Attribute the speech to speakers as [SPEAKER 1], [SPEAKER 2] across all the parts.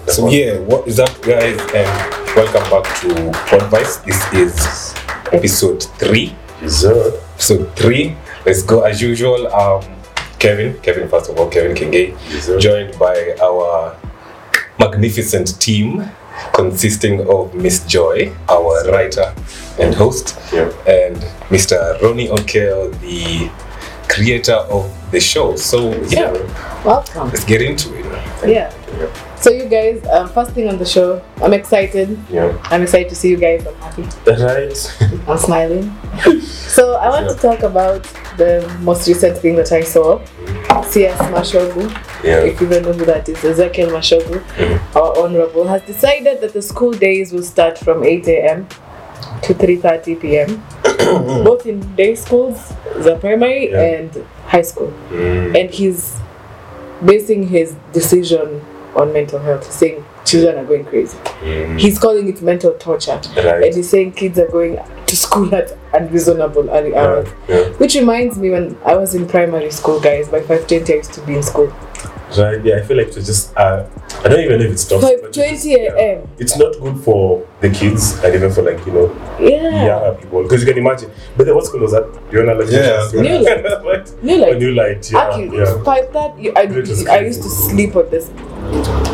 [SPEAKER 1] That's
[SPEAKER 2] So
[SPEAKER 1] one.
[SPEAKER 2] yeah, what is up, guys, and welcome back to Podvice. This is episode three.
[SPEAKER 1] Zero.
[SPEAKER 2] Episode three. Let's go as usual. Um, Kevin, Kevin, first of all, Kevin Kenge,
[SPEAKER 1] Yes, sir.
[SPEAKER 2] joined by our magnificent team consisting of Miss Joy, our writer and host,
[SPEAKER 1] Yep.
[SPEAKER 2] and Mr. Ronnie O'Kell, the creator of the show. So yeah,
[SPEAKER 3] Welcome.
[SPEAKER 2] let's get into it.
[SPEAKER 3] Yeah. So you guys, um, first thing on the show, I'm excited.
[SPEAKER 1] Yeah.
[SPEAKER 3] I'm excited to see you guys. I'm happy.
[SPEAKER 1] Right.
[SPEAKER 3] I'm smiling. so I want to talk about the most recent thing that I saw. C.S. Mashogu,
[SPEAKER 1] Yeah. Mm-hmm.
[SPEAKER 3] if you don't know who that is, Ezekiel Mashogu, our honorable, has decided that the school days will start from 8 a.m. to 3.30 p.m. both in day schools, the primary
[SPEAKER 1] Yeah.
[SPEAKER 3] and high school.
[SPEAKER 1] Mm.
[SPEAKER 3] and he's basing his decision on mental health, saying children are going crazy.
[SPEAKER 1] Mm.
[SPEAKER 3] He's calling it mental torture,
[SPEAKER 1] Right.
[SPEAKER 3] and he's saying kids are going to school at unreasonable early hours.
[SPEAKER 1] Yeah. Yeah.
[SPEAKER 3] Which reminds me when I was in primary school, guys. By five twenty, I used to be in school.
[SPEAKER 1] Right. Yeah. I feel like it's just. Uh, I don't even know if it's tough.
[SPEAKER 3] Five
[SPEAKER 1] but
[SPEAKER 3] twenty
[SPEAKER 1] yeah.
[SPEAKER 3] a.m.
[SPEAKER 1] It's not good for the kids and even for like you know
[SPEAKER 3] Yeah,
[SPEAKER 1] younger people because you can imagine. But then what school was that? You know, like
[SPEAKER 2] Yeah.
[SPEAKER 3] New
[SPEAKER 1] light.
[SPEAKER 3] no,
[SPEAKER 1] A
[SPEAKER 3] like
[SPEAKER 1] Oh, new light. Yeah.
[SPEAKER 3] actually,
[SPEAKER 1] yeah.
[SPEAKER 3] five thirty. I,
[SPEAKER 1] It was
[SPEAKER 3] I
[SPEAKER 1] crazy.
[SPEAKER 3] used to sleep on this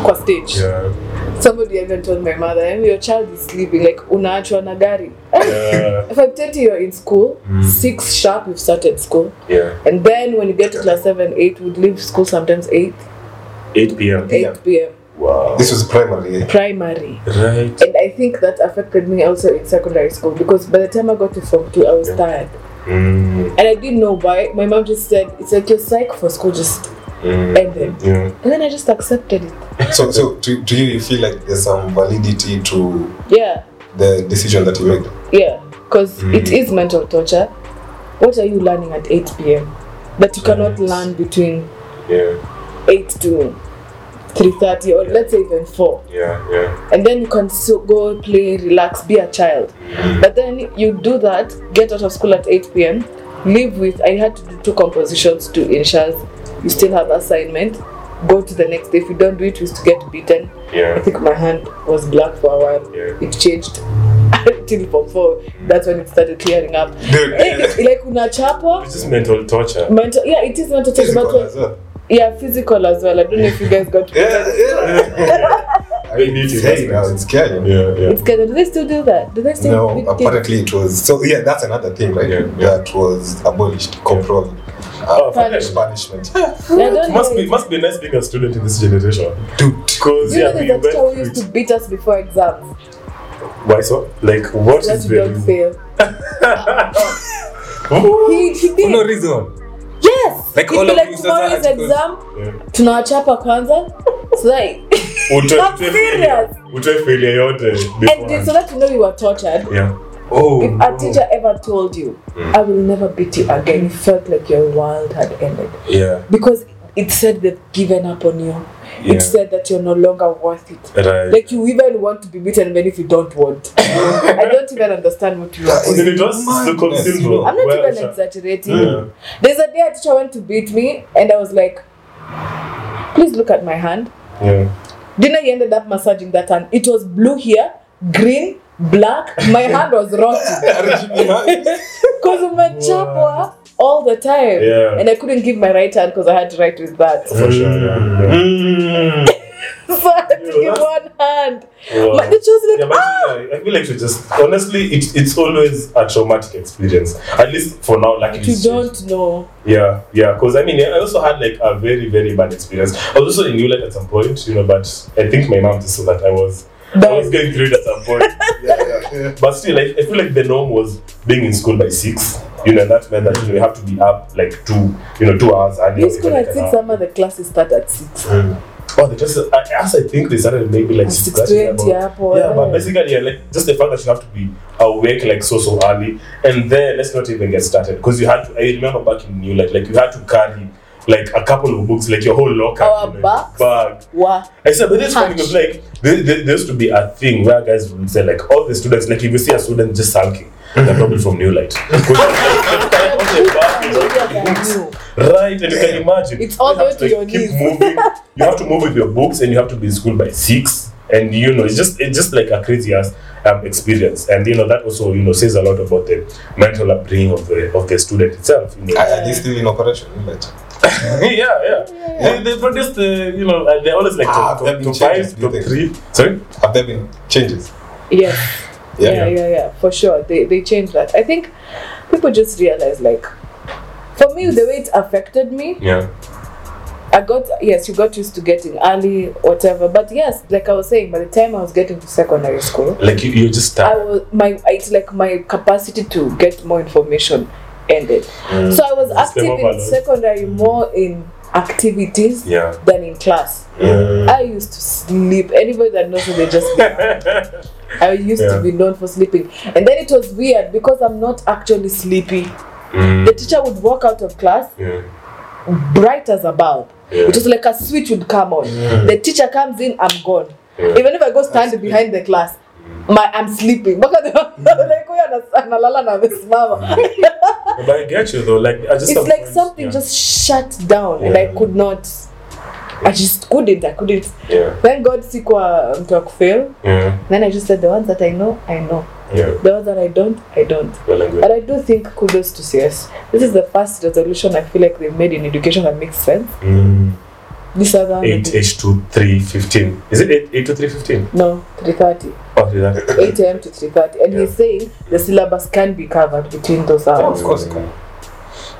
[SPEAKER 3] cross stage.
[SPEAKER 1] Yeah.
[SPEAKER 3] Somebody even told my mother, "Eh, "Your child is sleeping. Like unaachwa na gari."
[SPEAKER 1] Yeah.
[SPEAKER 3] If I'm 30, you're in school,
[SPEAKER 1] Hmm.
[SPEAKER 3] six sharp, you've started school.
[SPEAKER 1] Yeah.
[SPEAKER 3] And then when you get to class 7, 8, we'd leave school sometimes 8,
[SPEAKER 1] 8 p.m.
[SPEAKER 3] 8
[SPEAKER 2] Yeah.
[SPEAKER 3] p.m.
[SPEAKER 1] Wow.
[SPEAKER 2] This was primary.
[SPEAKER 3] primary.
[SPEAKER 1] Right.
[SPEAKER 3] And I think that affected me also in secondary school because by the time I got to Form 2, I was
[SPEAKER 1] Yeah.
[SPEAKER 3] tired.
[SPEAKER 1] Mm.
[SPEAKER 3] And I didn't know why. My mom just said, It's like your psych for school just
[SPEAKER 1] Mm.
[SPEAKER 3] ended.
[SPEAKER 1] Yeah.
[SPEAKER 3] And then I just accepted it.
[SPEAKER 2] So so to, to you, you feel like there's some validity to
[SPEAKER 3] Yeah,
[SPEAKER 2] the decision that you made.
[SPEAKER 3] yeah. Because
[SPEAKER 1] Hmm.
[SPEAKER 3] it is mental torture. What are you learning at 8 p.m.? That you cannot
[SPEAKER 1] Yes.
[SPEAKER 3] learn between
[SPEAKER 1] Yeah.
[SPEAKER 3] 8 to 3.30 or let's say even 4.
[SPEAKER 1] Yeah. Yeah.
[SPEAKER 3] and then you can so go play, relax, be a child. But then you do that, get out of school at 8 p.m., live with. I had to do two compositions to ensure you still have assignment. Go to the next day. If you don't do it, you used to get beaten. I
[SPEAKER 1] Yeah.
[SPEAKER 3] think my hand was black for a while.
[SPEAKER 1] Yeah.
[SPEAKER 3] It changed till form four. That's when it started clearing up. Eh,
[SPEAKER 2] Dude,
[SPEAKER 3] like unachapwa.
[SPEAKER 1] It's just mental torture.
[SPEAKER 3] Mental, yeah, it is mental torture. but
[SPEAKER 2] physical
[SPEAKER 3] when-
[SPEAKER 2] as well.
[SPEAKER 3] Yeah, physical as well. I don't know if you guys got.
[SPEAKER 2] Yeah, yeah. I mean,
[SPEAKER 1] need
[SPEAKER 2] it's
[SPEAKER 1] to
[SPEAKER 2] hey now, it's scary.
[SPEAKER 1] Yeah, yeah.
[SPEAKER 3] It's kind of, do they still do that? Do they still?
[SPEAKER 2] No,
[SPEAKER 3] beat kids?
[SPEAKER 2] apparently it was. So yeah, that's another thing, right?
[SPEAKER 1] Yeah, yeah.
[SPEAKER 2] That was abolished, controlled.
[SPEAKER 1] Oh,
[SPEAKER 2] Uh,
[SPEAKER 1] funny.
[SPEAKER 2] punishment.
[SPEAKER 3] I don't know
[SPEAKER 1] must be
[SPEAKER 3] if-
[SPEAKER 1] must be nice being a student in this generation.
[SPEAKER 2] Dude,
[SPEAKER 1] Because
[SPEAKER 3] You
[SPEAKER 1] yeah,
[SPEAKER 3] know
[SPEAKER 1] we
[SPEAKER 3] that
[SPEAKER 1] went
[SPEAKER 3] the teacher who
[SPEAKER 1] through
[SPEAKER 3] used to
[SPEAKER 1] it.
[SPEAKER 3] beat us before exams.
[SPEAKER 1] Why so? Like what
[SPEAKER 3] That
[SPEAKER 1] is
[SPEAKER 3] you don't
[SPEAKER 1] the
[SPEAKER 3] fail.
[SPEAKER 1] Huh?
[SPEAKER 3] He, he did.
[SPEAKER 2] no reason.
[SPEAKER 3] yes.
[SPEAKER 2] Like
[SPEAKER 3] He'd
[SPEAKER 2] all
[SPEAKER 3] be
[SPEAKER 2] of
[SPEAKER 3] like
[SPEAKER 2] you said
[SPEAKER 3] tomorrow
[SPEAKER 2] that
[SPEAKER 3] is
[SPEAKER 2] article."
[SPEAKER 3] exam.
[SPEAKER 1] Yeah.
[SPEAKER 3] Tunawachapa kwanza. So like,
[SPEAKER 1] We'll try-
[SPEAKER 3] I'm
[SPEAKER 1] we'll try
[SPEAKER 3] serious.
[SPEAKER 1] failure. We'll try failure your day
[SPEAKER 3] and then- so
[SPEAKER 1] beforehand.
[SPEAKER 3] that you know you were tortured.
[SPEAKER 1] Yeah.
[SPEAKER 2] Oh,
[SPEAKER 3] If a teacher ever told you,
[SPEAKER 1] Hmm.
[SPEAKER 3] I will never beat you again, you felt like your world had ended.
[SPEAKER 1] Yeah.
[SPEAKER 3] Because it said they've given up on you.
[SPEAKER 1] Yeah.
[SPEAKER 3] It said that you're no longer worth it.
[SPEAKER 1] Right.
[SPEAKER 3] Like you even want to be beaten even if you don't want. I don't even understand what you are.
[SPEAKER 2] That is
[SPEAKER 1] then it was
[SPEAKER 2] Madness,
[SPEAKER 1] Stockholm
[SPEAKER 2] you
[SPEAKER 1] syndrome.
[SPEAKER 2] know.
[SPEAKER 3] I'm not
[SPEAKER 1] Well,
[SPEAKER 3] even
[SPEAKER 1] sure.
[SPEAKER 3] exaggerating.
[SPEAKER 1] Yeah.
[SPEAKER 3] There's a day a teacher went to beat me, and I was like, please look at my hand.
[SPEAKER 1] Yeah.
[SPEAKER 3] Dinner, he ended up massaging that hand. It was blue here, green, black. My hand was rotten because of my chapwa all the time.
[SPEAKER 1] Yeah.
[SPEAKER 3] And I couldn't give my right hand because I had to write with that. so
[SPEAKER 1] For sure.
[SPEAKER 2] Mm.
[SPEAKER 1] Yeah.
[SPEAKER 3] I had to
[SPEAKER 1] Yeah,
[SPEAKER 3] give
[SPEAKER 1] that's-
[SPEAKER 3] one hand.
[SPEAKER 1] Wow.
[SPEAKER 3] But the teacher was
[SPEAKER 1] Yeah,
[SPEAKER 3] like,
[SPEAKER 1] but I- I feel like you just honestly, it, it's always a traumatic experience. At least for now, like
[SPEAKER 3] "Ah, you don't know.
[SPEAKER 1] Yeah, yeah. Because I mean, I also had like a very, very bad experience. I was also in New Light at some point, you know. But I think my mom just saw that I was, I was going through it at some point.
[SPEAKER 2] yeah, yeah,
[SPEAKER 1] but still, like, I feel like the norm was being in school by six. You know, and that meant that you, know, you have to be up like two, you know, two hours early.
[SPEAKER 3] You
[SPEAKER 1] or even,
[SPEAKER 3] school
[SPEAKER 1] like,
[SPEAKER 3] at
[SPEAKER 1] an
[SPEAKER 3] six,
[SPEAKER 1] hour.
[SPEAKER 3] some other classes start at six.
[SPEAKER 2] yeah.
[SPEAKER 1] Oh, the classes. I, as I think they started maybe like
[SPEAKER 3] Six
[SPEAKER 1] 6:30,
[SPEAKER 3] twenty,
[SPEAKER 1] about-
[SPEAKER 3] yeah, boy.
[SPEAKER 1] Yeah, but basically, yeah, like just the fact that you have to be awake like so so early, and then let's not even get started because you had. To, I remember back in New Light, like you had to carry like a couple of books, like your whole locker,
[SPEAKER 3] Our
[SPEAKER 1] you know,
[SPEAKER 3] bags.
[SPEAKER 1] bag.
[SPEAKER 3] Wow.
[SPEAKER 1] I said, but this funny because
[SPEAKER 3] Hatch.
[SPEAKER 1] like there, there, there used to be a thing where guys would say like all the students, like if you see a student just sulking, they're probably from New Light. 'Cause you have to carry all the bag, you know, books. Right, and you can imagine.
[SPEAKER 3] It's all
[SPEAKER 1] you have
[SPEAKER 3] the way to
[SPEAKER 1] like,
[SPEAKER 3] your
[SPEAKER 1] keep
[SPEAKER 3] knees.
[SPEAKER 1] moving. You have to move with your books, and you have to be in school by six. and you know it's just it's just like a crazy ass um, experience and you know that also you know says a lot about the mental upbringing of the of the student itself you know
[SPEAKER 2] Are are they still in operation? But
[SPEAKER 1] yeah, yeah. They, they produced, uh, you know, uh, they always like
[SPEAKER 2] Ah,
[SPEAKER 1] top, top,
[SPEAKER 2] top
[SPEAKER 1] top
[SPEAKER 2] changes,
[SPEAKER 1] five,
[SPEAKER 2] do
[SPEAKER 1] top
[SPEAKER 2] they?
[SPEAKER 1] three. Sorry?
[SPEAKER 2] have there been changes?
[SPEAKER 3] Yes.
[SPEAKER 2] Yeah.
[SPEAKER 3] yeah, yeah, yeah, for sure. They they changed that. I think people just realize like, for me, the way it affected me,
[SPEAKER 1] Yeah.
[SPEAKER 3] I got yes, you got used to getting early, whatever. But yes, like I was saying, by the time I was getting to secondary school,
[SPEAKER 1] Like you, you just
[SPEAKER 3] I
[SPEAKER 1] start.
[SPEAKER 3] was my it's like my capacity to get more information ended.
[SPEAKER 2] Mm.
[SPEAKER 3] So I was
[SPEAKER 1] System
[SPEAKER 3] active in
[SPEAKER 1] overload.
[SPEAKER 3] secondary more in activities
[SPEAKER 1] Yeah.
[SPEAKER 3] than in class. I used to sleep. Anybody that knows me, they just. I used
[SPEAKER 1] Yeah.
[SPEAKER 3] to be known for sleeping, and then it was weird because I'm not actually sleepy.
[SPEAKER 1] Mm.
[SPEAKER 3] The teacher would walk out of class
[SPEAKER 1] Yeah.
[SPEAKER 3] bright as a bulb.
[SPEAKER 1] Yeah. Mm.
[SPEAKER 3] It was like a switch would come on. The teacher comes in, I'm gone.
[SPEAKER 1] Yeah.
[SPEAKER 3] Even if I go stand behind the class, my I'm sleeping. Because like huyu anas- analala na
[SPEAKER 1] Mm.
[SPEAKER 3] amesimama.
[SPEAKER 1] But I get you though. Like I just.
[SPEAKER 3] It's
[SPEAKER 1] have
[SPEAKER 3] like
[SPEAKER 1] friends-
[SPEAKER 3] something
[SPEAKER 1] yeah.
[SPEAKER 3] just shut down, and I
[SPEAKER 1] Yeah.
[SPEAKER 3] could not. I just couldn't. I couldn't.
[SPEAKER 1] Yeah.
[SPEAKER 3] Thank God, sikuwa mtu wa kufail.
[SPEAKER 1] Yeah.
[SPEAKER 3] Then I just said the ones that I know, I know.
[SPEAKER 1] Yeah.
[SPEAKER 3] The ones that I don't, I don't.
[SPEAKER 1] Well and good.
[SPEAKER 3] But I do think kudos to CS. This is the first resolution I feel like they've made in education that makes sense.
[SPEAKER 1] Mm.
[SPEAKER 3] This other one,
[SPEAKER 1] Eight H two three fifteen. Is it eight eight to three fifteen?
[SPEAKER 3] no, 3.30.
[SPEAKER 1] Oh, is that?
[SPEAKER 3] 8 a.m. to 3.30. And
[SPEAKER 1] Yeah. Oh,
[SPEAKER 3] he's saying the syllabus can be covered between those hours.
[SPEAKER 2] Of course.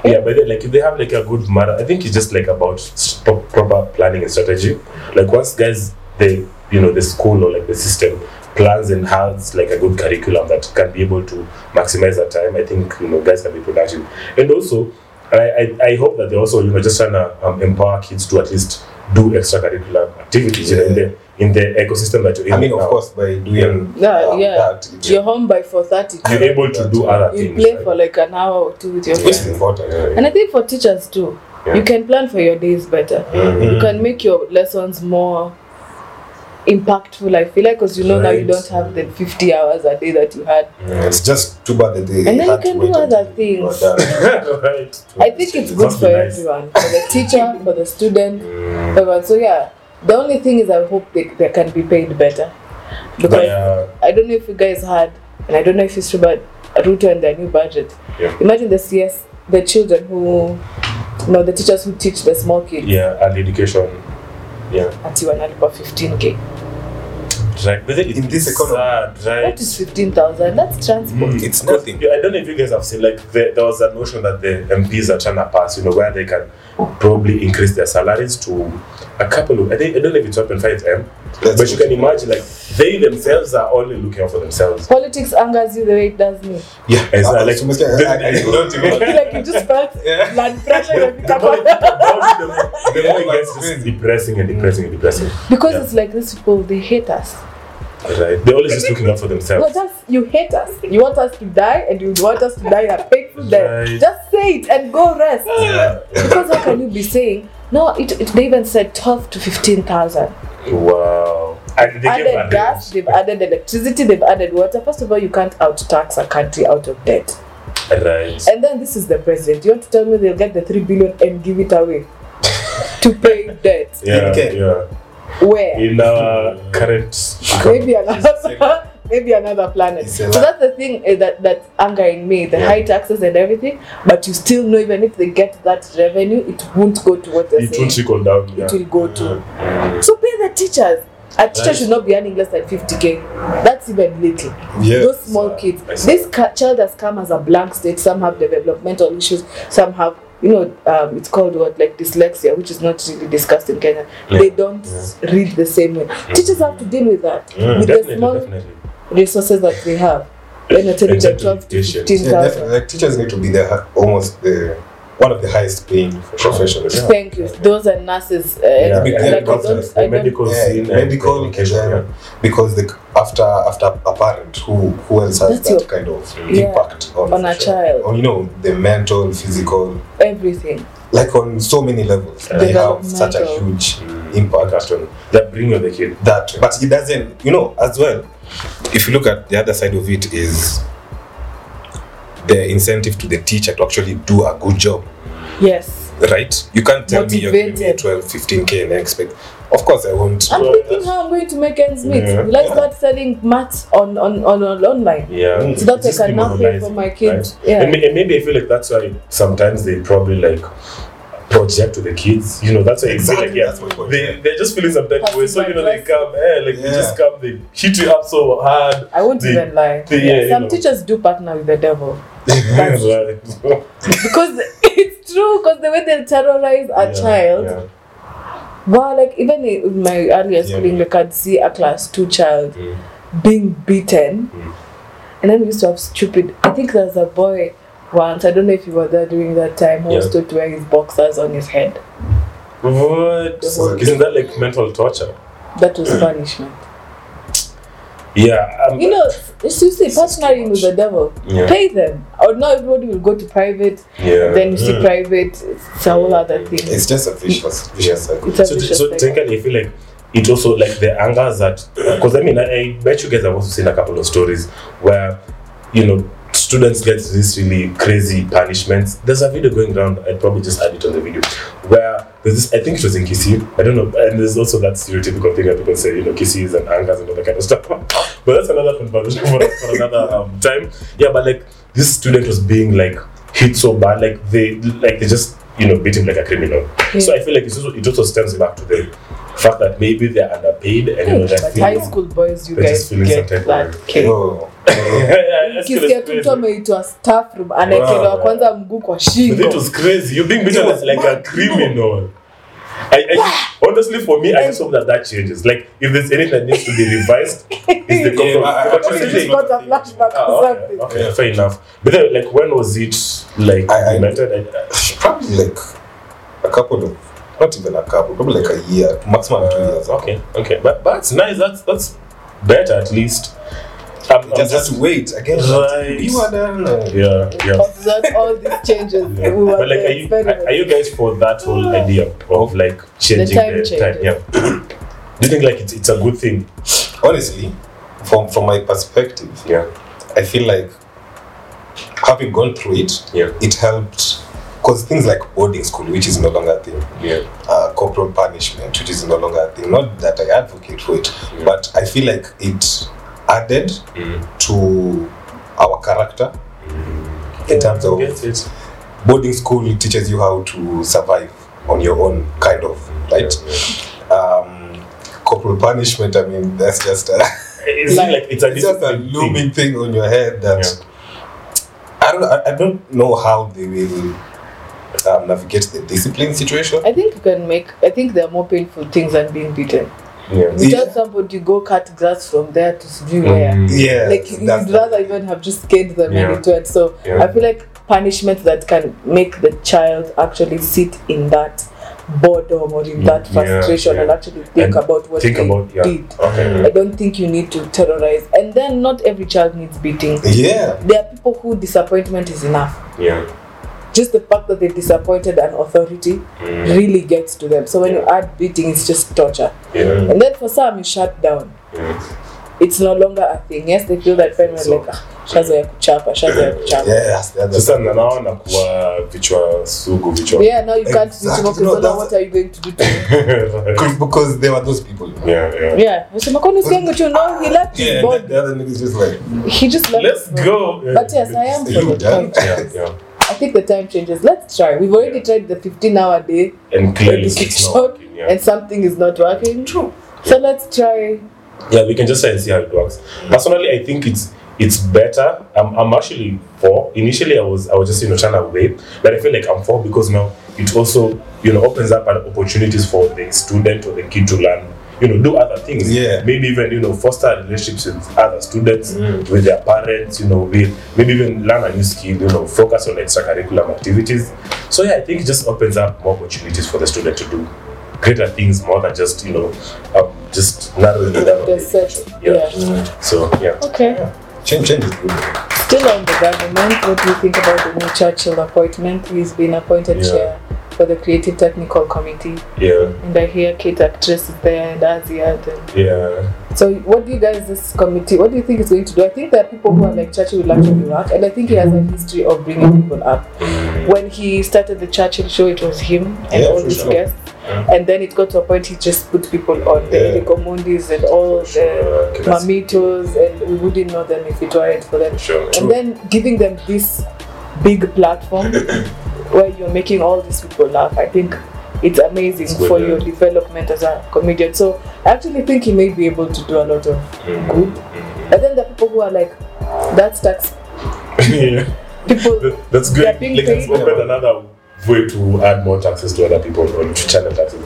[SPEAKER 1] Yeah, but then, like if they have like a good matter, I think it's just like about s- pro- proper planning and strategy. Like once guys, they you know the school or like the system plans and has like a good curriculum that can be able to maximize their time. I think you know guys can be productive, and also I I, I hope that they also you know just trying to um, empower kids to at least do extracurricular activities you know, in the in the ecosystem that you're in.
[SPEAKER 2] I mean, of
[SPEAKER 1] now.
[SPEAKER 2] course, by doing
[SPEAKER 3] Yeah,
[SPEAKER 2] um,
[SPEAKER 3] yeah.
[SPEAKER 2] that, it-
[SPEAKER 3] You're home by 4.30.
[SPEAKER 1] you're able to do other
[SPEAKER 3] You
[SPEAKER 1] things.
[SPEAKER 3] play
[SPEAKER 1] right?
[SPEAKER 3] for like an hour or two with your
[SPEAKER 2] which is
[SPEAKER 3] friends.
[SPEAKER 2] important.
[SPEAKER 3] And I think for teachers too,
[SPEAKER 1] Yeah. Mm-hmm.
[SPEAKER 3] you can plan for your days better. You can make your lessons more impactful, I feel like, because you know now you
[SPEAKER 1] Right.
[SPEAKER 3] don't have the 50 hours a day that you had.
[SPEAKER 2] Yeah, It's just too bad that they.
[SPEAKER 3] And then you
[SPEAKER 2] had to
[SPEAKER 3] can
[SPEAKER 2] wait
[SPEAKER 3] do other
[SPEAKER 2] until you are
[SPEAKER 3] things.
[SPEAKER 2] done.
[SPEAKER 1] right.
[SPEAKER 3] I think it's good
[SPEAKER 1] Must
[SPEAKER 3] for
[SPEAKER 1] be nice. Mm.
[SPEAKER 3] everyone, for the teacher, for the student, everyone. So yeah, the only thing is I hope they, they can be paid better, because
[SPEAKER 1] Yeah.
[SPEAKER 3] I don't know if you guys had, and I don't know if it's true, but Ruto and their new budget.
[SPEAKER 1] Yeah.
[SPEAKER 3] Imagine the CS, the children who, you know, the teachers who teach the small kids.
[SPEAKER 1] Yeah, early education. Yeah.
[SPEAKER 3] Ati wanalipa 15k.
[SPEAKER 1] Right. But then it-
[SPEAKER 2] In this
[SPEAKER 1] it's
[SPEAKER 2] economy.
[SPEAKER 1] sad, right?
[SPEAKER 3] That is 15,000. That's transport.
[SPEAKER 1] Mm.
[SPEAKER 2] It's nothing.
[SPEAKER 1] Yeah, I don't know if you guys have seen, like, the, there was a notion that the MPs are trying to pass, you know, where they can probably increase their salaries to a couple of, I, think, I don't know if it's 1.5M,
[SPEAKER 2] That's
[SPEAKER 1] but you
[SPEAKER 2] good.
[SPEAKER 1] can imagine, like, they themselves are only looking out for themselves.
[SPEAKER 3] Politics angers you the way it does me.
[SPEAKER 2] Yeah,
[SPEAKER 1] It's
[SPEAKER 2] Ah,
[SPEAKER 1] not like-
[SPEAKER 2] so much- I- I- I-
[SPEAKER 1] Don't even-
[SPEAKER 3] like you just felt
[SPEAKER 2] Yeah.
[SPEAKER 3] blood pressure and
[SPEAKER 1] The more you
[SPEAKER 3] become
[SPEAKER 1] think about it, the more- the
[SPEAKER 2] Yeah,
[SPEAKER 1] more it gets
[SPEAKER 2] but-
[SPEAKER 1] just depressing and depressing and depressing.
[SPEAKER 3] Because
[SPEAKER 1] Yeah.
[SPEAKER 3] it's like these people, they hate us.
[SPEAKER 1] Right? They're always just looking out for
[SPEAKER 3] No,
[SPEAKER 1] themselves.
[SPEAKER 3] just you hate us. You want us to die, and you want us to die a painful death.
[SPEAKER 1] Right.
[SPEAKER 3] Just say it and go rest.
[SPEAKER 1] Yeah.
[SPEAKER 3] Because how can you be saying no? It, it they even said twelve to fifteen thousand.
[SPEAKER 1] Wow. And they give a
[SPEAKER 3] Added gas,
[SPEAKER 1] range.
[SPEAKER 3] they've added electricity, they've added water. First of all, you can't out tax a country out of debt.
[SPEAKER 1] Right.
[SPEAKER 3] And then this is the president. You want to tell me they'll get the three billion and give it away to pay debt?
[SPEAKER 1] Yeah,
[SPEAKER 2] Okay.
[SPEAKER 1] yeah.
[SPEAKER 3] Where?
[SPEAKER 1] in our current
[SPEAKER 3] maybe another maybe another planet
[SPEAKER 2] It's a
[SPEAKER 3] so
[SPEAKER 2] lot.
[SPEAKER 3] that's the thing eh, that that's angering me the
[SPEAKER 1] Yeah.
[SPEAKER 3] high taxes and everything but you still know even if they get that revenue it won't go to what they're
[SPEAKER 1] it
[SPEAKER 3] saying
[SPEAKER 1] will trickle down yeah.
[SPEAKER 3] it will go to so pay the teachers a teacher
[SPEAKER 1] Right.
[SPEAKER 3] should not be earning less than 50k that's even little
[SPEAKER 2] Yes.
[SPEAKER 3] those small kids
[SPEAKER 1] I see.
[SPEAKER 3] this ca- child has come as a blank state some have developmental issues some have you know um, it's called what like dyslexia which is not really discussed in kenya
[SPEAKER 1] Yeah.
[SPEAKER 3] they don't read the same way teachers have to deal with that
[SPEAKER 1] Mm,
[SPEAKER 3] with the
[SPEAKER 1] definitely,
[SPEAKER 3] small
[SPEAKER 1] definitely.
[SPEAKER 3] resources that they have when you're telling them
[SPEAKER 1] Exactly,
[SPEAKER 3] 12 to
[SPEAKER 1] education.
[SPEAKER 3] 15
[SPEAKER 2] Yeah,
[SPEAKER 3] thousand
[SPEAKER 2] definitely. Like teachers need to be the hi- almost the one of the highest paying professions.
[SPEAKER 1] Yeah.
[SPEAKER 3] thank you those are nurses uh,
[SPEAKER 1] Yeah,
[SPEAKER 3] like,
[SPEAKER 2] yeah,
[SPEAKER 3] I
[SPEAKER 2] because
[SPEAKER 3] don't,
[SPEAKER 1] The
[SPEAKER 3] I don't,
[SPEAKER 1] medical
[SPEAKER 2] Yeah,
[SPEAKER 1] scene
[SPEAKER 2] medical
[SPEAKER 1] and education,
[SPEAKER 2] yeah.
[SPEAKER 1] yeah.
[SPEAKER 2] because the after after a parent who who else has that
[SPEAKER 3] That's your-
[SPEAKER 2] kind of
[SPEAKER 3] yeah,
[SPEAKER 2] impact on,
[SPEAKER 3] on a child.
[SPEAKER 2] on you know the mental, physical,
[SPEAKER 3] everything
[SPEAKER 2] like on so many levels they have such a
[SPEAKER 3] Developmental.
[SPEAKER 2] huge impact
[SPEAKER 1] Custom. That bring on the kid.
[SPEAKER 2] that but it doesn't you know as well if you look at the other side of it is the incentive to the teacher to actually do a good job
[SPEAKER 3] yes
[SPEAKER 2] right you can't tell me you're giving me
[SPEAKER 3] Motivated.
[SPEAKER 2] 12 15k and I expect Of course, I won't.
[SPEAKER 3] I'm
[SPEAKER 1] Well,
[SPEAKER 3] thinking
[SPEAKER 1] that's-
[SPEAKER 3] how I'm going to make ends meet.
[SPEAKER 2] Yeah.
[SPEAKER 3] Let's start selling maths on, on, on, on online.
[SPEAKER 2] Mm.
[SPEAKER 1] Yeah.
[SPEAKER 3] So that
[SPEAKER 1] Just
[SPEAKER 3] I can now pay for
[SPEAKER 1] demonetizing,
[SPEAKER 3] my kids.
[SPEAKER 1] right?
[SPEAKER 3] Yeah.
[SPEAKER 1] And, may- and maybe I feel like that's why sometimes they probably like project to the kids. You know, that's why I feel like
[SPEAKER 2] Exactly,
[SPEAKER 1] yeah.
[SPEAKER 2] that's my point,
[SPEAKER 1] They,
[SPEAKER 2] yeah.
[SPEAKER 1] they're just feeling some type of way. So you know they
[SPEAKER 3] Passive
[SPEAKER 1] come, eh, like they
[SPEAKER 2] Yeah.
[SPEAKER 1] just come, they hit you up so hard.
[SPEAKER 3] I won't
[SPEAKER 1] They-
[SPEAKER 3] even lie.
[SPEAKER 1] they- yeah, you
[SPEAKER 3] Some
[SPEAKER 1] know.
[SPEAKER 3] teachers do partner with the devil.
[SPEAKER 1] right.
[SPEAKER 3] Because it's true, because the way they terrorize a
[SPEAKER 1] Yeah,
[SPEAKER 3] child.
[SPEAKER 1] yeah.
[SPEAKER 3] Wow, like even in my earlier schooling, you could see a class two child
[SPEAKER 1] Mm.
[SPEAKER 3] being beaten.
[SPEAKER 1] Mm.
[SPEAKER 3] And then we used to have stupid. I think there's a boy once, I don't know if you were there during that time, who was
[SPEAKER 1] Yeah.
[SPEAKER 3] told to wear his boxers on his head.
[SPEAKER 1] What? Isn't that like mental torture?
[SPEAKER 3] That was punishment.
[SPEAKER 1] Yeah. Um,
[SPEAKER 3] You know, it's you see, partnering with the devil.
[SPEAKER 1] Yeah.
[SPEAKER 3] Pay them. Or now everybody will go to private,
[SPEAKER 1] yeah. Mm.
[SPEAKER 3] then you see private, it's a whole other thing.
[SPEAKER 2] It's just a vicious, vicious cycle.
[SPEAKER 3] It's a
[SPEAKER 1] so,
[SPEAKER 3] vicious
[SPEAKER 1] so
[SPEAKER 3] cycle.
[SPEAKER 1] technically, I feel like it also like the anger that because I mean I, I bet you guys have also seen a couple of stories where you know students get these really crazy punishments. There's a video going around. I'd probably just add it on the video where there's this. I think it was in Kisii. I don't know. And there's also that stereotypical thing that people say. You know, Kisii is an anger and all that kind of stuff. but that's another conversation for, for another um, time. Yeah, but like this student was being like hit so bad, like they like they just you know beat him like a criminal. So I feel like it's also, it also stems back to the fact that maybe they're underpaid and you know they're
[SPEAKER 3] But high
[SPEAKER 1] feeling.
[SPEAKER 3] school boys, you
[SPEAKER 1] They're just
[SPEAKER 3] guys
[SPEAKER 1] feeling
[SPEAKER 3] get
[SPEAKER 1] some type of
[SPEAKER 3] that
[SPEAKER 1] way.
[SPEAKER 3] kick.
[SPEAKER 2] No, no.
[SPEAKER 1] Yeah, I feel
[SPEAKER 3] Ukisikia
[SPEAKER 1] it's
[SPEAKER 3] tu
[SPEAKER 1] crazy.
[SPEAKER 3] mtu ameitwa staff room anaekelewa
[SPEAKER 1] Wow.
[SPEAKER 3] uh, kwanza mguu kwa
[SPEAKER 1] But
[SPEAKER 3] shingo
[SPEAKER 1] it was crazy. You're being beaten
[SPEAKER 2] It
[SPEAKER 1] as
[SPEAKER 2] was
[SPEAKER 1] like a
[SPEAKER 2] mad.
[SPEAKER 1] criminal. I, I, honestly, for me, I just hope that that changes. Like, if there's anything that needs to be revised, it's the
[SPEAKER 2] Yeah, I- I- I-
[SPEAKER 1] compromise. But you
[SPEAKER 3] It
[SPEAKER 1] see,
[SPEAKER 3] just got a flashback or
[SPEAKER 1] ah, okay,
[SPEAKER 3] something.
[SPEAKER 1] okay, fair enough. But then, like, when was it like
[SPEAKER 2] I- I-
[SPEAKER 1] implemented? I, I,
[SPEAKER 2] probably like a couple of, not even a couple, probably like a year, maximum two years.
[SPEAKER 1] okay, okay, but but that's nice. That's that's better at least. I'm, I'm
[SPEAKER 2] Just have to wait again.
[SPEAKER 1] Right.
[SPEAKER 2] You are done.
[SPEAKER 1] yeah, yeah.
[SPEAKER 3] Observe all these changes
[SPEAKER 1] Yeah.
[SPEAKER 3] we were
[SPEAKER 1] But like, are you are, are you guys for that whole idea of like changing
[SPEAKER 3] time
[SPEAKER 1] the time?
[SPEAKER 3] changes.
[SPEAKER 1] Yeah. Do you think like it's, it's a good thing?
[SPEAKER 2] Honestly, from from my perspective,
[SPEAKER 1] Yeah.
[SPEAKER 2] I feel like having gone through it,
[SPEAKER 1] Yeah.
[SPEAKER 2] it helped because things like boarding school, which is no longer a thing,
[SPEAKER 1] Yeah.
[SPEAKER 2] uh, corporal punishment, which is no longer a thing. Not that I advocate for it,
[SPEAKER 1] Yeah.
[SPEAKER 2] but I feel like it added
[SPEAKER 1] Mm.
[SPEAKER 2] to our character in terms
[SPEAKER 1] I
[SPEAKER 2] of
[SPEAKER 1] Mm. get it.
[SPEAKER 2] boarding school teaches you how to survive on your own, kind of, right?
[SPEAKER 1] Yeah, yeah.
[SPEAKER 2] Um, corporal punishment, I mean, that's just a,
[SPEAKER 1] It's like,
[SPEAKER 3] Like,
[SPEAKER 1] it's a,
[SPEAKER 2] it's just a
[SPEAKER 1] discipline thing.
[SPEAKER 2] looming thing on your head that I don't I, I don't know how they will um, navigate the discipline situation.
[SPEAKER 3] I think you can make I think there are more painful things than being beaten.
[SPEAKER 1] Yeah.
[SPEAKER 3] You
[SPEAKER 2] Yeah.
[SPEAKER 3] tell somebody go cut grass from there to sijui where.
[SPEAKER 1] Mm.
[SPEAKER 2] Yeah,
[SPEAKER 3] Like you'd rather even have just scared them
[SPEAKER 1] Yeah.
[SPEAKER 3] and it went. So
[SPEAKER 1] Yeah.
[SPEAKER 3] I feel like punishment that can make the child actually sit in that boredom or in that
[SPEAKER 1] Mm, yeah,
[SPEAKER 3] frustration
[SPEAKER 1] yeah.
[SPEAKER 3] and actually think
[SPEAKER 1] And
[SPEAKER 3] about what
[SPEAKER 1] think
[SPEAKER 3] they
[SPEAKER 1] about- yeah.
[SPEAKER 3] did.
[SPEAKER 1] Okay.
[SPEAKER 3] I don't think you need to terrorize. And then not every child needs beating.
[SPEAKER 2] yeah,
[SPEAKER 3] There are people who disappointment is enough.
[SPEAKER 1] Yeah.
[SPEAKER 3] Just the fact that they disappointed an authority
[SPEAKER 1] Mm.
[SPEAKER 3] really gets to them. So when you add beating, it's just torture.
[SPEAKER 1] Yeah.
[SPEAKER 3] And then for some, you shut down.
[SPEAKER 1] Yeah.
[SPEAKER 3] It's no longer a thing. Yes, they feel that family
[SPEAKER 1] So-
[SPEAKER 3] like, ah, shazo ya kuchapa, shazo ya
[SPEAKER 2] yeah,
[SPEAKER 3] kuchapa.
[SPEAKER 2] that's, that's
[SPEAKER 1] Sasa na- naona kuwa vichwa sugu vichwa.
[SPEAKER 3] Yeah, now you can't
[SPEAKER 2] Exactly.
[SPEAKER 3] do
[SPEAKER 2] No,
[SPEAKER 3] tomorrow
[SPEAKER 2] that's-
[SPEAKER 3] what are you going to do to me?
[SPEAKER 2] because, because there were those people. Yeah,
[SPEAKER 1] yeah, yeah.
[SPEAKER 3] Yeah. Usema, "Kwani usiangu tu?" No, he left his
[SPEAKER 2] the,
[SPEAKER 3] body.
[SPEAKER 2] the other niggas just like
[SPEAKER 3] He just left
[SPEAKER 1] Let's
[SPEAKER 3] his body.
[SPEAKER 1] go.
[SPEAKER 3] But yes, I am
[SPEAKER 2] you
[SPEAKER 3] for the
[SPEAKER 2] done.
[SPEAKER 3] time.
[SPEAKER 1] Yeah, yeah.
[SPEAKER 3] I think the time changes. Let's try. We've already
[SPEAKER 1] Yeah.
[SPEAKER 3] tried the 15 hour day
[SPEAKER 1] And clearly it's
[SPEAKER 3] Education.
[SPEAKER 1] not working. Yeah.
[SPEAKER 3] and something is not working. True. So let's try.
[SPEAKER 1] yeah we can just try and see how it works personally i think it's it's better i'm, I'm actually for initially i was i was just you know trying to wait but i feel like i'm for because now it also you know opens up an opportunities for the student or the kid to learn you know do other things
[SPEAKER 2] Yeah.
[SPEAKER 1] maybe even you know foster relationships with other students
[SPEAKER 2] Mm.
[SPEAKER 1] with their parents you know with maybe even learn a new skill you know focus on extracurricular activities so yeah i think it just opens up more opportunities for the student to do greater things more than just you know um, just narrowing it down
[SPEAKER 3] The set.
[SPEAKER 1] yeah.
[SPEAKER 3] Yeah.
[SPEAKER 1] So yeah.
[SPEAKER 3] Okay.
[SPEAKER 2] change, change is good.
[SPEAKER 3] Still on the government, what do you think about the new Churchill appointment? He's been appointed
[SPEAKER 1] Yeah.
[SPEAKER 3] chair for the Creative Technical Committee,
[SPEAKER 1] Yeah.
[SPEAKER 3] and I hear Kate Actress is there and Azia. And
[SPEAKER 1] Yeah.
[SPEAKER 3] um, so, what do you guys, this committee, what do you think it's going to do? I think there are people who are like Churchill will actually work, and I think he has a history
[SPEAKER 2] Mm.
[SPEAKER 3] of bringing people up. When he started the Churchill show, it was him and
[SPEAKER 2] Yeah,
[SPEAKER 3] all
[SPEAKER 2] for
[SPEAKER 3] his
[SPEAKER 2] sure.
[SPEAKER 3] guests. and then it got to a point he just put people on the
[SPEAKER 2] Yeah.
[SPEAKER 3] Enrico Mundis and all the
[SPEAKER 1] Sure, okay, that's-
[SPEAKER 3] mamitos and we wouldn't know them if it weren't for them
[SPEAKER 1] sure.
[SPEAKER 3] and then giving them this big platform where you're making all these people laugh i think it's amazing
[SPEAKER 1] It's good,
[SPEAKER 3] for
[SPEAKER 1] yeah.
[SPEAKER 3] your development as a comedian so i actually think he may be able to do a lot of good but then the people who are like that's tax
[SPEAKER 1] yeah.
[SPEAKER 3] people
[SPEAKER 1] Th- That's
[SPEAKER 3] They're
[SPEAKER 1] good.
[SPEAKER 3] being
[SPEAKER 1] Like, it's
[SPEAKER 3] paid.
[SPEAKER 1] opened another way to add more taxes to other people or to channel taxes.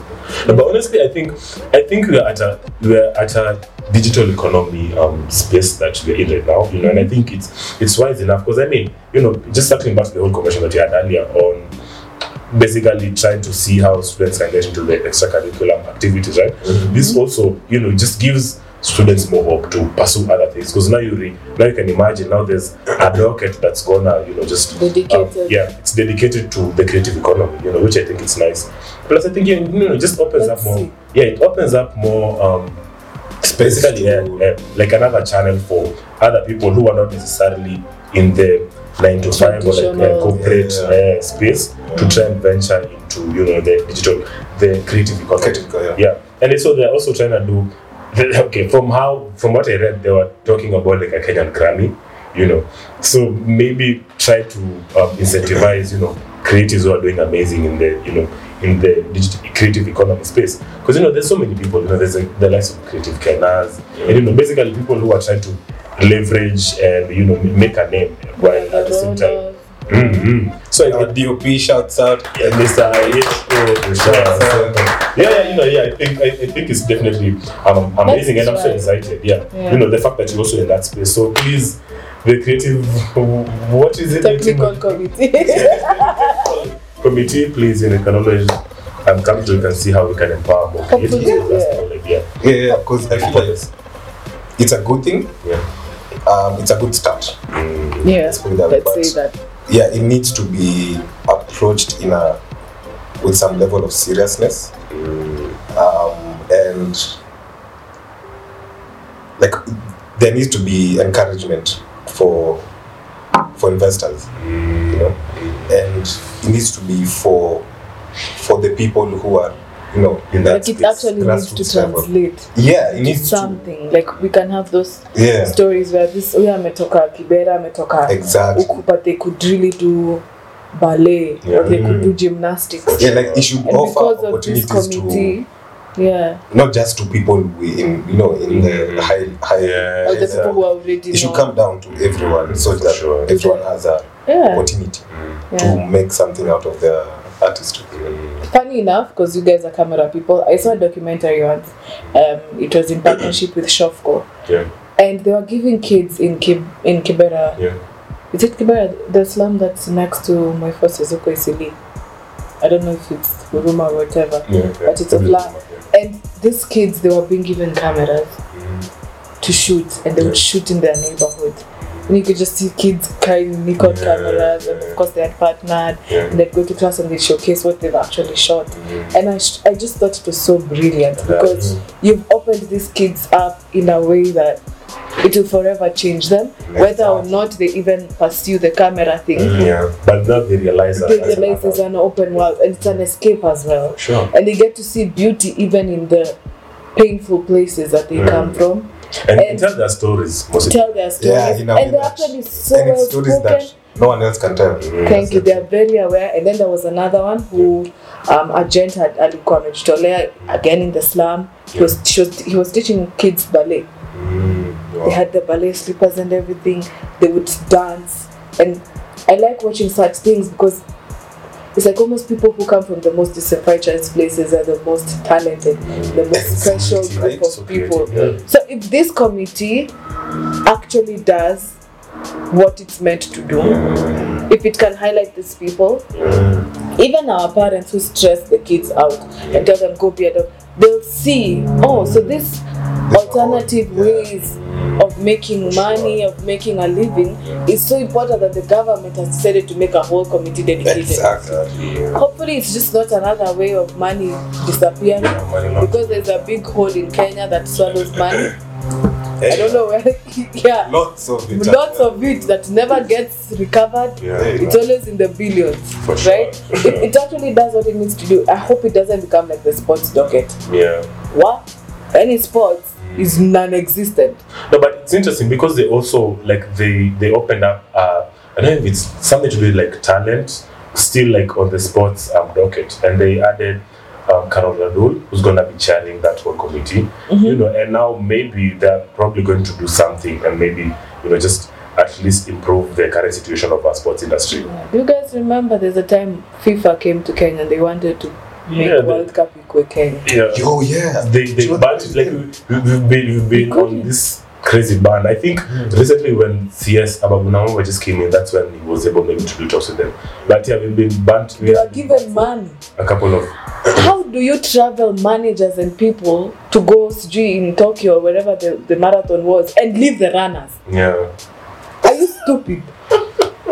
[SPEAKER 1] But honestly, I think I think we are at a we are at a digital economy um, space that we're in right now. You know, and
[SPEAKER 3] Mm-hmm.
[SPEAKER 1] I think it's it's wise enough because I mean, you know, just circling back to the whole conversation that you had earlier on basically trying to see how students can get into the extracurricular activities, right? This also, you know, just gives students more hope to pursue other things because now you re- now you can imagine now there's a docket that's gonna you know just uh,
[SPEAKER 3] Dedicated.
[SPEAKER 1] yeah it's dedicated to the creative economy you know which i think it's nice plus i think yeah, you know it just opens
[SPEAKER 3] Let's
[SPEAKER 1] up more
[SPEAKER 3] see.
[SPEAKER 1] yeah it opens up more um
[SPEAKER 2] Space
[SPEAKER 1] basically yeah,
[SPEAKER 2] to-
[SPEAKER 1] yeah, like another channel for other people who are not necessarily in the nine to five or like
[SPEAKER 3] Traditional.
[SPEAKER 1] uh, corporate
[SPEAKER 2] Yeah.
[SPEAKER 1] uh, space to try and venture into you know the digital the creative economy
[SPEAKER 2] Critical, yeah.
[SPEAKER 1] yeah and so they're also trying to do okay from how from what i read they were talking about like a kenyan grammy you know so maybe try to um, incentivize you know creatives who are doing amazing in the you know in the digital creative economy space because you know there's so many people you know there's a, the likes of creative kenas and you know basically people who are trying to leverage and you know make a name while at the same time Mhm. so I
[SPEAKER 2] Our DOP shouts out.
[SPEAKER 1] yeah, Mr. Ayesh, uh, Rashad.
[SPEAKER 2] Yeah.
[SPEAKER 1] Yeah, yeah, you know, yeah. I think I, I think it's definitely um, amazing, and I'm so
[SPEAKER 3] right.
[SPEAKER 1] excited. Yeah.
[SPEAKER 3] Yeah.
[SPEAKER 1] you know the fact that you're also in that space. So please, the creative, what is it?
[SPEAKER 3] technical committee
[SPEAKER 1] committee, please, you know, can always um, come to you can see how we can empower more creatives.
[SPEAKER 3] Hopefully,
[SPEAKER 1] That's
[SPEAKER 3] yeah.
[SPEAKER 1] all, like, yeah,
[SPEAKER 2] Yeah, yeah, because I feel like it's a good thing.
[SPEAKER 1] yeah.
[SPEAKER 2] Um, it's a good start.
[SPEAKER 3] yeah
[SPEAKER 2] Let's put it that way,
[SPEAKER 3] let's say
[SPEAKER 2] but-
[SPEAKER 3] that
[SPEAKER 2] Yeah, it needs to be approached in a with some level of seriousness. um, and like there needs to be encouragement for for investors you know and it needs to be for for the people who are you know in that
[SPEAKER 3] like it
[SPEAKER 2] space,
[SPEAKER 3] actually needs to
[SPEAKER 2] grassroots level.
[SPEAKER 3] translate
[SPEAKER 2] yeah it
[SPEAKER 3] to
[SPEAKER 2] needs to
[SPEAKER 3] something like we can have those
[SPEAKER 2] yeah
[SPEAKER 3] stories where this huyo ametoka kibera ametoka
[SPEAKER 2] exactly
[SPEAKER 3] huku but they could really do ballet or they could do gymnastics
[SPEAKER 2] Mm. yeah like it should
[SPEAKER 3] and because
[SPEAKER 2] offer
[SPEAKER 3] of this
[SPEAKER 2] opportunities to
[SPEAKER 3] committee yeah
[SPEAKER 2] not just to people we in you know in the
[SPEAKER 1] Mm.
[SPEAKER 2] high high
[SPEAKER 1] Yeah,
[SPEAKER 3] or the
[SPEAKER 2] uh,
[SPEAKER 3] people who are already
[SPEAKER 2] it should
[SPEAKER 3] known.
[SPEAKER 2] come down to everyone so
[SPEAKER 1] For
[SPEAKER 2] that
[SPEAKER 1] Mm-hmm. sure.
[SPEAKER 2] everyone has a
[SPEAKER 3] yeah,
[SPEAKER 2] opportunity
[SPEAKER 3] yeah.
[SPEAKER 2] to make something out of their artistry.
[SPEAKER 3] funny enough because you guys are camera people i saw a documentary once um it was in partnership with shofco
[SPEAKER 1] Yeah.
[SPEAKER 3] and they were giving kids in Kib- in kibera
[SPEAKER 1] Yeah.
[SPEAKER 3] is it kibera the slum that's next to my first Izuko Isili? i don't know if it's Huruma or whatever
[SPEAKER 1] Yeah, yeah.
[SPEAKER 3] But it's a black- And these kids, they were being given cameras to shoot, and they would shoot in their neighborhood. And you could just see kids carrying Nikon
[SPEAKER 1] Yeah,
[SPEAKER 3] cameras, and
[SPEAKER 1] yeah.
[SPEAKER 3] of course, they had partnered,
[SPEAKER 1] Yeah.
[SPEAKER 3] and they'd go to class and they'd showcase what they've actually shot.
[SPEAKER 1] Mhm.
[SPEAKER 3] And I, sh- I just thought it was so brilliant because you've opened these kids up in a way that it will forever change them, whether or not they even pursue the camera thing.
[SPEAKER 2] Mm-hmm.
[SPEAKER 1] Yeah, but now they realize that.
[SPEAKER 3] They
[SPEAKER 1] as an
[SPEAKER 3] realize it's
[SPEAKER 1] adult.
[SPEAKER 3] an open world and it's an escape as well
[SPEAKER 1] Sure.
[SPEAKER 3] and they get to see beauty even in the painful places that they
[SPEAKER 1] Mm.
[SPEAKER 3] come from
[SPEAKER 1] And,
[SPEAKER 3] And-
[SPEAKER 1] tell their stories. Mostly.
[SPEAKER 3] tell their stories
[SPEAKER 2] Yeah, in a way
[SPEAKER 3] and they're
[SPEAKER 2] that-
[SPEAKER 3] actually so
[SPEAKER 2] and
[SPEAKER 3] well
[SPEAKER 2] it's stories
[SPEAKER 3] spoken
[SPEAKER 2] that no one else can tell.
[SPEAKER 3] thank you they're very aware and then there was another one who um agent had alikuwa amejitolea again in the slum he was, she was he was teaching kids ballet they had the ballet slippers and everything they would dance and i like watching such things because it's like almost people who come from the most disenfranchised places are the most talented the most special
[SPEAKER 2] Exactly,
[SPEAKER 3] group
[SPEAKER 2] right?
[SPEAKER 3] of
[SPEAKER 1] So
[SPEAKER 3] people
[SPEAKER 1] creative, yeah.
[SPEAKER 3] so if this committee actually does what it's meant to do if it can highlight these people even our parents who stress the kids out and tell them go be a dog they'll see oh so this alternative
[SPEAKER 2] Yeah.
[SPEAKER 3] ways of making money of making a living is so important that the government has decided to make a whole committee dedicated
[SPEAKER 2] Exactly.
[SPEAKER 3] hopefully it's just not another way of money disappearing
[SPEAKER 1] Yeah, money laundering.
[SPEAKER 3] because there's a big hole in kenya that swallows money I don't know where. yeah.
[SPEAKER 2] Lots of it.
[SPEAKER 3] Lots of it that never gets recovered.
[SPEAKER 1] Yeah.
[SPEAKER 3] It's always in the billions,
[SPEAKER 1] For sure,
[SPEAKER 3] right?
[SPEAKER 1] for sure.
[SPEAKER 3] It, it actually does what it needs to do. I hope it doesn't become like the sports docket.
[SPEAKER 1] yeah.
[SPEAKER 3] What? Any sports is non-existent.
[SPEAKER 1] No, but it's interesting because they also like they they opened up. Uh, I don't know if it's something to do with like talent, still like on the sports um, docket, and they added um, Carol Radul, who's gonna be chairing that whole committee. You know, and now maybe they're probably going to do something, and maybe you know just at least improve the current situation of our sports industry.
[SPEAKER 3] Do you guys remember there's a time FIFA came to Kenya and they wanted to make
[SPEAKER 1] Yeah, they-
[SPEAKER 3] World Cup equal Kenya?
[SPEAKER 1] Yeah,
[SPEAKER 2] Yo, yeah.
[SPEAKER 1] they they
[SPEAKER 2] Sure.
[SPEAKER 1] but like we- we- we've been we've been on this crazy band. I think
[SPEAKER 3] Hmm.
[SPEAKER 1] recently when CS Ababunawa just came in, that's when he was able maybe to do talks with them. But yeah, we've been banned. We
[SPEAKER 3] You are
[SPEAKER 1] have
[SPEAKER 3] given money.
[SPEAKER 1] a couple of
[SPEAKER 3] How do you travel managers and people to go sijui in Tokyo or wherever the, the marathon was and leave the runners?
[SPEAKER 1] yeah.
[SPEAKER 3] Are you stupid?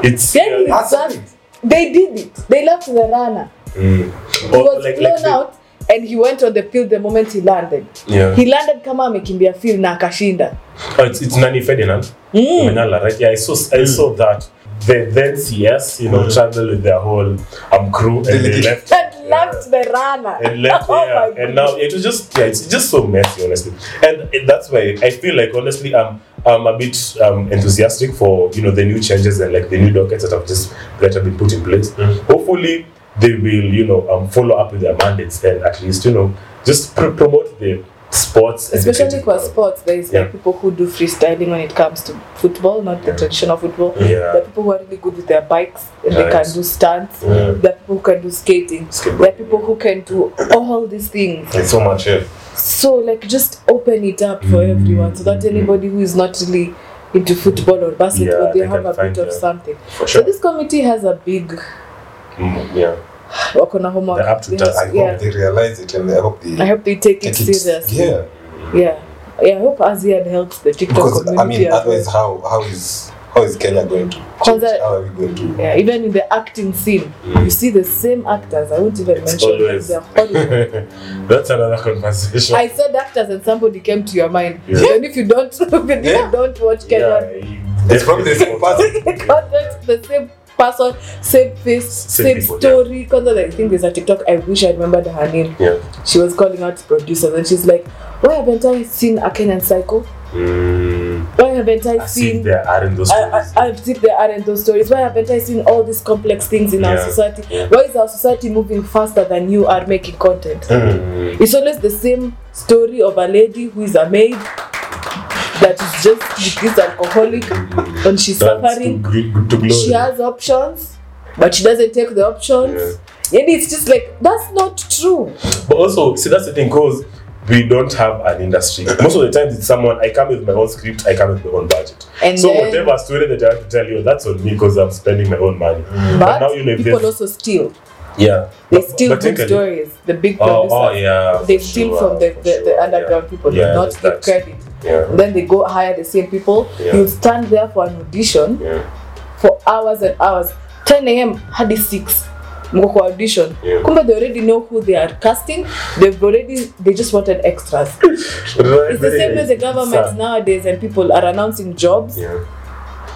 [SPEAKER 1] It's
[SPEAKER 3] Then
[SPEAKER 1] yeah.
[SPEAKER 3] it's done. They did it. They left the runner.
[SPEAKER 1] Mm.
[SPEAKER 3] He
[SPEAKER 1] Or
[SPEAKER 3] was
[SPEAKER 1] like-
[SPEAKER 3] blown
[SPEAKER 1] like the-
[SPEAKER 3] out and he went on the field the moment he landed.
[SPEAKER 1] yeah.
[SPEAKER 3] He landed kama amekimbia field na akashinda.
[SPEAKER 1] Oh, it's, it's Nani Ferdinand
[SPEAKER 3] Hmm.
[SPEAKER 1] Manala, right? Yeah, I saw I saw that. The then CS, you know,
[SPEAKER 3] Hmm.
[SPEAKER 1] traveled with their whole um crew and they
[SPEAKER 2] Delegation.
[SPEAKER 1] left
[SPEAKER 3] And left the runner.
[SPEAKER 1] and left
[SPEAKER 3] oh
[SPEAKER 1] yeah.
[SPEAKER 3] my
[SPEAKER 1] and now it was just yeah, it's just so messy honestly and it- that's why i feel like honestly i'm i'm a bit um, enthusiastic for you know the new changes and like the new dockets that have just that have been put in place
[SPEAKER 2] Mm-hmm.
[SPEAKER 1] hopefully they will you know um, follow up with their mandates and at least you know just pr- promote the sports and the
[SPEAKER 3] especially
[SPEAKER 1] creative
[SPEAKER 3] for
[SPEAKER 1] power.
[SPEAKER 3] sports there is
[SPEAKER 1] Yeah.
[SPEAKER 3] like people who do freestyling when it comes to football not the
[SPEAKER 1] Yeah.
[SPEAKER 3] traditional football
[SPEAKER 1] Yeah.
[SPEAKER 3] there are people who are really good with their bikes and they
[SPEAKER 1] Nice.
[SPEAKER 3] can do stunts
[SPEAKER 1] Yeah.
[SPEAKER 2] Mm-hmm.
[SPEAKER 3] there are people who can do skating
[SPEAKER 1] Skateboard.
[SPEAKER 3] there are people who can do all these things
[SPEAKER 2] It's so much here.
[SPEAKER 3] so like just open it up for
[SPEAKER 1] Mm.
[SPEAKER 3] everyone so that anybody who is not really into football or basketball
[SPEAKER 1] Yeah,
[SPEAKER 3] they
[SPEAKER 1] they
[SPEAKER 3] have
[SPEAKER 1] can
[SPEAKER 3] a
[SPEAKER 1] find
[SPEAKER 3] bit of
[SPEAKER 1] their-
[SPEAKER 3] something
[SPEAKER 1] for
[SPEAKER 3] so
[SPEAKER 1] sure
[SPEAKER 3] this committee has a big
[SPEAKER 1] Mm, yeah
[SPEAKER 3] wako na homework
[SPEAKER 1] They're up to
[SPEAKER 3] They
[SPEAKER 1] task.
[SPEAKER 2] I
[SPEAKER 3] have-
[SPEAKER 2] hope
[SPEAKER 3] yeah
[SPEAKER 2] they realize it and I hope they
[SPEAKER 3] i hope they take it
[SPEAKER 2] take it.
[SPEAKER 3] seriously
[SPEAKER 2] Yeah.
[SPEAKER 3] yeah yeah i hope asean helps the tiktok
[SPEAKER 2] Because
[SPEAKER 3] community
[SPEAKER 2] I mean
[SPEAKER 3] as well.
[SPEAKER 2] otherwise how how is how is Kenya going to change?
[SPEAKER 3] Kwanza-
[SPEAKER 2] How are we going to
[SPEAKER 3] Yeah, even in the acting scene, you see the same actors. I won't even
[SPEAKER 1] It's
[SPEAKER 3] mention
[SPEAKER 1] always-
[SPEAKER 3] them. They're horrible.
[SPEAKER 1] that's another conversation
[SPEAKER 3] I said actors, and somebody came to your mind.
[SPEAKER 1] Yeah.
[SPEAKER 3] Even if you don't, even if you
[SPEAKER 2] Yeah.
[SPEAKER 3] don't watch
[SPEAKER 1] yeah,
[SPEAKER 3] Kenyan
[SPEAKER 2] it's probably the same person.
[SPEAKER 3] content, the same person, same face, same,
[SPEAKER 1] people, yeah.
[SPEAKER 3] story. Content. I think there's a TikTok. I wish I remembered her name.
[SPEAKER 1] yeah
[SPEAKER 3] She was calling out producers, and she's like, "Why haven't I seen a Kenyan Psycho?
[SPEAKER 1] mm,
[SPEAKER 3] Why haven't I
[SPEAKER 1] as if
[SPEAKER 3] seen?"
[SPEAKER 1] there aren't those
[SPEAKER 3] I,
[SPEAKER 1] stories.
[SPEAKER 3] I, I've seen there aren't those stories. Why haven't I seen all these complex things in our
[SPEAKER 1] Yeah.
[SPEAKER 3] society?
[SPEAKER 1] Yeah.
[SPEAKER 3] Why is our society moving faster than you are making content?
[SPEAKER 1] Mm.
[SPEAKER 3] It's always the same story of a lady who is a maid that is just is alcoholic and she's
[SPEAKER 1] Mm-hmm. That's to,
[SPEAKER 3] suffering.
[SPEAKER 1] gr- to glory.
[SPEAKER 3] She has options, but she doesn't take the options. And it's just like that's not true.
[SPEAKER 1] But also, see, that's the thing, because we don't have an industry. Most of the times, it's someone, I come with my own script, I come with my own budget.
[SPEAKER 3] And
[SPEAKER 1] so,
[SPEAKER 3] then-
[SPEAKER 1] whatever story that I have to tell you, that's on me because I'm spending my own money.
[SPEAKER 3] But
[SPEAKER 1] now you know if
[SPEAKER 3] people
[SPEAKER 1] there's-
[SPEAKER 3] also steal.
[SPEAKER 1] Yeah.
[SPEAKER 3] They
[SPEAKER 1] But-
[SPEAKER 3] steal
[SPEAKER 1] but
[SPEAKER 3] good
[SPEAKER 1] technically-
[SPEAKER 3] stories. The big
[SPEAKER 1] Oh,
[SPEAKER 3] producers.
[SPEAKER 1] oh, yeah.
[SPEAKER 3] They
[SPEAKER 1] for
[SPEAKER 3] steal
[SPEAKER 1] sure,
[SPEAKER 3] from the,
[SPEAKER 1] for
[SPEAKER 3] the,
[SPEAKER 1] sure,
[SPEAKER 3] the underground
[SPEAKER 1] yeah.
[SPEAKER 3] people,
[SPEAKER 1] Yeah,
[SPEAKER 3] do not
[SPEAKER 1] there's
[SPEAKER 3] give
[SPEAKER 1] that.
[SPEAKER 3] credit.
[SPEAKER 1] Yeah.
[SPEAKER 3] Then they go hire the same people.
[SPEAKER 1] Yeah.
[SPEAKER 3] You stand there for an audition.
[SPEAKER 1] Yeah.
[SPEAKER 3] for hours and hours 10 am hadi 6 mko kwa audition
[SPEAKER 1] Yeah.
[SPEAKER 3] kumbe they already know who they are casting they've already they just wanted extras
[SPEAKER 1] Right,
[SPEAKER 3] it's the same way the government
[SPEAKER 1] Sad.
[SPEAKER 3] nowadays and people are announcing jobs
[SPEAKER 1] Yeah.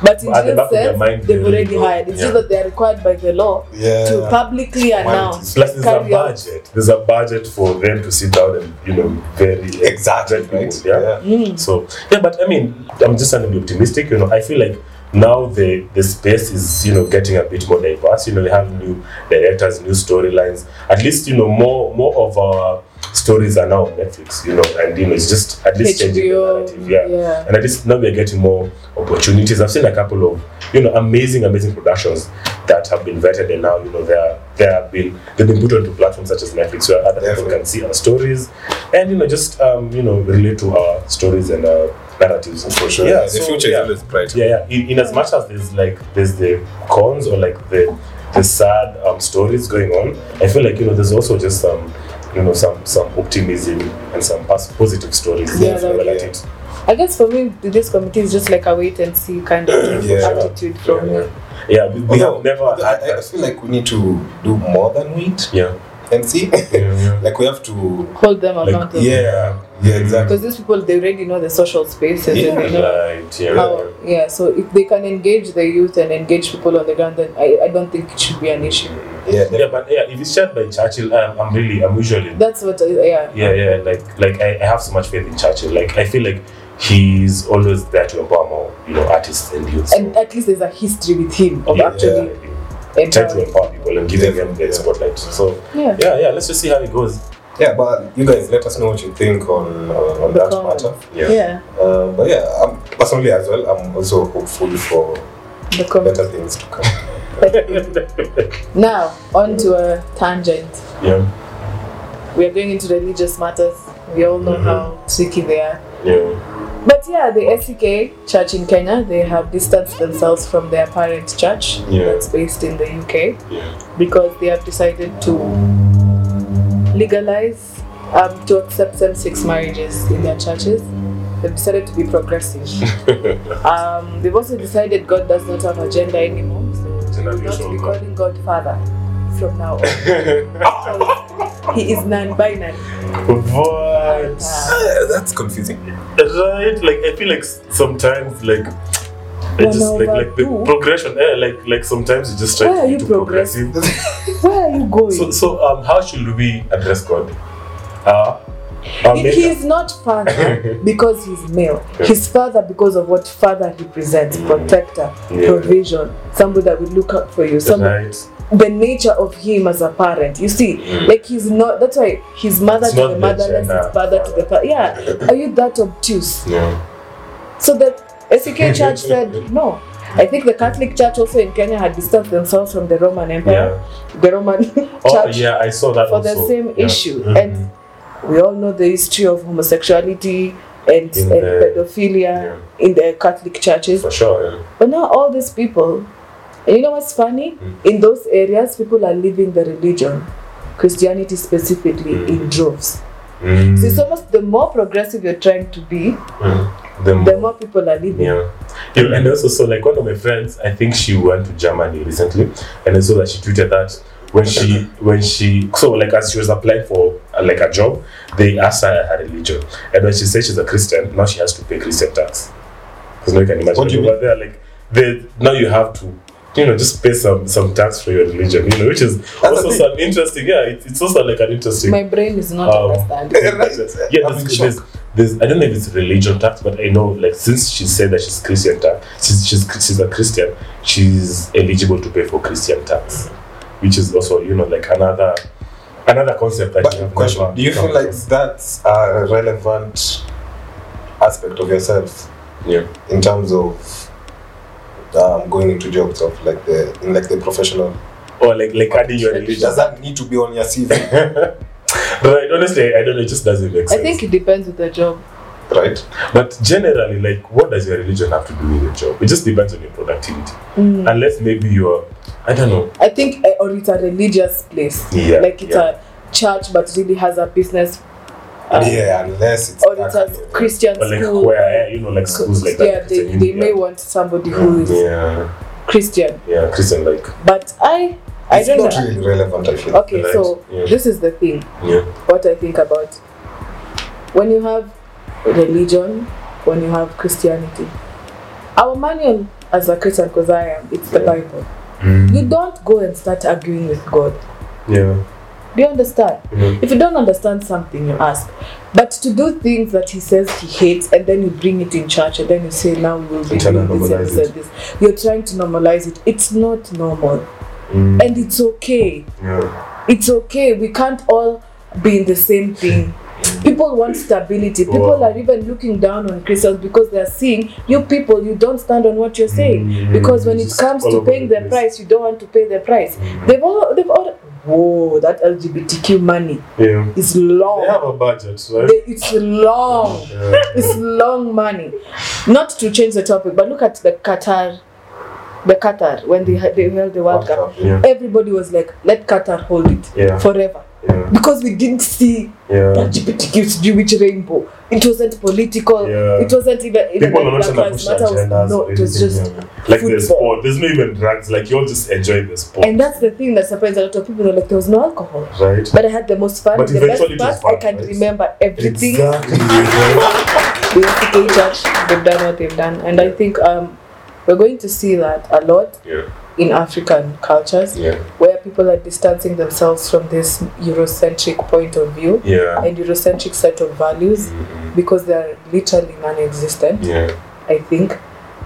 [SPEAKER 3] but in
[SPEAKER 1] At the
[SPEAKER 3] real
[SPEAKER 1] back of their
[SPEAKER 3] sense
[SPEAKER 1] mind, they
[SPEAKER 3] they've
[SPEAKER 1] already
[SPEAKER 3] already
[SPEAKER 1] know.
[SPEAKER 3] hired it's
[SPEAKER 1] Yeah.
[SPEAKER 3] just that they are required by the law
[SPEAKER 2] Yeah.
[SPEAKER 3] to publicly announce
[SPEAKER 1] Plus, there's a
[SPEAKER 3] carry out.
[SPEAKER 1] budget. There's a budget for them to sit down and, you know, very
[SPEAKER 2] Exactly.
[SPEAKER 1] people,
[SPEAKER 2] Right?
[SPEAKER 1] yeah. So yeah, but I mean, I'm just trying to be optimistic. You know, I feel like now the the space is you know getting a bit more diverse. You know, we have new directors, new storylines. At least you know more more of our stories are now on Netflix. You know, and you know it's just at least changing the
[SPEAKER 3] HBO,
[SPEAKER 1] narrative. Yeah.
[SPEAKER 3] yeah.
[SPEAKER 1] And at least now we're getting more opportunities. I've seen a couple of you know amazing amazing productions that have been vetted and now you know they are they have been they've been put onto platforms such as Netflix where other people
[SPEAKER 2] Definitely.
[SPEAKER 1] can see our stories and you know just um, you know relate to our stories and our narratives and for sure.
[SPEAKER 2] Yeah,
[SPEAKER 1] Yeah,
[SPEAKER 2] the
[SPEAKER 1] so,
[SPEAKER 2] future
[SPEAKER 1] yeah.
[SPEAKER 2] is always bright.
[SPEAKER 1] yeah, yeah. In, in as much as there's like there's the cons or like the the sad um, stories going on, I feel like you know there's also just some you know some some optimism and some pos- positive stories
[SPEAKER 3] Yeah,
[SPEAKER 1] as well
[SPEAKER 3] like-
[SPEAKER 1] at it.
[SPEAKER 3] i guess for me this committee is just like a wait and see kind of
[SPEAKER 2] Yeah.
[SPEAKER 3] attitude from me
[SPEAKER 1] Yeah, we, we
[SPEAKER 2] Although,
[SPEAKER 1] have never
[SPEAKER 2] although
[SPEAKER 1] had
[SPEAKER 2] Oh, I, I
[SPEAKER 1] that.
[SPEAKER 2] feel like we need to do more than wait.
[SPEAKER 1] Yeah.
[SPEAKER 2] and see like we have to
[SPEAKER 3] Hold them
[SPEAKER 1] Like,
[SPEAKER 3] accountable.
[SPEAKER 2] yeah yeah exactly
[SPEAKER 3] Because these people, they already know the social spaces and they know
[SPEAKER 1] Right, yeah.
[SPEAKER 3] how. Yeah, so if they can engage the youth and engage people on the ground, then I, I don't think it should be an issue.
[SPEAKER 2] yeah
[SPEAKER 1] Yeah, but yeah, if it's shared by Churchill, um, I'm, I'm really, I'm usually
[SPEAKER 3] That's what, I, yeah.
[SPEAKER 1] yeah yeah like like I, I have so much faith in churchill like i feel like he's always there to empower more you know artists and youth
[SPEAKER 3] And at least there's a history with him of
[SPEAKER 1] Yeah,
[SPEAKER 3] actually
[SPEAKER 1] yeah. trying to
[SPEAKER 3] empowering.
[SPEAKER 1] empower people and giving them the
[SPEAKER 2] Definitely, yeah.
[SPEAKER 1] spotlight so
[SPEAKER 3] Yeah.
[SPEAKER 1] yeah yeah let's just see how it goes
[SPEAKER 2] yeah but you guys let us know what you think on on, on
[SPEAKER 3] The
[SPEAKER 2] that
[SPEAKER 3] comments.
[SPEAKER 2] matter
[SPEAKER 3] yeah.
[SPEAKER 2] uh, but yeah I'm, personally as well i'm also hopeful for
[SPEAKER 3] The comments.
[SPEAKER 2] better things to come
[SPEAKER 3] Now, on to a tangent.
[SPEAKER 1] yeah
[SPEAKER 3] We are going into religious matters. We all know
[SPEAKER 1] Mhm.
[SPEAKER 3] how tricky they are.
[SPEAKER 1] yeah
[SPEAKER 3] But yeah, the SEK Church in Kenya, they have distanced themselves from their parent church
[SPEAKER 1] Yeah.
[SPEAKER 3] that's based in the UK
[SPEAKER 1] yeah
[SPEAKER 3] because they have decided to legalize, um, to accept same sex marriages in their churches. They've decided to be progressive. um, they've also decided God does not have a gender anymore. So
[SPEAKER 1] It's an
[SPEAKER 3] we will not
[SPEAKER 1] unusual
[SPEAKER 3] be
[SPEAKER 1] God.
[SPEAKER 3] calling God Father from now on. Because he is non binary.
[SPEAKER 1] what
[SPEAKER 2] Uh, that's confusing
[SPEAKER 1] right like i feel like s- sometimes like I
[SPEAKER 3] One
[SPEAKER 1] just like
[SPEAKER 3] over
[SPEAKER 1] like the
[SPEAKER 3] two.
[SPEAKER 1] progression eh, like like sometimes you just try
[SPEAKER 3] Where
[SPEAKER 1] to
[SPEAKER 3] are
[SPEAKER 1] be
[SPEAKER 3] you
[SPEAKER 1] too
[SPEAKER 3] progressing?
[SPEAKER 1] progressive
[SPEAKER 3] Where are you going?
[SPEAKER 1] So, so um, how should we address God? Uh, our
[SPEAKER 3] He-
[SPEAKER 1] maker.
[SPEAKER 3] he is not father because he's male. He's father because of what father represents protector,
[SPEAKER 1] Yeah.
[SPEAKER 3] provision, somebody that will look out for you. Somebody,
[SPEAKER 1] right?
[SPEAKER 3] The nature of him as a parent. You see, like he's not, that's why he's mother
[SPEAKER 1] Mm. It's
[SPEAKER 3] to
[SPEAKER 1] not
[SPEAKER 3] the
[SPEAKER 1] the
[SPEAKER 3] motherless,
[SPEAKER 1] gender.
[SPEAKER 3] he's father to the father. Yeah, are you that obtuse?
[SPEAKER 1] Yeah.
[SPEAKER 3] So the SEK Church said no. I think the Catholic Church also in Kenya had distanced themselves from the Roman Empire, the Roman
[SPEAKER 1] Oh,
[SPEAKER 3] Church
[SPEAKER 1] yeah, I saw that
[SPEAKER 3] for
[SPEAKER 1] also.
[SPEAKER 3] the same
[SPEAKER 1] yeah.
[SPEAKER 3] issue.
[SPEAKER 1] Mhm.
[SPEAKER 3] And we all know the history of homosexuality and, and
[SPEAKER 1] In the-
[SPEAKER 3] pedophilia in the Catholic churches.
[SPEAKER 1] for sure. Yeah.
[SPEAKER 3] But now all these people, and you know what's funny?
[SPEAKER 1] Hmm.
[SPEAKER 3] In those areas, people are leaving the religion, Christianity specifically,
[SPEAKER 1] Hmm.
[SPEAKER 3] in droves. So it's almost the more progressive you're trying to be,
[SPEAKER 1] Mm. The
[SPEAKER 3] the more people are leaving.
[SPEAKER 1] Yeah. You know, and also, so like one of my friends, I think she went to Germany recently, and I saw that she tweeted that when she when she so like as she was applying for uh, like a job, they asked her her religion, and when she said she's a Christian, now she has to pay Christian tax. Because now you can imagine
[SPEAKER 2] What do you
[SPEAKER 1] over there, like they now you have to. You know, just pay some some tax for your religion. You know, which is
[SPEAKER 2] the
[SPEAKER 1] also
[SPEAKER 2] thing.
[SPEAKER 1] some interesting. Yeah, it, it's also like an interesting.
[SPEAKER 3] My brain is not
[SPEAKER 1] Um,
[SPEAKER 3] understanding.
[SPEAKER 1] Yeah,
[SPEAKER 2] I'm in
[SPEAKER 1] there's,
[SPEAKER 2] shock.
[SPEAKER 1] there's, there's, I don't know if it's religion tax, but I know like since she said that she's Christian tax, she's, she's she's a Christian, she's eligible to pay for Christian tax, which is also you know like another another concept that you
[SPEAKER 2] But
[SPEAKER 1] have
[SPEAKER 2] question:
[SPEAKER 1] never
[SPEAKER 2] Do you
[SPEAKER 1] come
[SPEAKER 2] feel like
[SPEAKER 1] across.
[SPEAKER 2] that's a relevant aspect of yourself
[SPEAKER 1] yeah
[SPEAKER 2] in terms of um, going into jobs of like the in like the professional?
[SPEAKER 1] or like like adding your religion?
[SPEAKER 2] Does that need to be on your CV,
[SPEAKER 1] Right, honestly, I don't know. It just doesn't make
[SPEAKER 3] I
[SPEAKER 1] sense.
[SPEAKER 3] think it depends with the job.
[SPEAKER 2] right?
[SPEAKER 1] but generally, like, what does your religion have to do with your job? It just depends on your productivity, unless maybe you're, I don't know.
[SPEAKER 3] I think, uh, or it's a religious place.
[SPEAKER 1] Yeah,
[SPEAKER 3] Like it's a church, but really has a business. uh,
[SPEAKER 2] yeah, unless it's
[SPEAKER 3] Or it's a
[SPEAKER 2] that-
[SPEAKER 3] Christian
[SPEAKER 1] Or like
[SPEAKER 3] school.
[SPEAKER 1] where eh, you know, like schools like
[SPEAKER 3] yeah,
[SPEAKER 1] that.
[SPEAKER 3] they,
[SPEAKER 1] Christian
[SPEAKER 3] they
[SPEAKER 1] uni-
[SPEAKER 3] may want somebody who is
[SPEAKER 1] Hmm. yeah,
[SPEAKER 3] Christian.
[SPEAKER 1] yeah, Christian like.
[SPEAKER 3] But I, I
[SPEAKER 2] It's
[SPEAKER 3] don't
[SPEAKER 2] not
[SPEAKER 3] know.
[SPEAKER 2] really relevant. I feel.
[SPEAKER 3] Okay,
[SPEAKER 1] Right,
[SPEAKER 3] so
[SPEAKER 1] yeah.
[SPEAKER 3] this is the thing.
[SPEAKER 1] Yeah.
[SPEAKER 3] What I think about when you have religion, when you have Christianity. Our manual as a Christian, because I am, it's the
[SPEAKER 1] Yeah.
[SPEAKER 3] Bible.
[SPEAKER 1] Mm.
[SPEAKER 3] You don't go and start arguing with God.
[SPEAKER 1] Yeah.
[SPEAKER 3] Do you understand?
[SPEAKER 1] Mhm.
[SPEAKER 3] If you don't understand something, you ask. But to do things that he says he hates, and then you bring it in church, and then you say, now we will be
[SPEAKER 1] And try to
[SPEAKER 3] doing this and
[SPEAKER 1] normalize
[SPEAKER 3] this and this. You're trying to normalize it. It's not normal.
[SPEAKER 1] Mm.
[SPEAKER 3] And it's okay.
[SPEAKER 1] Yeah.
[SPEAKER 3] It's okay. We can't all be in the same thing. People want stability. People
[SPEAKER 1] Wow.
[SPEAKER 3] are even looking down on Christians because they are seeing you people, you don't stand on what you're saying.
[SPEAKER 1] Mm.
[SPEAKER 3] Because when it
[SPEAKER 1] Just
[SPEAKER 3] comes
[SPEAKER 1] all
[SPEAKER 3] to
[SPEAKER 1] over
[SPEAKER 3] paying
[SPEAKER 1] the
[SPEAKER 3] the
[SPEAKER 1] place.
[SPEAKER 3] price, you don't want to pay the price. They've all, they've all, whoa, that LGBTQ money
[SPEAKER 1] Yeah.
[SPEAKER 3] is
[SPEAKER 1] They
[SPEAKER 3] long.
[SPEAKER 1] have a budget, right?
[SPEAKER 3] They- it's long.
[SPEAKER 1] yeah.
[SPEAKER 3] It's long money. Not to change the topic, but look at the Qatar, the Qatar when they had- they held the World Cup.
[SPEAKER 1] Yeah.
[SPEAKER 3] Everybody was like, "Let Qatar hold it
[SPEAKER 1] Yeah.
[SPEAKER 3] forever."
[SPEAKER 1] yeah,
[SPEAKER 3] because we didn't see
[SPEAKER 1] yeah.
[SPEAKER 3] LGBTQ sijui which rainbow. It wasn't political.
[SPEAKER 1] Yeah.
[SPEAKER 3] It wasn't even, even
[SPEAKER 1] People are
[SPEAKER 3] like
[SPEAKER 1] not
[SPEAKER 3] Black
[SPEAKER 1] trying to
[SPEAKER 3] Lives
[SPEAKER 1] push
[SPEAKER 3] Matter. Was,
[SPEAKER 1] agendas.
[SPEAKER 3] no,
[SPEAKER 1] or
[SPEAKER 3] it was
[SPEAKER 1] anything,
[SPEAKER 3] just.
[SPEAKER 1] yeah. like the
[SPEAKER 3] football.
[SPEAKER 1] sport. There's no even drugs. Like you all just enjoy the sport,
[SPEAKER 3] And that's the thing that surprised a lot of people. They're Like there was no alcohol,
[SPEAKER 1] right?
[SPEAKER 3] but I had the most fun.
[SPEAKER 1] But
[SPEAKER 3] the
[SPEAKER 1] eventually it was
[SPEAKER 3] part,
[SPEAKER 1] fun,
[SPEAKER 3] I can
[SPEAKER 1] right?
[SPEAKER 3] remember everything.
[SPEAKER 1] Exactly.
[SPEAKER 3] We went to K church. They've done what they've done, and I think um, we're going to see that a lot
[SPEAKER 1] yeah,
[SPEAKER 3] in African cultures,
[SPEAKER 1] yeah,
[SPEAKER 3] where people are distancing themselves from this Eurocentric point of view
[SPEAKER 1] yeah,
[SPEAKER 3] and Eurocentric set of values
[SPEAKER 1] Mhm.
[SPEAKER 3] because they are literally non-existent.
[SPEAKER 1] yeah,
[SPEAKER 3] I think.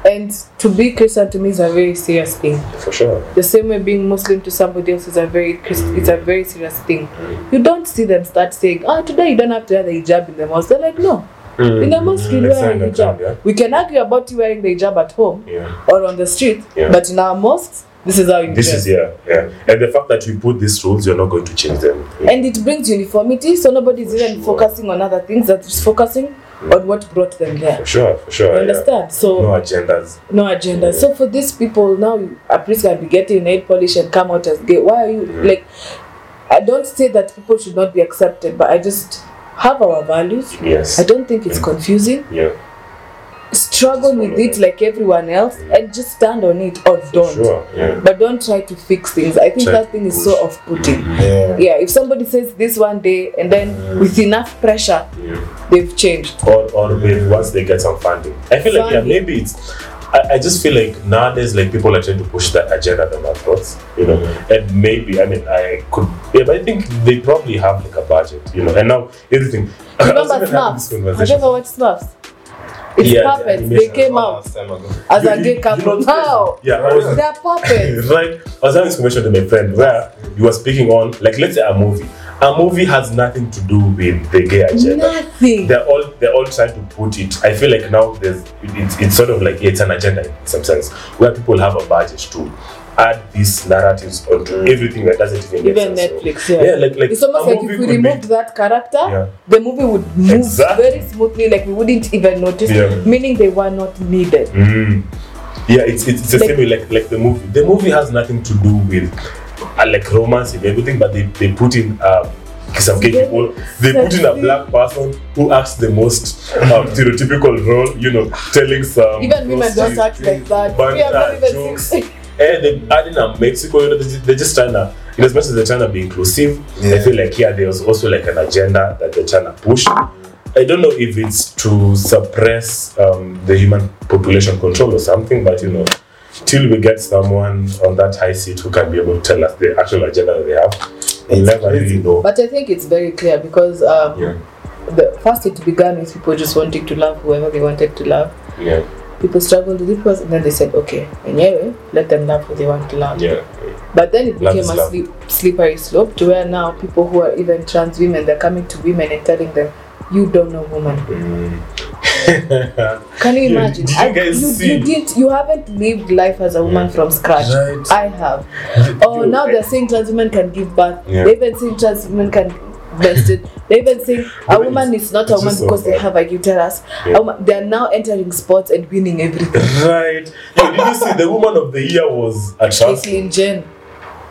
[SPEAKER 3] And to be Christian to me is a very serious thing.
[SPEAKER 1] for sure.
[SPEAKER 3] The same way being Muslim to somebody else is a very Christ- it's a very serious thing. You don't see them start saying, "Ah, today you don't have to wear the hijab in the mosque." They're like, "No,
[SPEAKER 1] Mm.
[SPEAKER 3] in the mosque you
[SPEAKER 1] Let's
[SPEAKER 3] wear a
[SPEAKER 1] sign that,
[SPEAKER 3] hijab."
[SPEAKER 1] yeah.
[SPEAKER 3] We can argue about you wearing the hijab at home
[SPEAKER 1] Yeah.
[SPEAKER 3] or on the street,
[SPEAKER 1] Yeah.
[SPEAKER 3] but in our mosques, this is how you
[SPEAKER 1] This
[SPEAKER 3] dress.
[SPEAKER 1] is yeah, yeah, and the fact that you put these rules, you're not going to change them.
[SPEAKER 3] And it brings uniformity, so nobody's
[SPEAKER 1] For
[SPEAKER 3] even
[SPEAKER 1] sure.
[SPEAKER 3] focusing on other things. That is focusing on what brought them there.
[SPEAKER 1] for sure, for
[SPEAKER 3] You
[SPEAKER 1] sure. Yeah.
[SPEAKER 3] understand? So
[SPEAKER 1] No agendas.
[SPEAKER 3] no agenda.
[SPEAKER 1] Yeah.
[SPEAKER 3] So for these people now, a priest can be getting nail polish and come out as gay. Why are you like? I don't say that people should not be accepted, but I just have our values.
[SPEAKER 1] Yes.
[SPEAKER 3] I don't think it's confusing.
[SPEAKER 1] Yeah,
[SPEAKER 3] Struggle with it like everyone else, and just stand on it or
[SPEAKER 1] for
[SPEAKER 3] don't.
[SPEAKER 1] sure. Yeah.
[SPEAKER 3] But don't try to fix things. I think
[SPEAKER 1] Try
[SPEAKER 3] that
[SPEAKER 1] to
[SPEAKER 3] thing is
[SPEAKER 1] push.
[SPEAKER 3] so off-putting.
[SPEAKER 2] Yeah.
[SPEAKER 3] Yeah, if somebody says this one day and then with enough pressure,
[SPEAKER 1] yeah.
[SPEAKER 3] they've changed.
[SPEAKER 1] or or with once they get some funding. I feel like yeah,
[SPEAKER 3] Funding.
[SPEAKER 1] maybe it's. I, I just feel like nowadays, like people are trying to push that agenda than our thoughts, you know.
[SPEAKER 3] Mm.
[SPEAKER 1] And maybe I mean I could, yeah, but I think they probably have like a budget, you know. And now everything. I was
[SPEAKER 3] Remember
[SPEAKER 1] even having this
[SPEAKER 3] Smurfs? Have you
[SPEAKER 1] conversation.
[SPEAKER 3] ever watched Smurfs? It's
[SPEAKER 1] Yeah, the
[SPEAKER 3] puppets. They
[SPEAKER 1] animation.
[SPEAKER 3] came out
[SPEAKER 2] Last time ago.
[SPEAKER 3] as a
[SPEAKER 1] You-
[SPEAKER 3] gay
[SPEAKER 1] you
[SPEAKER 3] couple.
[SPEAKER 1] don't-
[SPEAKER 3] Now
[SPEAKER 1] Yeah, I was
[SPEAKER 3] they're puppets.
[SPEAKER 1] right? I was having this conversation with my friend where you were speaking on, like, let's say a movie. A movie has nothing to do with the gay agenda.
[SPEAKER 3] Nothing.
[SPEAKER 1] They're all they're all trying to put it. I feel like now there's it- it's, it's sort of like it's an agenda in some sense where people have a budget to add these narratives onto everything that doesn't even make
[SPEAKER 3] Mm. Even
[SPEAKER 1] sense. So,
[SPEAKER 3] Netflix, yeah.
[SPEAKER 1] yeah, like like
[SPEAKER 3] It's almost
[SPEAKER 1] a
[SPEAKER 3] like
[SPEAKER 1] movie
[SPEAKER 3] if we
[SPEAKER 1] could be-
[SPEAKER 3] removed that character,
[SPEAKER 1] Yeah.
[SPEAKER 3] the movie would move
[SPEAKER 1] Exactly.
[SPEAKER 3] very smoothly, like we wouldn't even notice,
[SPEAKER 1] Yeah.
[SPEAKER 3] meaning they were not needed.
[SPEAKER 1] Mm. Yeah, it's it's, it's the
[SPEAKER 3] Like-
[SPEAKER 1] same way like like the movie. The movie has nothing to do with uh, like romance and everything, but they, they put in um, some gay
[SPEAKER 3] Very
[SPEAKER 1] people. They put in a
[SPEAKER 3] sexy.
[SPEAKER 1] black person who acts the most um, stereotypical role. You know, telling some
[SPEAKER 3] Even women don't
[SPEAKER 1] prostitute
[SPEAKER 3] act like that.
[SPEAKER 1] But,
[SPEAKER 3] we are
[SPEAKER 1] uh,
[SPEAKER 3] not even
[SPEAKER 1] jokes.
[SPEAKER 3] six.
[SPEAKER 1] And Eh, they adding a Mexico. You know, they just- they're just trying to. In as much as they're trying to be inclusive, I
[SPEAKER 2] Yeah.
[SPEAKER 1] feel like yeah, there was also like an agenda that they're trying to push. I don't know if it's to suppress um, the human population control or something, but you know, till we get someone on that high seat who can be able to tell us the actual agenda that they have, we'll
[SPEAKER 2] It's
[SPEAKER 1] never really
[SPEAKER 2] crazy.
[SPEAKER 1] know.
[SPEAKER 3] But I think it's very clear because um,
[SPEAKER 1] Yeah,
[SPEAKER 3] the first it began with people just wanting to love whoever they wanted to love.
[SPEAKER 1] yeah,
[SPEAKER 3] People struggled with it first, and then they said, okay, anyway, let them love who they want to love.
[SPEAKER 1] yeah,
[SPEAKER 3] But then it
[SPEAKER 1] Love
[SPEAKER 3] became
[SPEAKER 1] is
[SPEAKER 3] a
[SPEAKER 1] love.
[SPEAKER 3] sleep, slippery slope to where now people who are even trans women, they're coming to women and telling them, you don't know womanhood. Can you
[SPEAKER 1] Yeah,
[SPEAKER 3] imagine?
[SPEAKER 1] did Mm. you
[SPEAKER 3] I-
[SPEAKER 1] guys
[SPEAKER 3] you,
[SPEAKER 1] see?
[SPEAKER 3] you didn't, you haven't lived life as a woman from scratch.
[SPEAKER 1] Right.
[SPEAKER 3] I have. Oh, now they're saying trans women can give birth.
[SPEAKER 1] Yeah.
[SPEAKER 3] They even saying trans women can vested. They even saying a
[SPEAKER 1] Women
[SPEAKER 3] woman
[SPEAKER 1] is-
[SPEAKER 3] is not a
[SPEAKER 1] it's
[SPEAKER 3] woman
[SPEAKER 1] just so
[SPEAKER 3] because they
[SPEAKER 1] bad.
[SPEAKER 3] have a uterus.
[SPEAKER 1] Yeah.
[SPEAKER 3] A woman- they are now entering sports and winning everything.
[SPEAKER 1] Right. Yeah, did you see the woman of the year was a trans?
[SPEAKER 3] Caitlyn Jenner.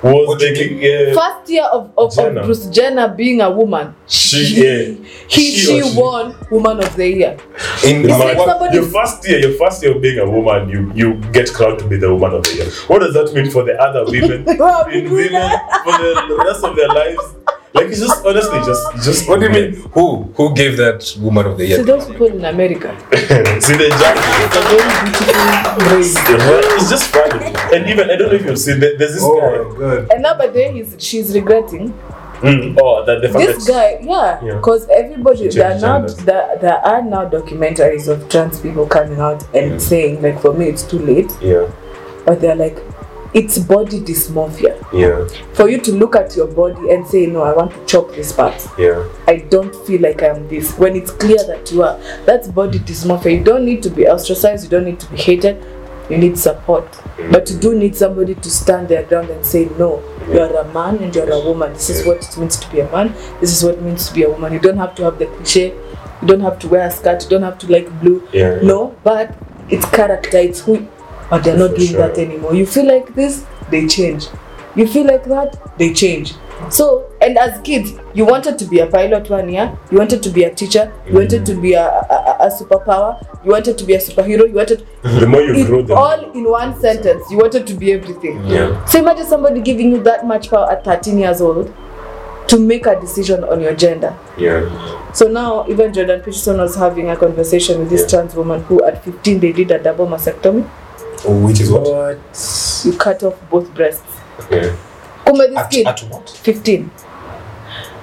[SPEAKER 1] Was
[SPEAKER 2] What do
[SPEAKER 1] the
[SPEAKER 2] you
[SPEAKER 1] yeah.
[SPEAKER 3] first year of, of,
[SPEAKER 1] Eh, Jenner.
[SPEAKER 3] of Bruce Jenner being a woman,
[SPEAKER 1] She-
[SPEAKER 3] he,
[SPEAKER 1] yeah.
[SPEAKER 3] he
[SPEAKER 1] She or
[SPEAKER 3] she
[SPEAKER 1] she?
[SPEAKER 3] won Woman of the Year.
[SPEAKER 2] In
[SPEAKER 1] It's
[SPEAKER 2] our
[SPEAKER 1] like
[SPEAKER 3] like
[SPEAKER 2] work-
[SPEAKER 3] somebody-
[SPEAKER 1] your first year, your first year of being a woman, you you get crowned to be the woman of the year. What does that mean for the other women
[SPEAKER 3] Wow,
[SPEAKER 1] in
[SPEAKER 3] we do
[SPEAKER 1] women
[SPEAKER 3] that.
[SPEAKER 1] for the rest of their lives? Like it's just honestly just just
[SPEAKER 2] What do you mean? Who who gave that woman of the year?
[SPEAKER 3] So those people in America,
[SPEAKER 1] See the jacket.
[SPEAKER 3] they're very beautiful brains.
[SPEAKER 1] It's just funny, and even I don't know if you've seen that. There's this
[SPEAKER 3] Oh.
[SPEAKER 1] guy.
[SPEAKER 2] god.
[SPEAKER 3] And now by then he's, she's regretting
[SPEAKER 1] Mm, oh, that the fact
[SPEAKER 3] this
[SPEAKER 1] that
[SPEAKER 3] guy, yeah,
[SPEAKER 1] Yeah.
[SPEAKER 3] because everybody
[SPEAKER 1] Changed
[SPEAKER 3] there are now
[SPEAKER 1] genders.
[SPEAKER 3] there, there are now documentaries of trans people coming out and saying like for me it's too late,
[SPEAKER 1] Yeah,
[SPEAKER 3] but they're like it's body dysmorphia.
[SPEAKER 1] yeah,
[SPEAKER 3] For you to look at your body and say no, I want to chop this part.
[SPEAKER 1] yeah,
[SPEAKER 3] I don't feel like I'm this. When it's clear that you are, that's body dysmorphia. You don't need to be ostracized, you don't need to be hated, you need support. But you do need somebody to stand their ground and say, No, you're a man and you're a woman. This is what it means to be a man, this is what it means to be a woman. You don't have to have the cliche, you don't have to wear a skirt, you don't have to like blue.
[SPEAKER 1] yeah.
[SPEAKER 3] No, but it's character, it's who. But they're not
[SPEAKER 1] Ah, For
[SPEAKER 3] doing that
[SPEAKER 1] sure.
[SPEAKER 3] anymore. You feel like this, they change. You feel like that, they change. So, and as kids, you wanted to be a pilot one year, you wanted to be a teacher, you wanted to be a, a, a- a superpower, you wanted to be a superhero, you wanted
[SPEAKER 1] The more you
[SPEAKER 3] it
[SPEAKER 1] grow, the
[SPEAKER 3] all in one sentence. You wanted to be everything.
[SPEAKER 1] yeah.
[SPEAKER 3] So imagine somebody giving you that much power at 13 years old to make a decision on your gender.
[SPEAKER 1] Yeah.
[SPEAKER 3] So now even Jordan Peterson was having a conversation with this
[SPEAKER 1] Yeah.
[SPEAKER 3] trans woman who at 15 they did a double mastectomy.
[SPEAKER 2] Which is what?
[SPEAKER 1] What?
[SPEAKER 3] You cut off both breasts.
[SPEAKER 1] Yeah.
[SPEAKER 3] Kumbe this
[SPEAKER 2] At,
[SPEAKER 3] kid
[SPEAKER 2] at what?
[SPEAKER 3] 15.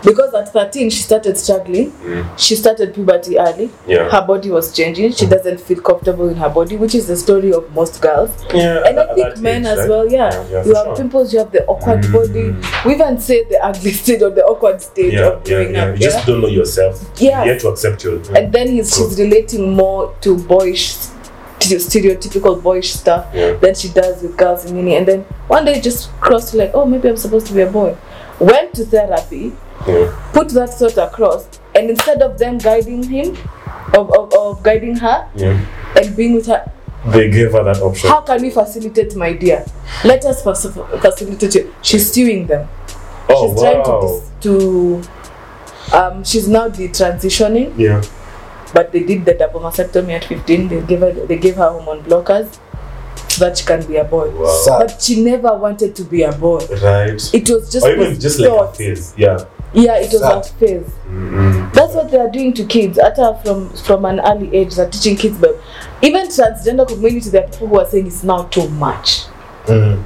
[SPEAKER 3] Because at 13 she started struggling.
[SPEAKER 1] Mm.
[SPEAKER 3] She started puberty early.
[SPEAKER 1] Yeah. Mm.
[SPEAKER 3] Her body was changing. She doesn't feel comfortable in her body, which is the story of most girls.
[SPEAKER 1] Yeah.
[SPEAKER 3] and I
[SPEAKER 1] at
[SPEAKER 3] think
[SPEAKER 1] that
[SPEAKER 3] men
[SPEAKER 1] age,
[SPEAKER 3] as
[SPEAKER 1] right?
[SPEAKER 3] well, yeah.
[SPEAKER 1] Yeah,
[SPEAKER 3] you
[SPEAKER 1] for
[SPEAKER 3] have
[SPEAKER 1] sure.
[SPEAKER 3] pimples, you have the awkward
[SPEAKER 1] Mm.
[SPEAKER 3] body. We even say the ugly stage or the awkward stage
[SPEAKER 1] Yeah,
[SPEAKER 3] of
[SPEAKER 1] yeah,
[SPEAKER 3] growing
[SPEAKER 1] yeah.
[SPEAKER 3] up.
[SPEAKER 1] You just don't know yourself.
[SPEAKER 3] Yeah.
[SPEAKER 1] You have to accept your.
[SPEAKER 3] And then he's, she's relating more to boyish, to stereotypical boyish stuff
[SPEAKER 1] Yeah.
[SPEAKER 3] than she does with girls in uni. And then one day it just crossed like, oh, maybe I'm supposed to be a boy. Went to therapy,
[SPEAKER 1] yeah.
[SPEAKER 3] put that thought across, and instead of them guiding him, of, of, of guiding her
[SPEAKER 1] yeah.
[SPEAKER 3] and being with her,
[SPEAKER 1] They gave her that option.
[SPEAKER 3] how can we facilitate, my dear? Let us faci- facilitate you. She's suing them.
[SPEAKER 1] oh
[SPEAKER 3] she's trying to,
[SPEAKER 1] wow.
[SPEAKER 3] dis- to um, she's now detransitioning,
[SPEAKER 1] Yeah.
[SPEAKER 3] but they did the double mastectomy at 15. They gave her, they gave her hormone blockers so that she can be a boy.
[SPEAKER 1] Wow.
[SPEAKER 2] Sad.
[SPEAKER 3] But she never wanted to be a boy.
[SPEAKER 1] Right.
[SPEAKER 3] It was just
[SPEAKER 1] Or
[SPEAKER 3] a
[SPEAKER 1] even just like a
[SPEAKER 3] thought.
[SPEAKER 1] phase. Yeah.
[SPEAKER 3] yeah, it was a
[SPEAKER 2] Sad.
[SPEAKER 3] phase.
[SPEAKER 1] Mm-hmm.
[SPEAKER 3] That's what they are doing to kids. Ata from from an early age, they're teaching kids. But even transgender community, there are people who are saying it's now too much
[SPEAKER 2] Mm.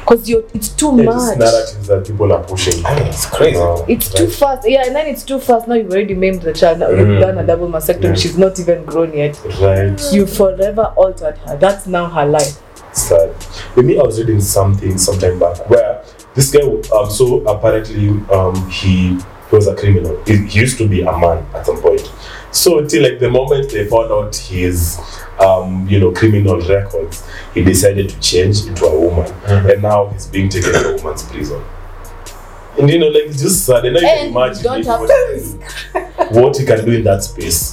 [SPEAKER 3] because you're it's too
[SPEAKER 1] It's just
[SPEAKER 3] much.
[SPEAKER 1] narratives that people are pushing.
[SPEAKER 2] I mean, it's crazy.
[SPEAKER 1] Wow.
[SPEAKER 3] It's too fast. Yeah, and then it's too fast. Now you've already maimed the child. Now you've
[SPEAKER 1] Mm.
[SPEAKER 3] done a double mastectomy.
[SPEAKER 1] Yeah.
[SPEAKER 3] She's not even grown yet.
[SPEAKER 1] Right.
[SPEAKER 3] You forever altered her. That's now her life.
[SPEAKER 1] sad. With me, I was reading something sometime back where this guy, um, so apparently, um, he was a criminal. He, he used to be a man at some point. So till like the moment they found out his, um, you know, criminal records, he decided to change into a woman,
[SPEAKER 2] Mhm.
[SPEAKER 1] and now he's being taken to a woman's prison. And you know, like it's just sad. And now you
[SPEAKER 3] And
[SPEAKER 1] can imagine
[SPEAKER 3] don't
[SPEAKER 1] if
[SPEAKER 3] have
[SPEAKER 1] what, he can do- what he can do in that space.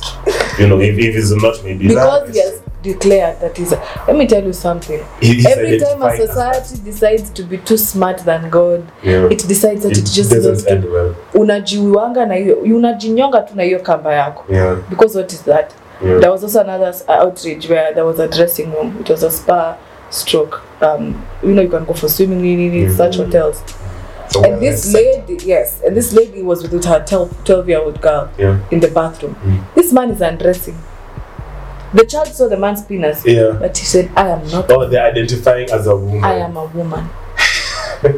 [SPEAKER 1] You know, if, if he's not maybe
[SPEAKER 3] Because
[SPEAKER 1] that-
[SPEAKER 3] he has declared that he's. A, let me tell you something.
[SPEAKER 1] he- he's
[SPEAKER 3] Every time a
[SPEAKER 1] identifying as that.
[SPEAKER 3] society decides to be too smart than God,
[SPEAKER 1] Yeah.
[SPEAKER 3] it decides that it, just
[SPEAKER 1] doesn't
[SPEAKER 3] goes
[SPEAKER 1] end
[SPEAKER 3] to.
[SPEAKER 1] well.
[SPEAKER 3] Unajiuanga na hiyo. Unajinyonga tu na hiyo kamba yako.
[SPEAKER 1] Yeah,
[SPEAKER 3] Because what is that?
[SPEAKER 1] yeah.
[SPEAKER 3] There was also another s- uh, outrage where there was a dressing room. It was a spa stroke. Um, you know, you can go for swimming, nini, nini,
[SPEAKER 1] Mhm.
[SPEAKER 3] such hotels.
[SPEAKER 2] The
[SPEAKER 1] Oh,
[SPEAKER 3] and this
[SPEAKER 2] wellness.
[SPEAKER 3] lady yes and this lady was with her 12 12 year old girl
[SPEAKER 1] Yeah.
[SPEAKER 3] in the bathroom
[SPEAKER 1] Mm.
[SPEAKER 3] this man is undressing the child saw the man's penis
[SPEAKER 1] yeah.
[SPEAKER 3] but he said i am not
[SPEAKER 1] Oh, they're identifying as a woman.
[SPEAKER 3] i am a woman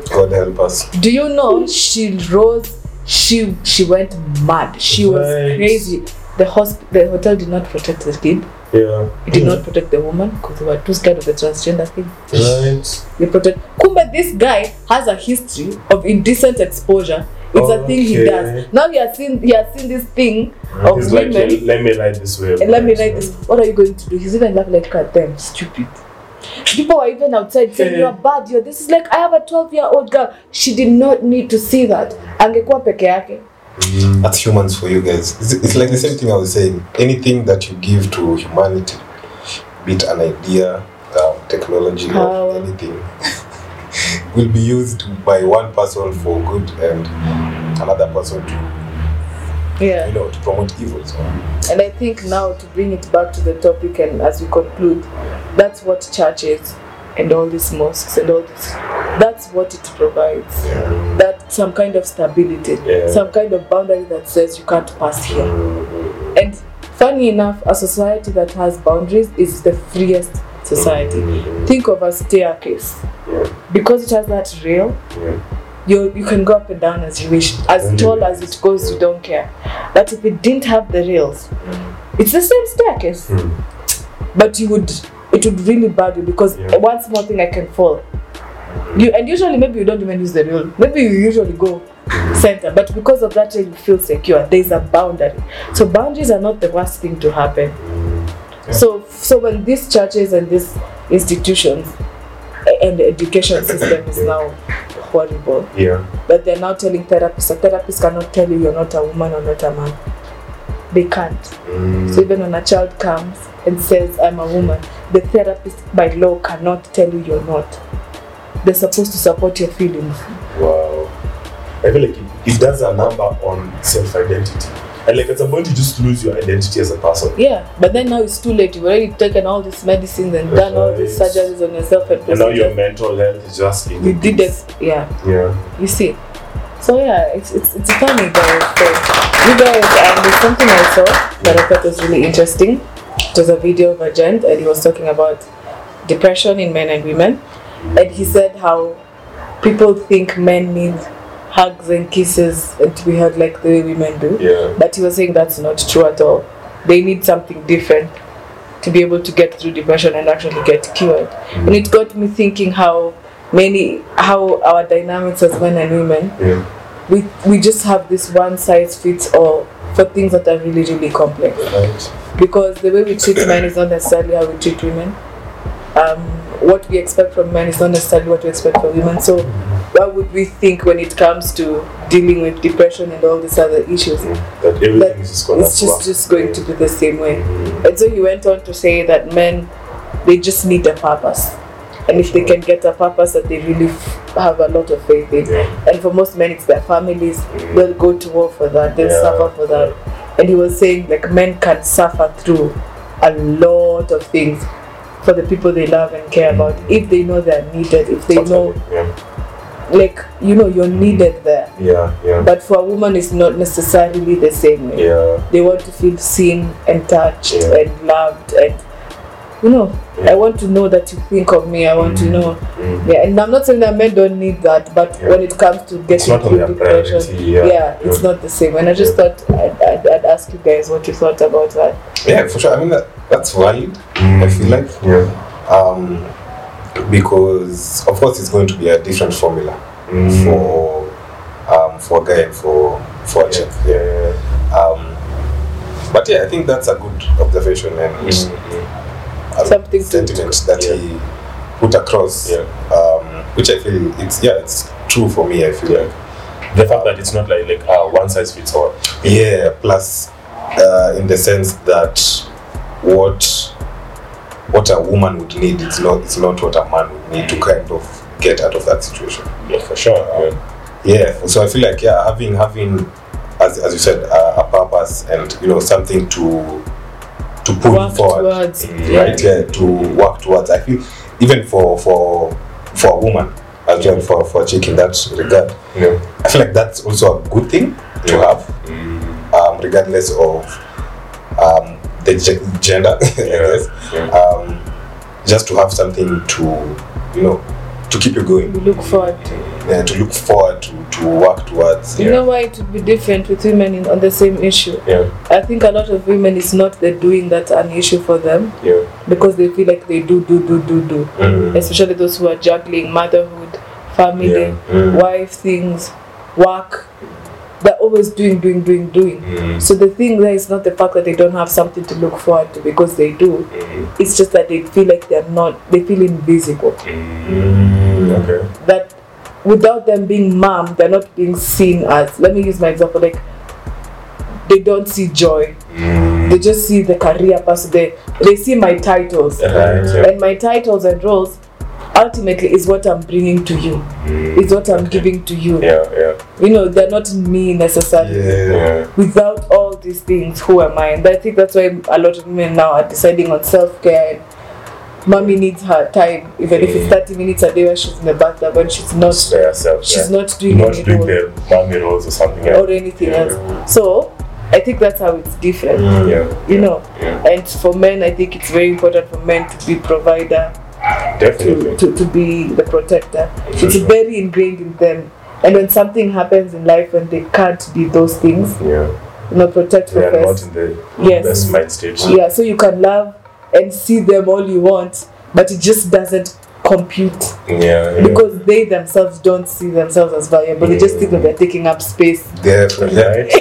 [SPEAKER 2] God help us.
[SPEAKER 3] do you know she rose she she went mad she was
[SPEAKER 1] Right.
[SPEAKER 3] crazy the hosp- the hotel did not protect the kid
[SPEAKER 1] Yeah.
[SPEAKER 3] it did not protect the woman because they were too scared of the transgender kid
[SPEAKER 1] Mm. Right.
[SPEAKER 3] they protect kumbe this guy has a history of indecent exposure it's a thing he
[SPEAKER 1] Okay.
[SPEAKER 3] does now he has seen he has seen this thing of
[SPEAKER 1] He's like,
[SPEAKER 3] women
[SPEAKER 1] let, let me ride this way.
[SPEAKER 3] and let me write this what are you going to do he's even laughing like god damn stupid people are even outside saying
[SPEAKER 1] Yeah.
[SPEAKER 3] you're bad you're this is like i have a 12 year old girl she did not need to see that angekuwa peke yake
[SPEAKER 2] That's humans for you guys. It's, it's like the same thing I was saying. Anything that you give to humanity, be it an idea, um, technology,
[SPEAKER 3] Power.
[SPEAKER 2] or anything, will be used by one person for good and another person to, you
[SPEAKER 3] yeah
[SPEAKER 2] know, to promote evil. So,
[SPEAKER 3] and i think now to bring it back to the topic and as we conclude that's what church is and all these mosques and all this that's what it provides
[SPEAKER 1] Yeah.
[SPEAKER 3] that some kind of stability,
[SPEAKER 1] Yeah.
[SPEAKER 3] some kind of boundary that says you can't pass here.
[SPEAKER 1] Mm.
[SPEAKER 3] And funny enough, a society that has boundaries is the freest society.
[SPEAKER 1] Mm.
[SPEAKER 3] Think of a staircase.
[SPEAKER 1] Yeah.
[SPEAKER 3] Because it has that rail,
[SPEAKER 1] Yeah.
[SPEAKER 3] you you can go up and down as you wish. As
[SPEAKER 1] Only
[SPEAKER 3] tall
[SPEAKER 1] rails,
[SPEAKER 3] as it goes, you
[SPEAKER 1] yeah.
[SPEAKER 3] don't care. But if it didn't have the rails, it's the same staircase.
[SPEAKER 1] Mm.
[SPEAKER 3] But you would it would really bug you because
[SPEAKER 1] Yeah.
[SPEAKER 3] one small thing I can fall. You and usually maybe you don't even use the rail. Maybe you usually go center but because of that rail you feel secure there's a boundary so boundaries are not the worst thing to happen so so when these churches and these institutions a- and the education system is now horrible
[SPEAKER 1] Yeah.
[SPEAKER 3] but they're now telling therapists a therapist cannot tell you you're not a woman or not a man they can't
[SPEAKER 1] Mm,
[SPEAKER 3] so even when a child comes and says i'm a woman the therapist by law cannot tell you you're not they're supposed to support your feelings
[SPEAKER 1] Wow. I feel like it, it does a number on self identity. And like at some point, you just lose your identity as a person.
[SPEAKER 3] Yeah, but then now it's too late. You've already taken all these medicines and done all these
[SPEAKER 1] Right.
[SPEAKER 3] surgeries on yourself and
[SPEAKER 1] And now your
[SPEAKER 3] procedures.
[SPEAKER 1] mental health is just in
[SPEAKER 3] You did it. Yeah.
[SPEAKER 1] Yeah.
[SPEAKER 3] You see? So yeah, it's it's, it's funny guys. So you guys and there's something I saw that I thought was really interesting. It was a video of a gent and he was talking about depression in men and women. And he said how people think men need hugs and kisses and to be held like the way women do.
[SPEAKER 2] Yeah.
[SPEAKER 3] But he was saying that's not true at all. They need something different to be able to get through depression and actually get cured. And it got me thinking how many how our dynamics as men and women
[SPEAKER 1] Yeah.
[SPEAKER 3] we we just have this one size fits all for things that are really really complex
[SPEAKER 2] Right.
[SPEAKER 3] because the way we treat men is not necessarily how we treat women. Um, what we expect from men is not necessarily what we expect from women. So, why would we think when it comes to dealing with depression and all these other issues?
[SPEAKER 1] That everything
[SPEAKER 3] But
[SPEAKER 1] is just gonna
[SPEAKER 3] it's just,
[SPEAKER 1] swap.
[SPEAKER 3] just going to be the same way.
[SPEAKER 1] Mm.
[SPEAKER 3] And so he went on to say that men, they just need a purpose. And if they can get a purpose that they really f- have a lot of faith in.
[SPEAKER 1] Yeah. Mm.
[SPEAKER 3] And for most men, it's their families. They'll go to war for that. They'll
[SPEAKER 1] Yeah.
[SPEAKER 3] suffer for that. And he was saying, like, men can suffer through a lot of things for the people they love and care about
[SPEAKER 1] Mm.
[SPEAKER 3] if they know they're needed, if they know,
[SPEAKER 1] Yeah.
[SPEAKER 3] like, you know, you're needed there.
[SPEAKER 1] Yeah. Yeah.
[SPEAKER 3] But for a woman, it's not necessarily the same way
[SPEAKER 1] Yeah.
[SPEAKER 3] they want to feel seen and touched
[SPEAKER 1] Yeah.
[SPEAKER 3] and loved and you know
[SPEAKER 1] Yeah. Mm.
[SPEAKER 3] i want to know that you think of me i want to know
[SPEAKER 1] Mm-hmm.
[SPEAKER 3] yeah and i'm not saying that men don't need that but
[SPEAKER 1] Yeah.
[SPEAKER 3] when it comes to
[SPEAKER 1] It's
[SPEAKER 3] getting
[SPEAKER 1] not
[SPEAKER 3] through
[SPEAKER 1] only a
[SPEAKER 3] depression
[SPEAKER 1] priority. Yeah.
[SPEAKER 3] it's not the same and i just thought I'd, I'd, I'd ask you guys what you thought about that
[SPEAKER 2] Yeah, for sure. I mean, that, that's valid, I feel like.
[SPEAKER 1] Yeah.
[SPEAKER 2] Um, because, of course, it's going to be a different formula
[SPEAKER 1] Mm.
[SPEAKER 2] for um, for a guy and for, for a chick.
[SPEAKER 1] Yeah. Yeah.
[SPEAKER 2] Um, but yeah, I think that's a good observation and
[SPEAKER 1] Mm.
[SPEAKER 2] a
[SPEAKER 3] Something to-
[SPEAKER 2] sentiment that
[SPEAKER 1] Yeah.
[SPEAKER 2] he put across,
[SPEAKER 1] Yeah.
[SPEAKER 2] um, which I feel it's yeah, it's true for me. I feel
[SPEAKER 1] Yeah.
[SPEAKER 2] like
[SPEAKER 1] The fact that it's not like like uh, one size fits all.
[SPEAKER 2] yeah. Plus, uh, in the sense that what what a woman would need, it's not it's not what a man would need to kind of get out of that situation.
[SPEAKER 1] Yeah, for sure. Yeah.
[SPEAKER 2] yeah so i feel like yeah having having as, as you said uh, a purpose and you know something to to pull
[SPEAKER 3] Work
[SPEAKER 2] forward
[SPEAKER 3] towards,
[SPEAKER 2] mm,
[SPEAKER 3] yeah.
[SPEAKER 2] right yeah to work towards i feel even for for for a woman as well for for a chick in that regard
[SPEAKER 1] Yeah.
[SPEAKER 2] i feel like that's also a good thing to
[SPEAKER 1] Yeah.
[SPEAKER 2] have um, regardless of um, the ge- gender I guess.
[SPEAKER 1] Yeah.
[SPEAKER 2] um, just to have something to you know to keep you going
[SPEAKER 3] we look forward to
[SPEAKER 2] uh, to look forward to, to work towards
[SPEAKER 3] you know why it would be different with women in, on the same issue
[SPEAKER 1] Yeah.
[SPEAKER 3] i think a lot of women it's not the doing that's an issue for them
[SPEAKER 1] Yeah.
[SPEAKER 3] because they feel like they do do do do do especially those who are juggling motherhood, family,
[SPEAKER 1] Yeah.
[SPEAKER 3] wife things, work. They're always doing, doing, doing, doing. So the thing there is not the fact that they don't have something to look forward to because they do. It's just that they feel like they're not, they feel invisible.
[SPEAKER 1] Mm, Okay.
[SPEAKER 3] That without them being mom, they're not being seen as, let me use my example, like they don't see joy.
[SPEAKER 1] Mm.
[SPEAKER 3] They just see the career person. They, they see my titles
[SPEAKER 1] Right. Yeah.
[SPEAKER 3] and my titles and roles ultimately is what i'm bringing to you is what i'm giving to you
[SPEAKER 1] Yeah. Yeah.
[SPEAKER 3] you know they're not me necessarily
[SPEAKER 1] Yeah.
[SPEAKER 3] without all these things who am i and i think that's why a lot of women now are deciding on self-care and mommy needs her time even if
[SPEAKER 1] Mm.
[SPEAKER 3] it's 30 minutes a day where she's in the bathtub and she's not
[SPEAKER 1] Spare yourself.
[SPEAKER 3] she's
[SPEAKER 1] yeah.
[SPEAKER 3] not doing Oh,
[SPEAKER 1] not
[SPEAKER 3] any
[SPEAKER 1] doing
[SPEAKER 3] role
[SPEAKER 1] the mommy roles or something
[SPEAKER 3] or
[SPEAKER 1] else.
[SPEAKER 3] anything
[SPEAKER 1] Yeah. Mm.
[SPEAKER 3] else so i think that's how it's different
[SPEAKER 1] Yeah.
[SPEAKER 3] you know
[SPEAKER 1] Yeah.
[SPEAKER 3] and for men i think it's very important for men to be provider to,
[SPEAKER 1] Definitely.
[SPEAKER 3] to, to be the protector.
[SPEAKER 1] For
[SPEAKER 3] It's
[SPEAKER 1] sure.
[SPEAKER 3] very ingrained in them. And when something happens in life when they can't be those things,
[SPEAKER 1] Yeah.
[SPEAKER 3] you know, protect
[SPEAKER 1] They
[SPEAKER 3] for
[SPEAKER 1] are not
[SPEAKER 3] first.
[SPEAKER 1] in the
[SPEAKER 3] Yes.
[SPEAKER 1] best mind stage.
[SPEAKER 3] Yeah, so you can love and see them all you want, but it just doesn't compute
[SPEAKER 1] Yeah. yeah.
[SPEAKER 3] because they themselves don't see themselves as valuable. They just think that they're taking up space.
[SPEAKER 2] Definitely. Yeah.
[SPEAKER 1] Right.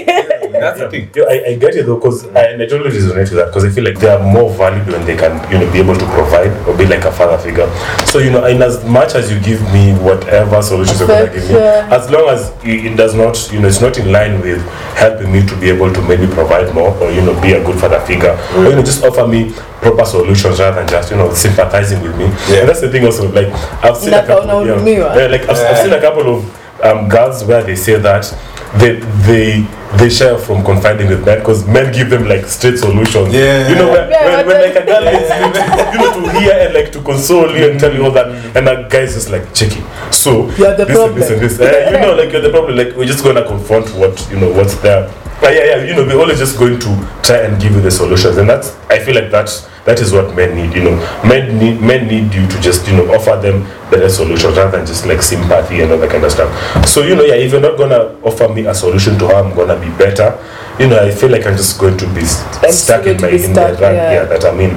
[SPEAKER 2] That's the thing. Mm.
[SPEAKER 1] Yeah, I, I get it though, because I, and I totally resonate with that because I feel like they are more valued when they can, you know, be able to provide or be like a father figure. So you know, in as much as you give me whatever solutions you're gonna give me,
[SPEAKER 3] Affection.
[SPEAKER 1] as long as it it does not, you know, it's not in line with helping me to be able to maybe provide more or you know, be a good father figure or you know, just offer me proper solutions rather than just you know sympathizing with me.
[SPEAKER 2] Yeah.
[SPEAKER 1] And that's the thing also. Like I've seen a
[SPEAKER 3] Unakaona
[SPEAKER 1] couple, yeah,
[SPEAKER 3] unahudumiwa.
[SPEAKER 1] yeah, like I've, I've seen a couple of um, girls where they say that they they they shy from confiding with men because men give them like straight solutions.
[SPEAKER 2] Yeah.
[SPEAKER 1] You know when,
[SPEAKER 3] Yeah,
[SPEAKER 1] when,
[SPEAKER 3] but
[SPEAKER 1] when
[SPEAKER 3] then-
[SPEAKER 1] like a girl likes you, you know to hear and like to console you and tell you all that, and a guy's just like checking. So
[SPEAKER 3] You are the
[SPEAKER 1] this and this and
[SPEAKER 3] problem.
[SPEAKER 1] this. Eh, you know like you're the problem. Like we're just gonna confront what you know what's there. But yeah, yeah, you know, we're always just going to try and give you the solutions, and that's I feel like that's that is what men need. You know, men need men need you to just you know offer them better solutions rather than just like sympathy and all that kind of stuff. So you know, yeah, if you're not gonna offer me a solution to how I'm gonna be better, you know, I feel like I'm just going to be s-
[SPEAKER 3] I'm just
[SPEAKER 1] stuck in
[SPEAKER 3] going to
[SPEAKER 1] my
[SPEAKER 3] be
[SPEAKER 1] in
[SPEAKER 3] stuck,
[SPEAKER 1] the rut
[SPEAKER 3] yeah.
[SPEAKER 1] yeah. that I'm in.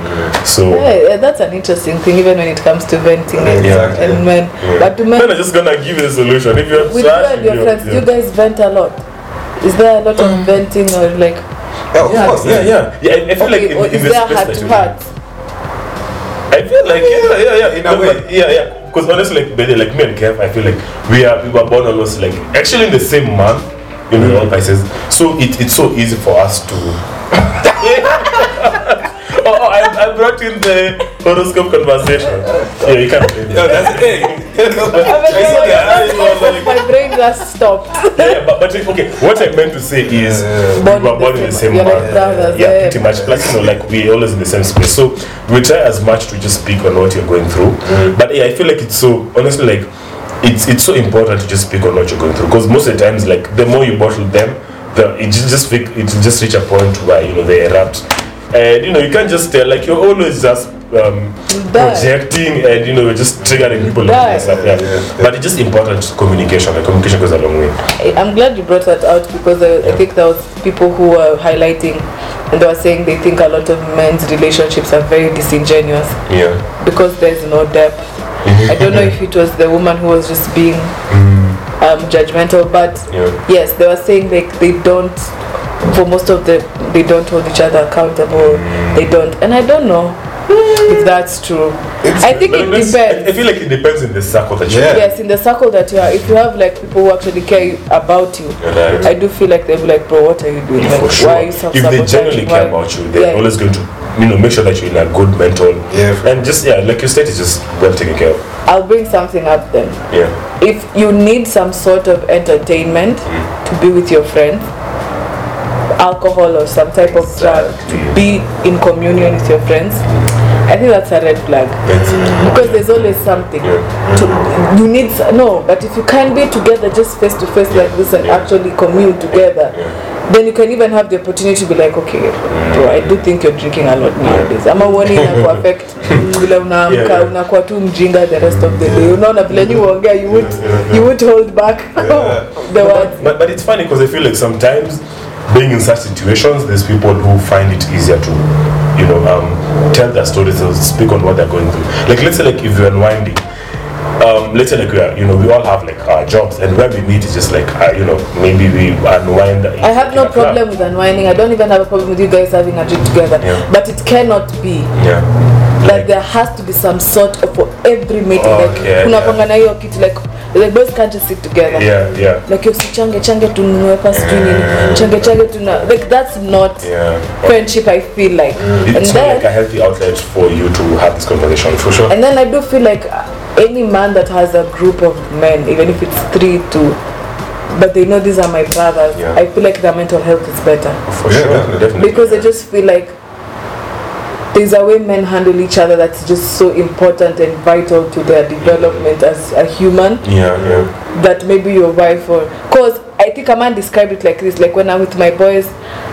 [SPEAKER 1] So
[SPEAKER 3] Yeah, yeah, that's an interesting thing, even when it comes to venting and,
[SPEAKER 2] Exactly.
[SPEAKER 3] and men. But to men,
[SPEAKER 1] men are just gonna give you the solution if you're
[SPEAKER 3] with you
[SPEAKER 1] trash.
[SPEAKER 3] and your
[SPEAKER 1] you're-
[SPEAKER 3] friends,
[SPEAKER 1] yeah.
[SPEAKER 3] you guys vent a lot. Is there a lot of venting or like,
[SPEAKER 2] Yeah, of
[SPEAKER 1] yeah,
[SPEAKER 2] course.
[SPEAKER 1] yeah, yeah, yeah. I, I feel like
[SPEAKER 3] okay,
[SPEAKER 1] in,
[SPEAKER 3] or
[SPEAKER 1] in
[SPEAKER 3] is
[SPEAKER 1] this
[SPEAKER 3] there
[SPEAKER 1] place
[SPEAKER 3] heart
[SPEAKER 1] that
[SPEAKER 3] to
[SPEAKER 1] you-
[SPEAKER 3] heart?
[SPEAKER 1] I feel like yeah, yeah, yeah.
[SPEAKER 2] In a
[SPEAKER 1] No,
[SPEAKER 2] way.
[SPEAKER 1] but- yeah, yeah. Because honestly, like Bede, like me and Kev, I feel like we are we were born almost like actually in the same month. You know,
[SPEAKER 2] Mm.
[SPEAKER 1] all Pisces. So it, it's so easy for us to. oh, oh I, I brought in the horoscope conversation. Yeah, you can't. blame me.
[SPEAKER 2] Yeah, that's the thing.
[SPEAKER 3] I mean,
[SPEAKER 1] saw
[SPEAKER 3] yeah,
[SPEAKER 1] their eyes,
[SPEAKER 3] yeah,
[SPEAKER 1] I was like-
[SPEAKER 3] my brain just stopped.
[SPEAKER 1] Yeah, yeah, but, but okay. What I meant to say is
[SPEAKER 3] Born
[SPEAKER 1] we were born in the same
[SPEAKER 3] you're
[SPEAKER 1] month.
[SPEAKER 3] like brothers,
[SPEAKER 1] yeah,
[SPEAKER 3] yeah.
[SPEAKER 1] pretty much. Plus, you know, like we always in the same space, so we try as much to just speak on what you're going through. But yeah, I feel like it's so honestly, like it's it's so important to just speak on what you're going through because most of the times, like the more you bottle them, the it ju- just fit- it will just reach a point where you know they erupt, and you know you can't just tell like you're always just. Um,
[SPEAKER 3] Die.
[SPEAKER 1] projecting and you know we're just triggering people and
[SPEAKER 3] Die.
[SPEAKER 1] stuff yeah.
[SPEAKER 2] Yeah.
[SPEAKER 1] but it's just important communication like communication goes a long way
[SPEAKER 3] I- I'm glad you brought that out because I, I think there was people who were highlighting and they were saying they think a lot of men's relationships are very disingenuous
[SPEAKER 1] yeah
[SPEAKER 3] because there's no depth.
[SPEAKER 1] Mm-hmm.
[SPEAKER 3] I don't know if it was the woman who was just being
[SPEAKER 1] Mm.
[SPEAKER 3] um, judgmental, but
[SPEAKER 1] Yeah.
[SPEAKER 3] yes, they were saying like they don't. For most of the, they don't hold each other accountable. They don't, and I don't know if that's true. I think
[SPEAKER 1] But
[SPEAKER 3] it
[SPEAKER 1] it's-
[SPEAKER 3] depends.
[SPEAKER 1] I, I feel like it depends in the circle that you're
[SPEAKER 2] Yeah.
[SPEAKER 1] in.
[SPEAKER 3] yes in the circle that you are if you have like people who actually care about you
[SPEAKER 1] You're right.
[SPEAKER 3] i do feel like they'll be like bro what are you doing like,
[SPEAKER 1] For sure.
[SPEAKER 3] why are you
[SPEAKER 1] if they genuinely
[SPEAKER 3] self-sabotaging?
[SPEAKER 1] care
[SPEAKER 3] Why-
[SPEAKER 1] about you, they're
[SPEAKER 3] Yeah.
[SPEAKER 1] always going to, you know, make sure that you're in a good mental.
[SPEAKER 2] Yeah, for-
[SPEAKER 1] And just yeah, like you said, it's just well taken care of.
[SPEAKER 3] i'll bring something up then
[SPEAKER 1] Yeah.
[SPEAKER 3] if you need some sort of entertainment to be with your friends alcohol or some type of drug to be in communion with your friends i think that's a red flag because there's always something to, you need s- no but if you can be together just face to face like this and actually commune together then you can even have the opportunity to be like okay bro i do think you're drinking a lot nowadays ama uoni inakuaffect vile
[SPEAKER 1] Yeah,
[SPEAKER 3] unaamka
[SPEAKER 1] yeah.
[SPEAKER 3] unakuwa tu mjinga the rest of the day unaona vile nyi uongea you would you would hold back the words
[SPEAKER 1] But, but it's funny because I feel like sometimes being in such situations, there's people who find it easier to, you know, um, tell their stories or speak on what they're going through. Like let's say like if you're unwinding, um, let's say like we are, you know, we all have like our jobs, and when we meet, it's just like uh, you know, maybe we unwind.
[SPEAKER 3] I have no problem with unwinding. I don't even have a problem with you guys having a drink together.
[SPEAKER 1] Yeah.
[SPEAKER 3] But it cannot be.
[SPEAKER 1] Yeah.
[SPEAKER 3] Like there has to be some sort of for every meeting.
[SPEAKER 1] Okay,
[SPEAKER 3] like kuna na hiyo kitu like the boys can't just sit together.
[SPEAKER 1] yeah, yeah.
[SPEAKER 3] Like usichange change tununue pasi nini. Change change tuna like that's not
[SPEAKER 1] Yeah. Mm,
[SPEAKER 3] friendship I feel like. and
[SPEAKER 1] It's not
[SPEAKER 3] then
[SPEAKER 1] like a healthy outlet for you to have this conversation for sure.
[SPEAKER 3] and then I do feel like any man that has a group of men, even if it's three to but they know these are my brothers.
[SPEAKER 1] Yeah.
[SPEAKER 3] I feel like their mental health is better.
[SPEAKER 1] For
[SPEAKER 2] Yeah,
[SPEAKER 1] sure,
[SPEAKER 2] definitely.
[SPEAKER 1] definitely.
[SPEAKER 3] because I just feel like there's a way men handle each other that's just so important and vital to their development as a human
[SPEAKER 1] yeah, yeah,
[SPEAKER 3] that maybe your wife or because I think a man described it like this like when I'm with my boys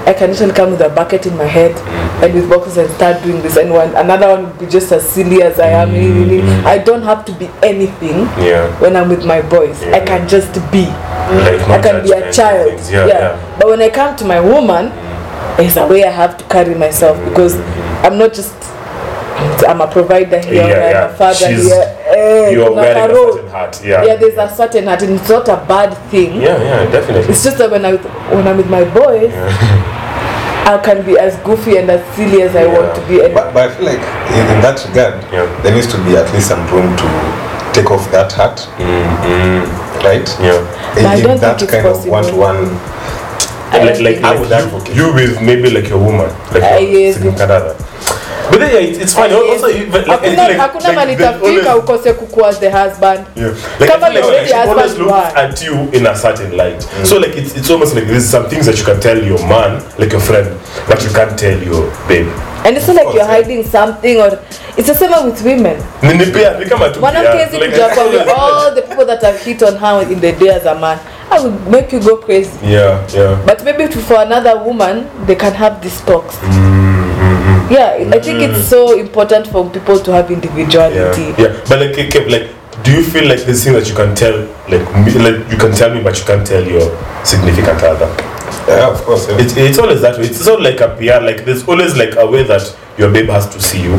[SPEAKER 3] I can literally come with a bucket in my head and with boxes and start doing this and one another one will be just as silly as I am I don't have to be anything
[SPEAKER 1] yeah.
[SPEAKER 3] when I'm with my boys I
[SPEAKER 1] Yeah.
[SPEAKER 3] can just be
[SPEAKER 1] Like
[SPEAKER 3] I can be a
[SPEAKER 1] non-judgmental
[SPEAKER 3] child.
[SPEAKER 1] things. Yeah, yeah,
[SPEAKER 3] But when I come to my woman, there's a way I have to carry myself because I'm not just I'm a provider here,
[SPEAKER 1] Yeah,
[SPEAKER 3] I'm
[SPEAKER 1] yeah.
[SPEAKER 3] a father
[SPEAKER 1] She's-
[SPEAKER 3] here. Eh,
[SPEAKER 1] You are
[SPEAKER 3] kuna
[SPEAKER 1] wearing a
[SPEAKER 3] parole.
[SPEAKER 1] certain hat. Yeah.
[SPEAKER 3] Yeah, there's a certain attitude. It's not a bad thing.
[SPEAKER 1] yeah, yeah, definitely.
[SPEAKER 3] It's just that when I when I'm with my boys, I can be as goofy and as silly as I want
[SPEAKER 1] Yeah.
[SPEAKER 3] to be. And
[SPEAKER 2] But, but I feel like in, in that regard,
[SPEAKER 1] Yeah.
[SPEAKER 2] there needs to be at least some room to take off that hat, right?
[SPEAKER 1] Yeah.
[SPEAKER 2] In,
[SPEAKER 3] But I
[SPEAKER 2] in
[SPEAKER 3] don't
[SPEAKER 2] that
[SPEAKER 3] think it's
[SPEAKER 2] kind
[SPEAKER 3] possible.
[SPEAKER 2] of one-to-one.
[SPEAKER 3] I
[SPEAKER 1] Like,
[SPEAKER 3] don't
[SPEAKER 1] like,
[SPEAKER 3] think-
[SPEAKER 1] like you, you with maybe like your woman, like
[SPEAKER 3] Ah,
[SPEAKER 1] your
[SPEAKER 3] yes.
[SPEAKER 1] significant other. But then, yeah, it's, it's fine.
[SPEAKER 3] Yes.
[SPEAKER 1] Also, even, like, I feel
[SPEAKER 3] hakuna
[SPEAKER 1] like,
[SPEAKER 3] hakuna
[SPEAKER 1] like,
[SPEAKER 3] mali
[SPEAKER 1] they've
[SPEAKER 3] itafika
[SPEAKER 1] always-
[SPEAKER 3] ukose kukuwa the husband
[SPEAKER 1] Yeah. Like,
[SPEAKER 3] Kama
[SPEAKER 1] I feel
[SPEAKER 3] you're
[SPEAKER 1] like
[SPEAKER 3] already
[SPEAKER 1] she always
[SPEAKER 3] husband, why?
[SPEAKER 1] looks at you in a certain light. So like it's, it's almost like there's some things that you can tell your man, like your friend, but you can't tell your babe.
[SPEAKER 3] and it's not like you're
[SPEAKER 2] course, yeah.
[SPEAKER 3] hiding something or it's the same with women
[SPEAKER 1] Ni- ni pia ni kama tu
[SPEAKER 3] mwanamke
[SPEAKER 1] pia.
[SPEAKER 3] hizi
[SPEAKER 1] Like,
[SPEAKER 3] kuja kwa all the people that have hit on her in the day as a man i would make you go crazy
[SPEAKER 1] Yeah, yeah.
[SPEAKER 3] but maybe to, for another woman they can have these talks
[SPEAKER 1] Mm-hmm.
[SPEAKER 3] yeah i think it's so important for people to have
[SPEAKER 1] Yeah.
[SPEAKER 3] individuality
[SPEAKER 1] Yeah. But like okay, okay, like do you feel like this thing that you can tell like me, like you can tell me but you can't tell your significant other?
[SPEAKER 2] Yeah, of course. Yeah.
[SPEAKER 1] It's, it's always that way. It's not like a PR. Like there's always like a way that your babe has to see you.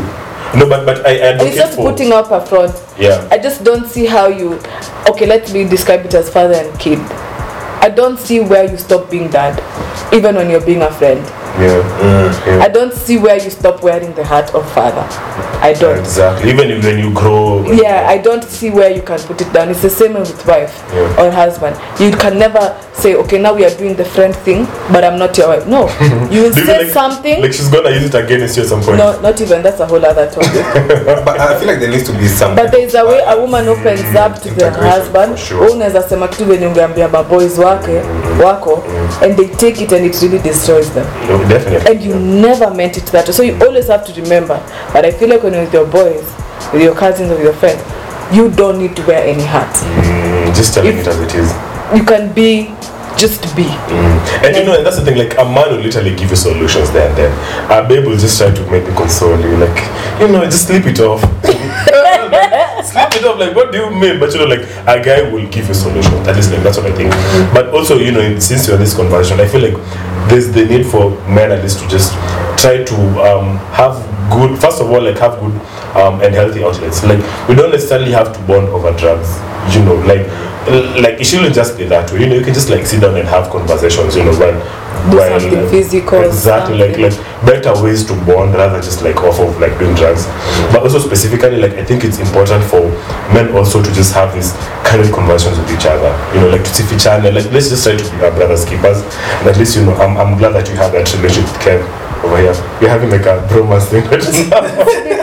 [SPEAKER 1] No, but but I I
[SPEAKER 3] And it's
[SPEAKER 1] advocate
[SPEAKER 3] not
[SPEAKER 1] for
[SPEAKER 3] putting up a front.
[SPEAKER 1] yeah.
[SPEAKER 3] I just don't see how you. Okay, let me describe it as father and kid. I don't see where you stop being dad, even when you're being a friend.
[SPEAKER 1] Yeah. Mm, yeah.
[SPEAKER 3] I don't see where you stop wearing the hat of father. I don't.
[SPEAKER 1] Exactly. Even if when you grow.
[SPEAKER 3] Yeah, I don't see where you can put it down. It's the same with wife
[SPEAKER 1] Yeah.
[SPEAKER 3] or husband. You can never say, okay, now we are doing the friend thing, but I'm not your wife. No, you will
[SPEAKER 1] Do you
[SPEAKER 3] say
[SPEAKER 1] like-
[SPEAKER 3] something.
[SPEAKER 1] Like she's gonna use it against you at some point.
[SPEAKER 3] no, not even. That's a whole other topic.
[SPEAKER 2] But I feel like there needs to be some.
[SPEAKER 3] but there is a way a woman opens up to their
[SPEAKER 2] Integration,
[SPEAKER 3] husband
[SPEAKER 1] Mm-hmm. for sure. Mm-hmm.
[SPEAKER 3] Wewe unaweza sema kitu venye ungeambia maboys wake wako and they take it and it really destroys them
[SPEAKER 1] No, definitely.
[SPEAKER 3] and you never meant it that way so you always have to remember but i feel like when you're with your boys with your cousins or with your friends you don't need to wear any hat
[SPEAKER 1] Mm, just telling
[SPEAKER 3] If-
[SPEAKER 1] it as it is.
[SPEAKER 3] you can be just be
[SPEAKER 1] Mm. And you know, and that's the thing, like a man will literally give you solutions there and then. A babe will just try to maybe console you, like, you know, just sleep it off. sleep it off, like, what do you mean? But you know, like, a guy will give you solutions. That is, like, that's what I think. But also, you know, in- since you're in this conversation, I feel like there's the need for men at least to just try to um, have good, first of all, like, have good um, and healthy outlets. Like, we don't necessarily have to bond over drugs, you know, like, like it shouldn't just be that way. You know, you can just like sit down and have conversations. You know, when
[SPEAKER 3] Do
[SPEAKER 1] when
[SPEAKER 3] something
[SPEAKER 1] like,
[SPEAKER 3] physical,
[SPEAKER 1] Exactly, like
[SPEAKER 3] something.
[SPEAKER 1] like better ways to bond rather than just like off of like doing drugs. But also specifically, like I think it's important for men also to just have these kind of conversations with each other. You know, like to see each other. Like let's just try to be our brothers keepers. And at least you know, I'm, I'm glad that you have that relationship with Kev over here. You're having like a bromance thing right now.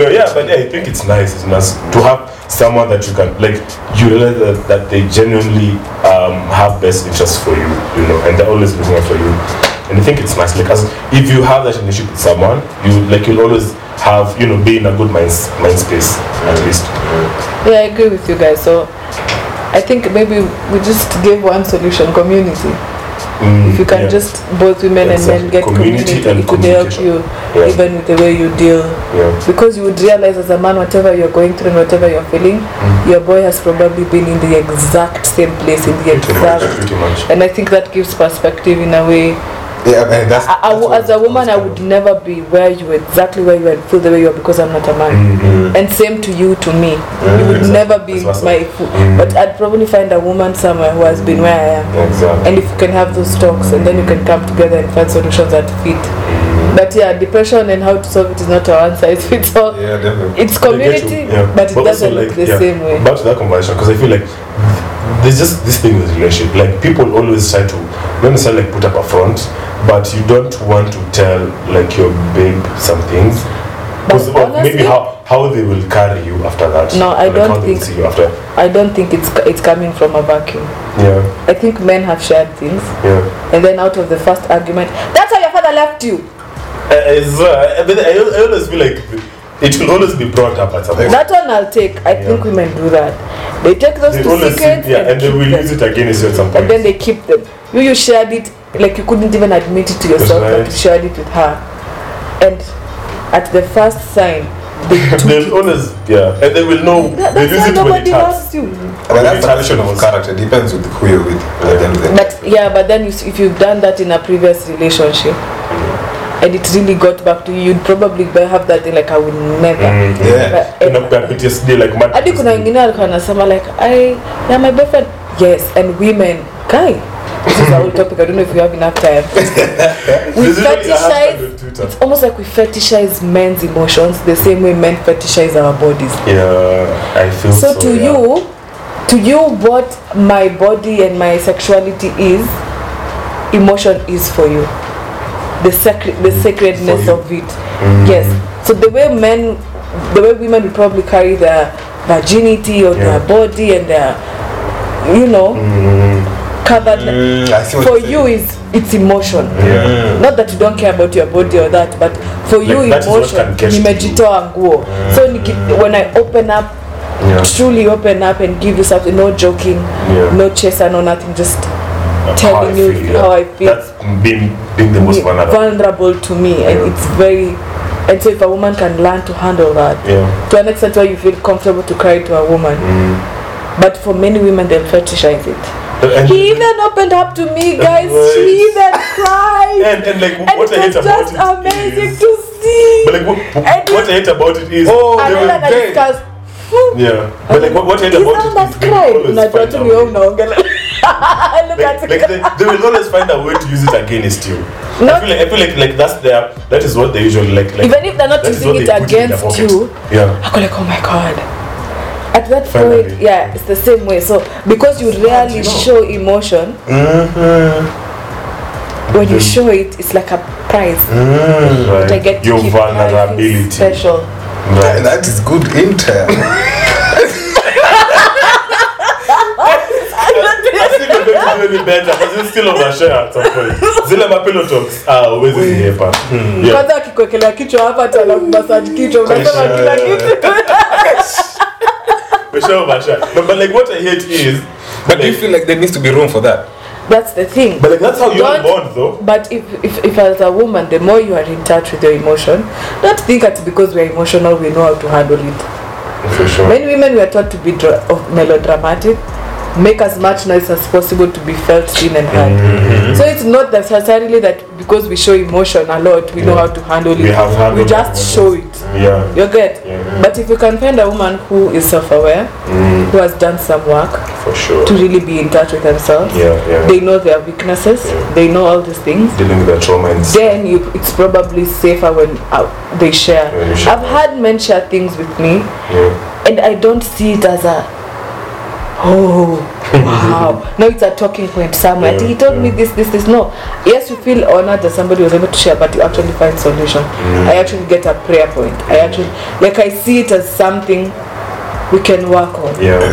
[SPEAKER 1] No, yeah, but yeah, I think it's nice. It's nice to have someone that you can like. You realize that, that they genuinely um, have best interests for you, you know, and they're always looking out for you. And I think it's nice, like, as if you have that relationship with someone, you like you'll always have, you know, be in a good mind mind space at least.
[SPEAKER 3] yeah i agree with you guys so i think maybe we just gave one solution community
[SPEAKER 1] Mm,
[SPEAKER 3] if you can
[SPEAKER 1] yeah.
[SPEAKER 3] just both women and men
[SPEAKER 1] Exactly.
[SPEAKER 3] get community,
[SPEAKER 1] Community and
[SPEAKER 3] it would help
[SPEAKER 1] communication.
[SPEAKER 3] you
[SPEAKER 1] Yeah.
[SPEAKER 3] even with the way you deal
[SPEAKER 1] yeah,
[SPEAKER 3] because you would realize as a man whatever you're going through and whatever you're feeling
[SPEAKER 1] Mm.
[SPEAKER 3] your boy has probably been in the exact same place in the
[SPEAKER 1] pretty much,
[SPEAKER 3] exact
[SPEAKER 1] pretty much.
[SPEAKER 3] and i think that gives perspective in a way
[SPEAKER 2] yeah, and that's,
[SPEAKER 3] I, I w-
[SPEAKER 2] that's
[SPEAKER 3] as a
[SPEAKER 2] what-
[SPEAKER 3] woman i would never be where you were exactly where you are feel the way you are because i'm not a man
[SPEAKER 1] Mm,
[SPEAKER 3] and same to you to me you would
[SPEAKER 1] exactly.
[SPEAKER 3] never be
[SPEAKER 1] That's what's
[SPEAKER 3] my fo- but i'd probably find a woman somewhere who has been where i am
[SPEAKER 1] mm, Exactly.
[SPEAKER 3] and if you can have those talks and then you can come together and find solutions that fit but yeah depression and how to solve it is not a one size fits all
[SPEAKER 2] Yeah, definitely.
[SPEAKER 3] it's community
[SPEAKER 1] Yeah.
[SPEAKER 3] but it
[SPEAKER 1] also,
[SPEAKER 3] doesn't look the
[SPEAKER 1] yeah,
[SPEAKER 3] same way
[SPEAKER 1] Back to that conversation because I feel like there's just this thing with relationship. Like people always try to not necessarily like put up a front, but you don't want to tell like your babe some things. 'Cause
[SPEAKER 3] But
[SPEAKER 1] of maybe
[SPEAKER 3] honestly-
[SPEAKER 1] how, how they will carry you after that.
[SPEAKER 3] No, I
[SPEAKER 1] Like,
[SPEAKER 3] don't
[SPEAKER 1] how they will
[SPEAKER 3] think-
[SPEAKER 1] see you after.
[SPEAKER 3] i don't think it's it's coming from a vacuum
[SPEAKER 1] Yeah,
[SPEAKER 3] i think men have shared things
[SPEAKER 1] yeah.
[SPEAKER 3] and then out of the first argument that's how your father left you
[SPEAKER 1] I, Uh, I, but I, I always feel like it will always be brought up at some point.
[SPEAKER 3] that one i'll take i think
[SPEAKER 1] Yeah.
[SPEAKER 3] women do that they take those
[SPEAKER 1] They
[SPEAKER 3] two
[SPEAKER 1] always see-
[SPEAKER 3] secrets
[SPEAKER 1] yeah, and they
[SPEAKER 3] keep
[SPEAKER 1] will
[SPEAKER 3] them.
[SPEAKER 1] use it against you at some
[SPEAKER 3] and
[SPEAKER 1] point.
[SPEAKER 3] then they keep them you you shared it like you couldn't even admit it to yourself that
[SPEAKER 1] right.
[SPEAKER 3] you shared it with her and at the first sign they took
[SPEAKER 1] They'll
[SPEAKER 3] it.
[SPEAKER 1] always, yeah, and they will know.
[SPEAKER 3] That-
[SPEAKER 1] They'll
[SPEAKER 3] that's
[SPEAKER 1] use
[SPEAKER 3] why
[SPEAKER 1] it when it
[SPEAKER 3] nobody
[SPEAKER 1] hurts.
[SPEAKER 3] loves you
[SPEAKER 2] But that's a question
[SPEAKER 1] Communication
[SPEAKER 2] of
[SPEAKER 1] was-
[SPEAKER 2] character. Depends with who you're with at the end of the day.
[SPEAKER 3] But yeah, but then you, s- if you've done that in a previous relationship and it really got back to you, you'd probably be- have that thing like I would never.
[SPEAKER 1] Mm. Mm-hmm.
[SPEAKER 2] Yeah.
[SPEAKER 3] But, eh,
[SPEAKER 1] inakupea PTSD like mad
[SPEAKER 3] hadi kuna wengine walikuwa wanasema like I yeah my boyfriend yes and women guy this is a whole topic I don't know if you have enough time we
[SPEAKER 1] There's usually a hashtag
[SPEAKER 3] fetishize
[SPEAKER 1] on Twitter.
[SPEAKER 3] it's almost like we fetishize men's emotions the same way men fetishize our bodies
[SPEAKER 1] Yeah, I feel
[SPEAKER 3] so,
[SPEAKER 1] so.
[SPEAKER 3] to
[SPEAKER 1] yeah.
[SPEAKER 3] you to you what my body and my sexuality is
[SPEAKER 1] Mm,
[SPEAKER 3] emotion is for you the sacred the sacredness
[SPEAKER 2] you.
[SPEAKER 3] of it yes So the way men, the way women will probably carry their virginity
[SPEAKER 1] Yeah.
[SPEAKER 3] or
[SPEAKER 1] Mm,
[SPEAKER 3] their body and their, you know, covered.
[SPEAKER 2] Mm, I see what
[SPEAKER 3] for
[SPEAKER 2] you're
[SPEAKER 3] you is it's emotion.
[SPEAKER 1] Mm. Yeah.
[SPEAKER 3] Not that you don't care about your body or that, but for you
[SPEAKER 1] that is what
[SPEAKER 3] emotion,
[SPEAKER 1] can get you. Mm.
[SPEAKER 3] nimejitoa nguo. So niki, when I open up,
[SPEAKER 1] Yeah.
[SPEAKER 3] truly open up and give you something, no joking,
[SPEAKER 1] Yeah.
[SPEAKER 3] no chaser, no nothing, just
[SPEAKER 1] how I
[SPEAKER 3] telling you
[SPEAKER 1] feel, yeah.
[SPEAKER 3] how I feel
[SPEAKER 1] That's being being the most
[SPEAKER 3] me-
[SPEAKER 1] vulnerable.
[SPEAKER 3] vulnerable to me
[SPEAKER 1] Yeah.
[SPEAKER 3] and it's very and so if a woman can learn to handle that
[SPEAKER 1] Yeah.
[SPEAKER 3] to an extent where you feel comfortable to cry to a woman
[SPEAKER 1] Mm.
[SPEAKER 3] but for many women they fetishize it
[SPEAKER 1] And,
[SPEAKER 3] he even opened up to me guys she
[SPEAKER 1] Nice.
[SPEAKER 3] even cried
[SPEAKER 1] and, and like
[SPEAKER 3] and
[SPEAKER 1] what I
[SPEAKER 3] it
[SPEAKER 1] hate
[SPEAKER 3] was
[SPEAKER 1] about
[SPEAKER 3] just
[SPEAKER 1] it
[SPEAKER 3] amazing
[SPEAKER 1] is-
[SPEAKER 3] to see
[SPEAKER 1] but like what,
[SPEAKER 3] And
[SPEAKER 1] what I hate about it is oh
[SPEAKER 3] and then I discussed, "Hmm,
[SPEAKER 1] Yeah, but like what, what I hate
[SPEAKER 3] is
[SPEAKER 1] about
[SPEAKER 3] that
[SPEAKER 1] it
[SPEAKER 3] that
[SPEAKER 1] is they will
[SPEAKER 3] cried?"
[SPEAKER 1] always
[SPEAKER 3] Unajua
[SPEAKER 1] find
[SPEAKER 3] tu
[SPEAKER 1] a
[SPEAKER 3] ni wewe
[SPEAKER 1] way.
[SPEAKER 3] unaongelea. Look at
[SPEAKER 1] Like, like they, they will always find a way to use it against you. I
[SPEAKER 3] Not-
[SPEAKER 1] feel like I feel like, like that's their that is what they usually like. like
[SPEAKER 3] Even if they're not
[SPEAKER 1] that is
[SPEAKER 3] using
[SPEAKER 1] what
[SPEAKER 3] it
[SPEAKER 1] they put in their
[SPEAKER 3] against
[SPEAKER 1] pockets.
[SPEAKER 3] you,
[SPEAKER 1] Yeah.
[SPEAKER 3] I'm like, oh my god. At that
[SPEAKER 1] Finally.
[SPEAKER 3] point, yeah, it's the same way. So because you rarely
[SPEAKER 1] you know.
[SPEAKER 3] show emotion,
[SPEAKER 2] Mm-hmm.
[SPEAKER 3] when
[SPEAKER 1] Mm-hmm.
[SPEAKER 3] you show it, it's like a prize.
[SPEAKER 1] Right.
[SPEAKER 3] Like get
[SPEAKER 1] Mm-hmm.
[SPEAKER 3] to
[SPEAKER 1] Your
[SPEAKER 3] keep life is
[SPEAKER 1] vulnerability.
[SPEAKER 3] special.
[SPEAKER 1] Right.
[SPEAKER 2] That is good intel.
[SPEAKER 1] That's even going to be any better, but you still overshare at some point. Zile ma pillow talks are always in the paper. Yeah.
[SPEAKER 3] Kwanza akikuwekelea kichwa hapa
[SPEAKER 1] Mm-hmm.
[SPEAKER 3] atalakumasaji kichwa, unasema kila kitu.
[SPEAKER 1] We shall overshare. But, but like what I hate is
[SPEAKER 2] But do you
[SPEAKER 1] like,
[SPEAKER 2] feel like there needs to be room for that?
[SPEAKER 3] That's the thing.
[SPEAKER 1] but like that's how you all
[SPEAKER 3] Don't-
[SPEAKER 1] bond though.
[SPEAKER 3] But if, if, if as a woman, the more you are in touch with your emotion, don't think that because we are emotional, we know how to handle it.
[SPEAKER 1] For sure.
[SPEAKER 3] Many women were taught to be dra- of melodramatic, make as much noise as possible to be felt, seen, and heard.
[SPEAKER 1] Mm-hmm.
[SPEAKER 3] So it's not that necessarily that because we show emotion a lot, we know how to handle
[SPEAKER 1] We
[SPEAKER 3] it.
[SPEAKER 1] have handled
[SPEAKER 3] we
[SPEAKER 1] our
[SPEAKER 3] just show it.
[SPEAKER 1] Yeah.
[SPEAKER 3] You get.
[SPEAKER 1] Yeah. Mm.
[SPEAKER 3] But if you can find a woman who is self-aware, who has done some work
[SPEAKER 1] For sure.
[SPEAKER 3] to really be in touch with themselves,
[SPEAKER 1] Yeah, yeah.
[SPEAKER 3] they know their weaknesses,
[SPEAKER 1] Yeah.
[SPEAKER 3] they know all these things.
[SPEAKER 1] Dealing with the trauma and
[SPEAKER 3] Then you, it's probably safer when uh, they share.
[SPEAKER 1] When you share.
[SPEAKER 3] I've had men share things with me
[SPEAKER 1] yeah.
[SPEAKER 3] and I don't see it as a oh wow no it's a talking point somewhere
[SPEAKER 1] Yeah,
[SPEAKER 3] he told me
[SPEAKER 1] yeah.
[SPEAKER 3] this this this no yes you feel honored that somebody was able to share but you actually find solution
[SPEAKER 1] Mm.
[SPEAKER 3] I actually get a prayer point I actually like I see it as something we can work on
[SPEAKER 1] Yeah.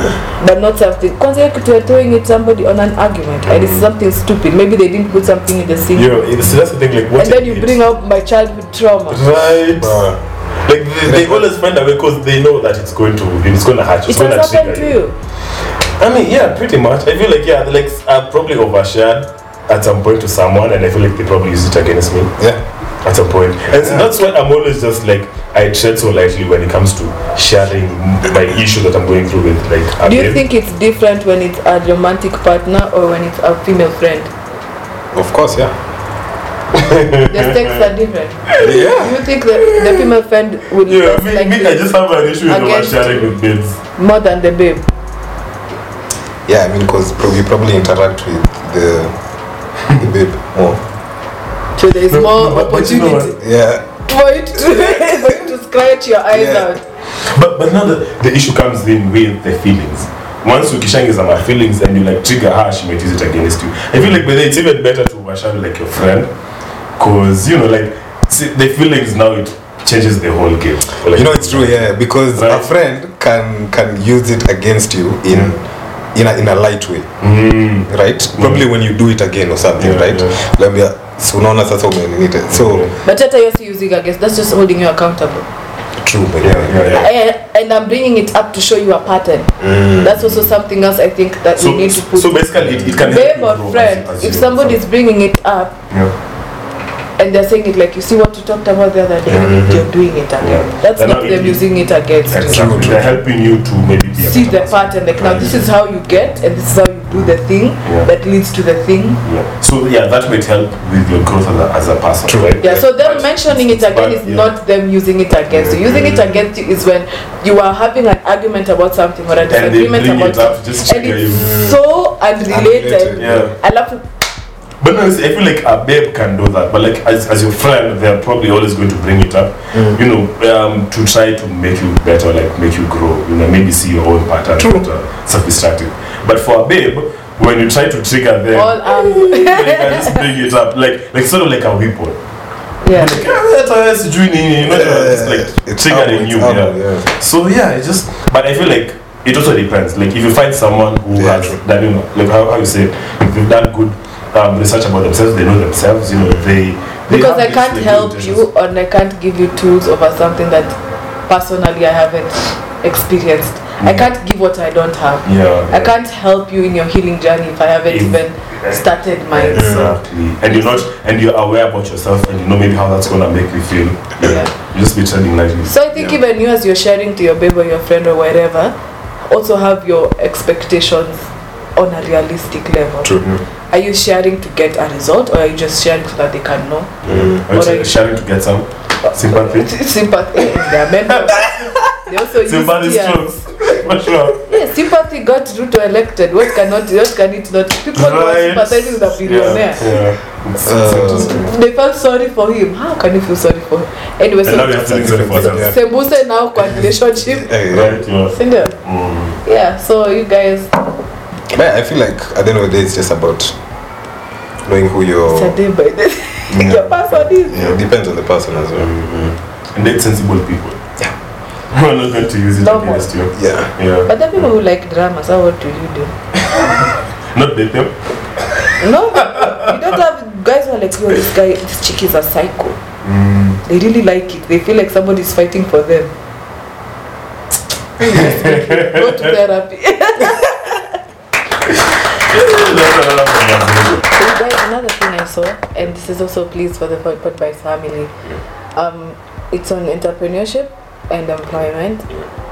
[SPEAKER 3] but not something because you're throwing it somebody on an argument and
[SPEAKER 1] Mm.
[SPEAKER 3] it's something stupid maybe they didn't put something in the sink
[SPEAKER 1] Yeah. it's- that's the thing. Like what
[SPEAKER 3] and then you
[SPEAKER 1] it-
[SPEAKER 3] bring up my childhood trauma
[SPEAKER 1] right.
[SPEAKER 2] Uh,
[SPEAKER 1] Like they, they always find a way because they know that it's going to it's going to hurt you.
[SPEAKER 3] it
[SPEAKER 1] It's, going
[SPEAKER 3] has
[SPEAKER 1] to
[SPEAKER 3] happened
[SPEAKER 1] trigger
[SPEAKER 3] to
[SPEAKER 1] you.
[SPEAKER 3] you
[SPEAKER 1] I mean, yeah, pretty much. I feel like yeah, like I probably overshared at some point to someone, and I feel like they probably use it against me
[SPEAKER 2] Yeah.
[SPEAKER 1] at some point. And so that's why I'm always just like I tread so lightly when it comes to sharing my issue that I'm going through with like. a
[SPEAKER 3] Do you
[SPEAKER 1] babe.
[SPEAKER 3] think it's different when it's a romantic partner or when it's a female friend?
[SPEAKER 2] Of course, yeah.
[SPEAKER 3] The sex are different. Do
[SPEAKER 2] Yeah.
[SPEAKER 3] you think that the female friend will
[SPEAKER 1] Yeah,
[SPEAKER 3] less
[SPEAKER 1] me,
[SPEAKER 3] like
[SPEAKER 1] me, I just have an issue with
[SPEAKER 3] Against-
[SPEAKER 1] oversharing with babes.
[SPEAKER 3] more than the babe?
[SPEAKER 2] Yeah, I mean, because we probably interact with the, the babe more.
[SPEAKER 3] So there is more
[SPEAKER 1] but- but you know
[SPEAKER 3] opportunity
[SPEAKER 2] Yeah.
[SPEAKER 3] for it to, for you to scratch your eyes
[SPEAKER 2] Yeah.
[SPEAKER 3] out.
[SPEAKER 1] But but now the, the issue comes in with the feelings. Once ukishangiza my feelings and you like trigger her, she might use it against you. I feel like but it's even better to overshadow like your friend, cause you know like see, the feelings now it changes the whole game. Like,
[SPEAKER 2] You know it's true, yeah, because
[SPEAKER 1] Right.
[SPEAKER 2] a friend can can use it against you in in a, in a light way,
[SPEAKER 1] Mm,
[SPEAKER 2] right? Probably when you do it again or something,
[SPEAKER 1] Yeah,
[SPEAKER 2] right?
[SPEAKER 1] yeah.
[SPEAKER 2] Labia, so unaona sasa umeninita. So
[SPEAKER 3] But that you're still using against. That's just holding you accountable.
[SPEAKER 2] true, but
[SPEAKER 1] Yeah, yeah, yeah.
[SPEAKER 3] I, and I'm bringing it up to show you a pattern. That's also something else I think that you
[SPEAKER 1] Mm. so
[SPEAKER 3] need to put.
[SPEAKER 1] so basically it, it can help
[SPEAKER 3] babe
[SPEAKER 1] you
[SPEAKER 3] or
[SPEAKER 1] grow as-
[SPEAKER 3] friend,
[SPEAKER 1] as
[SPEAKER 3] if
[SPEAKER 1] you-
[SPEAKER 3] somebody is bringing it up,
[SPEAKER 1] yeah.
[SPEAKER 3] and they're saying it like you see what you talked about the other day you're doing it again
[SPEAKER 1] Mm-hmm. Yeah.
[SPEAKER 3] that's
[SPEAKER 1] And
[SPEAKER 3] not
[SPEAKER 1] now
[SPEAKER 3] them
[SPEAKER 1] it-
[SPEAKER 3] using it against you
[SPEAKER 1] exactly, they're helping you to maybe be a
[SPEAKER 3] see the
[SPEAKER 1] better person.
[SPEAKER 3] pattern like now this is how you get and this is how you do the thing
[SPEAKER 1] Yeah.
[SPEAKER 3] that leads to the thing
[SPEAKER 1] Yeah. So yeah, that might help with your growth as a, as a person, right?
[SPEAKER 3] yeah so them
[SPEAKER 1] But-
[SPEAKER 3] mentioning it again
[SPEAKER 1] but,
[SPEAKER 3] is
[SPEAKER 1] yeah.
[SPEAKER 3] not them using it against you using it against you is when you are having an argument about something or a
[SPEAKER 1] they
[SPEAKER 3] disagreement
[SPEAKER 1] bring
[SPEAKER 3] about
[SPEAKER 1] it up just to
[SPEAKER 3] and
[SPEAKER 1] trigger
[SPEAKER 3] it's
[SPEAKER 1] you.
[SPEAKER 3] so unrelated
[SPEAKER 2] Unrelated,
[SPEAKER 1] Yeah.
[SPEAKER 3] I love to
[SPEAKER 1] But no, see, I feel like a babe can do that. But like as, as your friend, they're probably always going to bring it up,
[SPEAKER 3] Mm.
[SPEAKER 1] you know, um, to try to make you better, like make you grow, you know, maybe see your own pattern, not, uh, self-destructive. But for a babe, when you try to trigger them,
[SPEAKER 3] all arms
[SPEAKER 1] they can just bring it up, like "Ah, uh, like sort of like a weapon.
[SPEAKER 3] yeah.
[SPEAKER 1] hata sijui nini you know, just like
[SPEAKER 2] It's
[SPEAKER 1] triggering
[SPEAKER 2] out,
[SPEAKER 1] you
[SPEAKER 2] it's out,
[SPEAKER 1] yeah.
[SPEAKER 2] yeah.
[SPEAKER 1] so yeah it just but i feel like it also depends like if you find someone who
[SPEAKER 2] Yeah,
[SPEAKER 1] has
[SPEAKER 2] true.
[SPEAKER 1] that you know like how, how you say if you've done good um, research about themselves they know themselves you know they, they
[SPEAKER 3] because
[SPEAKER 1] have
[SPEAKER 3] I
[SPEAKER 1] this,
[SPEAKER 3] can't
[SPEAKER 1] like, good
[SPEAKER 3] help
[SPEAKER 1] intentions.
[SPEAKER 3] you and I can't give you tools over something that personally I haven't experienced. I can't give what I don't have.
[SPEAKER 1] Mm. yeah
[SPEAKER 3] I can't help you in your healing journey if I haven't
[SPEAKER 1] If-
[SPEAKER 3] even started mine. So,
[SPEAKER 1] Exactly, and you're not, and you're aware about yourself, and you know maybe how that's gonna make you feel.
[SPEAKER 3] Yeah.
[SPEAKER 1] You just be treading lightly.
[SPEAKER 3] so I think even you, as you're sharing to your babe or your friend or wherever, also have your expectations on a realistic level.
[SPEAKER 2] True.
[SPEAKER 3] Are you sharing to get a result, or are you just sharing so that they can know?
[SPEAKER 1] Are you
[SPEAKER 3] What are you-
[SPEAKER 1] sharing to get some sympathy.
[SPEAKER 3] Sympathy. They are men. They also use
[SPEAKER 1] Sympathy
[SPEAKER 3] tears.
[SPEAKER 1] strokes. What's wrong?
[SPEAKER 3] Yeah, sympathy got Ruto elected. What cannot, what can it not? People were
[SPEAKER 1] Right.
[SPEAKER 3] sympathizing with a billionaire.
[SPEAKER 1] Yeah, yeah. It's, it's
[SPEAKER 2] Uh,
[SPEAKER 1] interesting.
[SPEAKER 3] They felt sorry for him. How can you feel sorry for him? Anyway,
[SPEAKER 1] And now we
[SPEAKER 3] so
[SPEAKER 1] have feelings for ourselves.
[SPEAKER 2] Yeah.
[SPEAKER 3] Sembuse now kwa relationship.
[SPEAKER 2] Yeah, yeah.
[SPEAKER 1] Right, yeah.
[SPEAKER 3] Sindio?
[SPEAKER 1] Mm.
[SPEAKER 3] Yeah, so you guys,
[SPEAKER 2] But I feel like at the end of the day, it's just about knowing who your
[SPEAKER 3] it's a day by day. Your person is.
[SPEAKER 2] It depends on the person as well.
[SPEAKER 1] And date sensible people.
[SPEAKER 2] Yeah.
[SPEAKER 1] We're not going to use it
[SPEAKER 3] No
[SPEAKER 1] against you.
[SPEAKER 2] Yeah.
[SPEAKER 1] Yeah.
[SPEAKER 3] But the people who like dramas, how what do you do?
[SPEAKER 1] Not date them.
[SPEAKER 3] No, you don't have guys who are like, yo, this guy, this chick is a psycho.
[SPEAKER 1] Mm.
[SPEAKER 3] They really like it. They feel like somebody's fighting for them. Go to therapy. So you guys, another thing I saw, and this is also pleased for the Pod by family. Um, it's on entrepreneurship and employment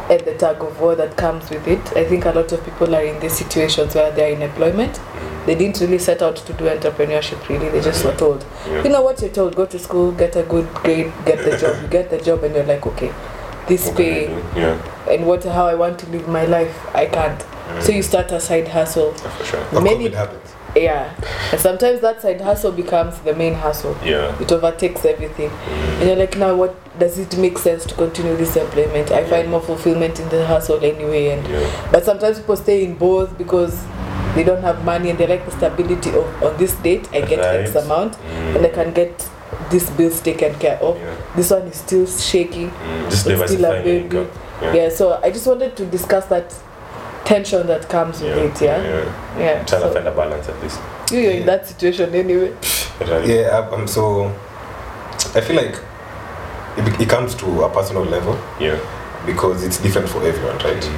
[SPEAKER 3] and the tug of war that comes with it. I think a lot of people are in these situations where they are in employment. They didn't really set out to do entrepreneurship really, they just were told. You know what you're told, go to school, get a good grade, get the job. You get the job and you're like, okay, this pay
[SPEAKER 1] Yeah.
[SPEAKER 3] and what how I want to live my life, I can't. So you start a side hustle.
[SPEAKER 1] For sure.
[SPEAKER 2] Or
[SPEAKER 3] Many-
[SPEAKER 2] COVID happens.
[SPEAKER 3] Yeah. And sometimes that side hustle becomes the main hustle.
[SPEAKER 1] Yeah.
[SPEAKER 3] It overtakes everything. And you're like, now what does it make sense to continue this employment? I find more fulfillment in the hustle anyway and
[SPEAKER 1] Mm. Yeah.
[SPEAKER 3] but sometimes people stay in both because they don't have money and they like the stability of on this date I get X
[SPEAKER 1] Right.
[SPEAKER 3] amount and I can get this bills taken care of.
[SPEAKER 1] Mm. Yeah. Mm.
[SPEAKER 3] This one is still shaky.
[SPEAKER 1] Just
[SPEAKER 3] It's still a
[SPEAKER 1] diversifying your
[SPEAKER 3] baby.
[SPEAKER 1] income.
[SPEAKER 3] Yeah. so I just wanted to discuss that tension that comes with it, yeah? Yeah.
[SPEAKER 1] I'm trying to
[SPEAKER 3] So
[SPEAKER 1] find a balance at least.
[SPEAKER 3] you, you're in that situation anyway.
[SPEAKER 1] Right.
[SPEAKER 2] Yeah, I- I'm so. I feel like it, be- it comes to a personal level
[SPEAKER 1] Yeah.
[SPEAKER 2] because it's different for everyone, right?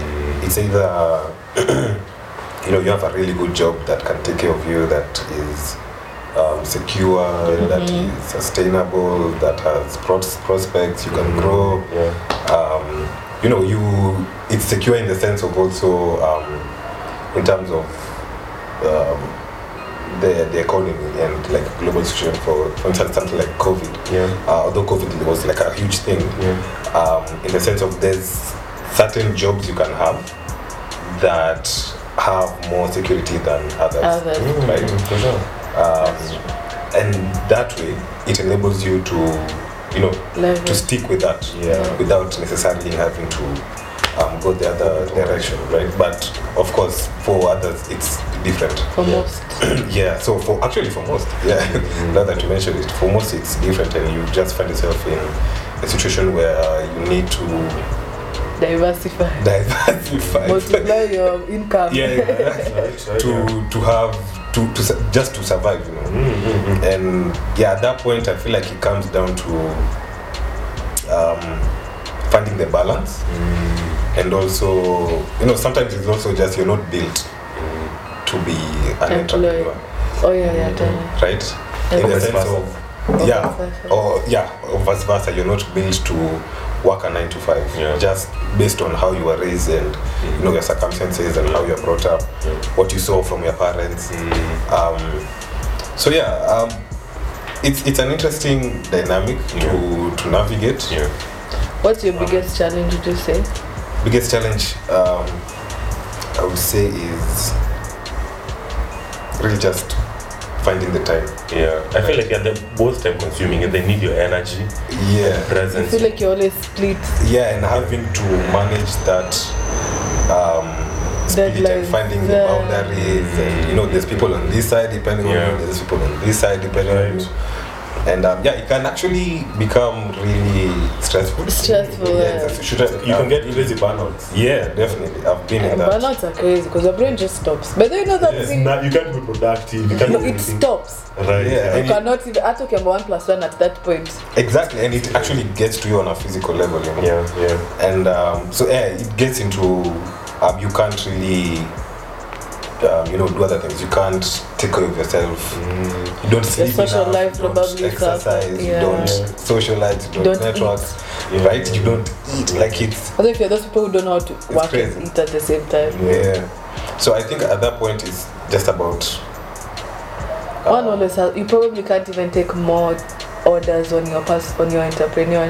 [SPEAKER 2] It's either you know you have a really good job that can take care of you, that is um, secure, that is sustainable, that has pros- prospects, you can grow.
[SPEAKER 1] Yeah.
[SPEAKER 2] um, you know, you it's secure in the sense of also um, in terms of um, the the economy and like global situation for for instance something like COVID.
[SPEAKER 1] Yeah.
[SPEAKER 2] Uh, although COVID was like a huge thing,
[SPEAKER 1] Yeah.
[SPEAKER 2] um, in the sense of there's certain jobs you can have that have more security than others,
[SPEAKER 3] Others. Mm,
[SPEAKER 2] right?
[SPEAKER 1] For sure.
[SPEAKER 2] Um, and that way, it enables you to, you know,
[SPEAKER 3] Level.
[SPEAKER 2] to stick with that
[SPEAKER 1] Yeah.
[SPEAKER 2] without necessarily having to um, go the other direction, right? But of course, for others, it's different.
[SPEAKER 3] For most.
[SPEAKER 2] yeah, so for actually for most, yeah, now that you mentioned it, for most it's different, and you just find yourself in a situation where you need to
[SPEAKER 3] Diversify.
[SPEAKER 2] diversify.
[SPEAKER 3] Multiply your income.
[SPEAKER 2] yeah, exactly. to to have to, to su- just to survive, you know.
[SPEAKER 1] Mm,
[SPEAKER 2] and yeah at that point i feel like it comes down to um, finding the balance
[SPEAKER 1] Mm.
[SPEAKER 2] and also you know sometimes it's also just you're not built to be an
[SPEAKER 3] Employed.
[SPEAKER 2] entrepreneur
[SPEAKER 3] Oh, yeah, yeah, tell me.
[SPEAKER 2] right in
[SPEAKER 1] Or
[SPEAKER 2] the
[SPEAKER 1] vice
[SPEAKER 2] sense
[SPEAKER 1] versa.
[SPEAKER 2] of yeah Oh.
[SPEAKER 3] vice versa.
[SPEAKER 2] or yeah or vice versa you're not built to work a nine to five
[SPEAKER 1] Yeah.
[SPEAKER 2] just based on how you were raised and you know your circumstances and how you're brought up what you saw from your parents
[SPEAKER 1] Mm.
[SPEAKER 2] um, so yeah um, it's, it's an interesting dynamic to, to navigate
[SPEAKER 1] Yeah.
[SPEAKER 3] What's your biggest challenge, would you say?
[SPEAKER 2] biggest challenge um, i would say is really just finding the time
[SPEAKER 1] Yeah, I feel like yeah, they're both time consuming and they need your energy,
[SPEAKER 2] yeah
[SPEAKER 3] I
[SPEAKER 1] presence.
[SPEAKER 3] feel like you always split.
[SPEAKER 2] yeah and having to manage that um spirit and
[SPEAKER 3] Deadlines,
[SPEAKER 2] finding the
[SPEAKER 3] yeah.
[SPEAKER 2] boundaries and you know there's people on this side depending
[SPEAKER 1] Yeah.
[SPEAKER 2] on you there's people on this side depending on you and um, yeah, it can actually become really stressful.
[SPEAKER 3] Stressful, yeah.
[SPEAKER 2] Yeah, it's a-
[SPEAKER 1] You can get easy burnouts.
[SPEAKER 2] Yeah, definitely. I've been in that.
[SPEAKER 3] Burnouts are crazy because your brain just stops. But then you know that
[SPEAKER 1] Yes,
[SPEAKER 3] thing,
[SPEAKER 1] now you can't be productive. You can't
[SPEAKER 3] no,
[SPEAKER 1] do
[SPEAKER 3] it
[SPEAKER 1] anything.
[SPEAKER 3] stops.
[SPEAKER 1] Right.
[SPEAKER 2] Yeah,
[SPEAKER 1] Yeah.
[SPEAKER 2] and
[SPEAKER 3] You cannot even, hata ukiamba one plus one at that point.
[SPEAKER 2] Exactly, and it actually gets to you on a physical level. You know?
[SPEAKER 1] Yeah. yeah.
[SPEAKER 2] and um, so yeah, it gets into um, you can't really um, you know do other things. You can't take care of yourself.
[SPEAKER 1] Mm,
[SPEAKER 2] You don't sleep
[SPEAKER 3] social
[SPEAKER 2] enough,
[SPEAKER 3] life
[SPEAKER 2] you don't
[SPEAKER 3] probably suffers,
[SPEAKER 2] exercise.
[SPEAKER 3] yeah.
[SPEAKER 2] You don't
[SPEAKER 1] Yeah.
[SPEAKER 2] socialize. You
[SPEAKER 3] Don't
[SPEAKER 2] don't, networks.
[SPEAKER 1] eat.
[SPEAKER 2] Right? You don't eat. Like it's
[SPEAKER 3] Although if you're those people who don't know how to work
[SPEAKER 2] crazy.
[SPEAKER 3] and eat at the same time.
[SPEAKER 2] yeah. So I think at that point it's just about Uh,
[SPEAKER 3] One always has, you probably can't even take more orders on your pass on your entrepreneur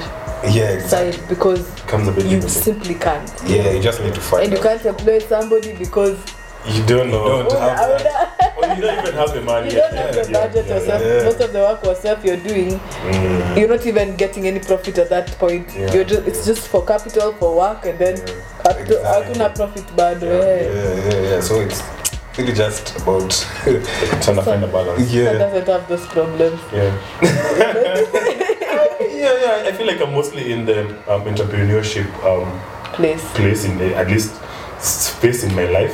[SPEAKER 2] yeah. Exactly.
[SPEAKER 3] side because
[SPEAKER 1] Comes a bit
[SPEAKER 3] you
[SPEAKER 1] difficult.
[SPEAKER 3] simply can't.
[SPEAKER 2] Yeah, you just need to find.
[SPEAKER 3] And you
[SPEAKER 2] out.
[SPEAKER 3] can't employ somebody because
[SPEAKER 1] You don't know.
[SPEAKER 2] don't
[SPEAKER 3] Oh,
[SPEAKER 2] have
[SPEAKER 3] I would-
[SPEAKER 2] that.
[SPEAKER 1] Or you don't even have the money.
[SPEAKER 3] you don't
[SPEAKER 1] Yeah,
[SPEAKER 3] have the
[SPEAKER 1] yeah,
[SPEAKER 3] budget
[SPEAKER 1] yeah,
[SPEAKER 3] yourself.
[SPEAKER 2] yeah.
[SPEAKER 3] Most of the work yourself you're doing,
[SPEAKER 2] Mm.
[SPEAKER 3] you're not even getting any profit at that point.
[SPEAKER 1] Yeah.
[SPEAKER 3] You're just it's just for capital for work and then capital
[SPEAKER 2] Exactly.
[SPEAKER 3] hakuna profit bado. eh.
[SPEAKER 2] Yeah, yeah, yeah. So it's really just about
[SPEAKER 1] yeah. Trying to find a balance.
[SPEAKER 3] That
[SPEAKER 2] yeah,
[SPEAKER 3] doesn't have those problems.
[SPEAKER 1] Yeah. yeah, yeah. I feel like I'm mostly in the um, entrepreneurship um,
[SPEAKER 3] Place.
[SPEAKER 1] place in the, at least space in my life.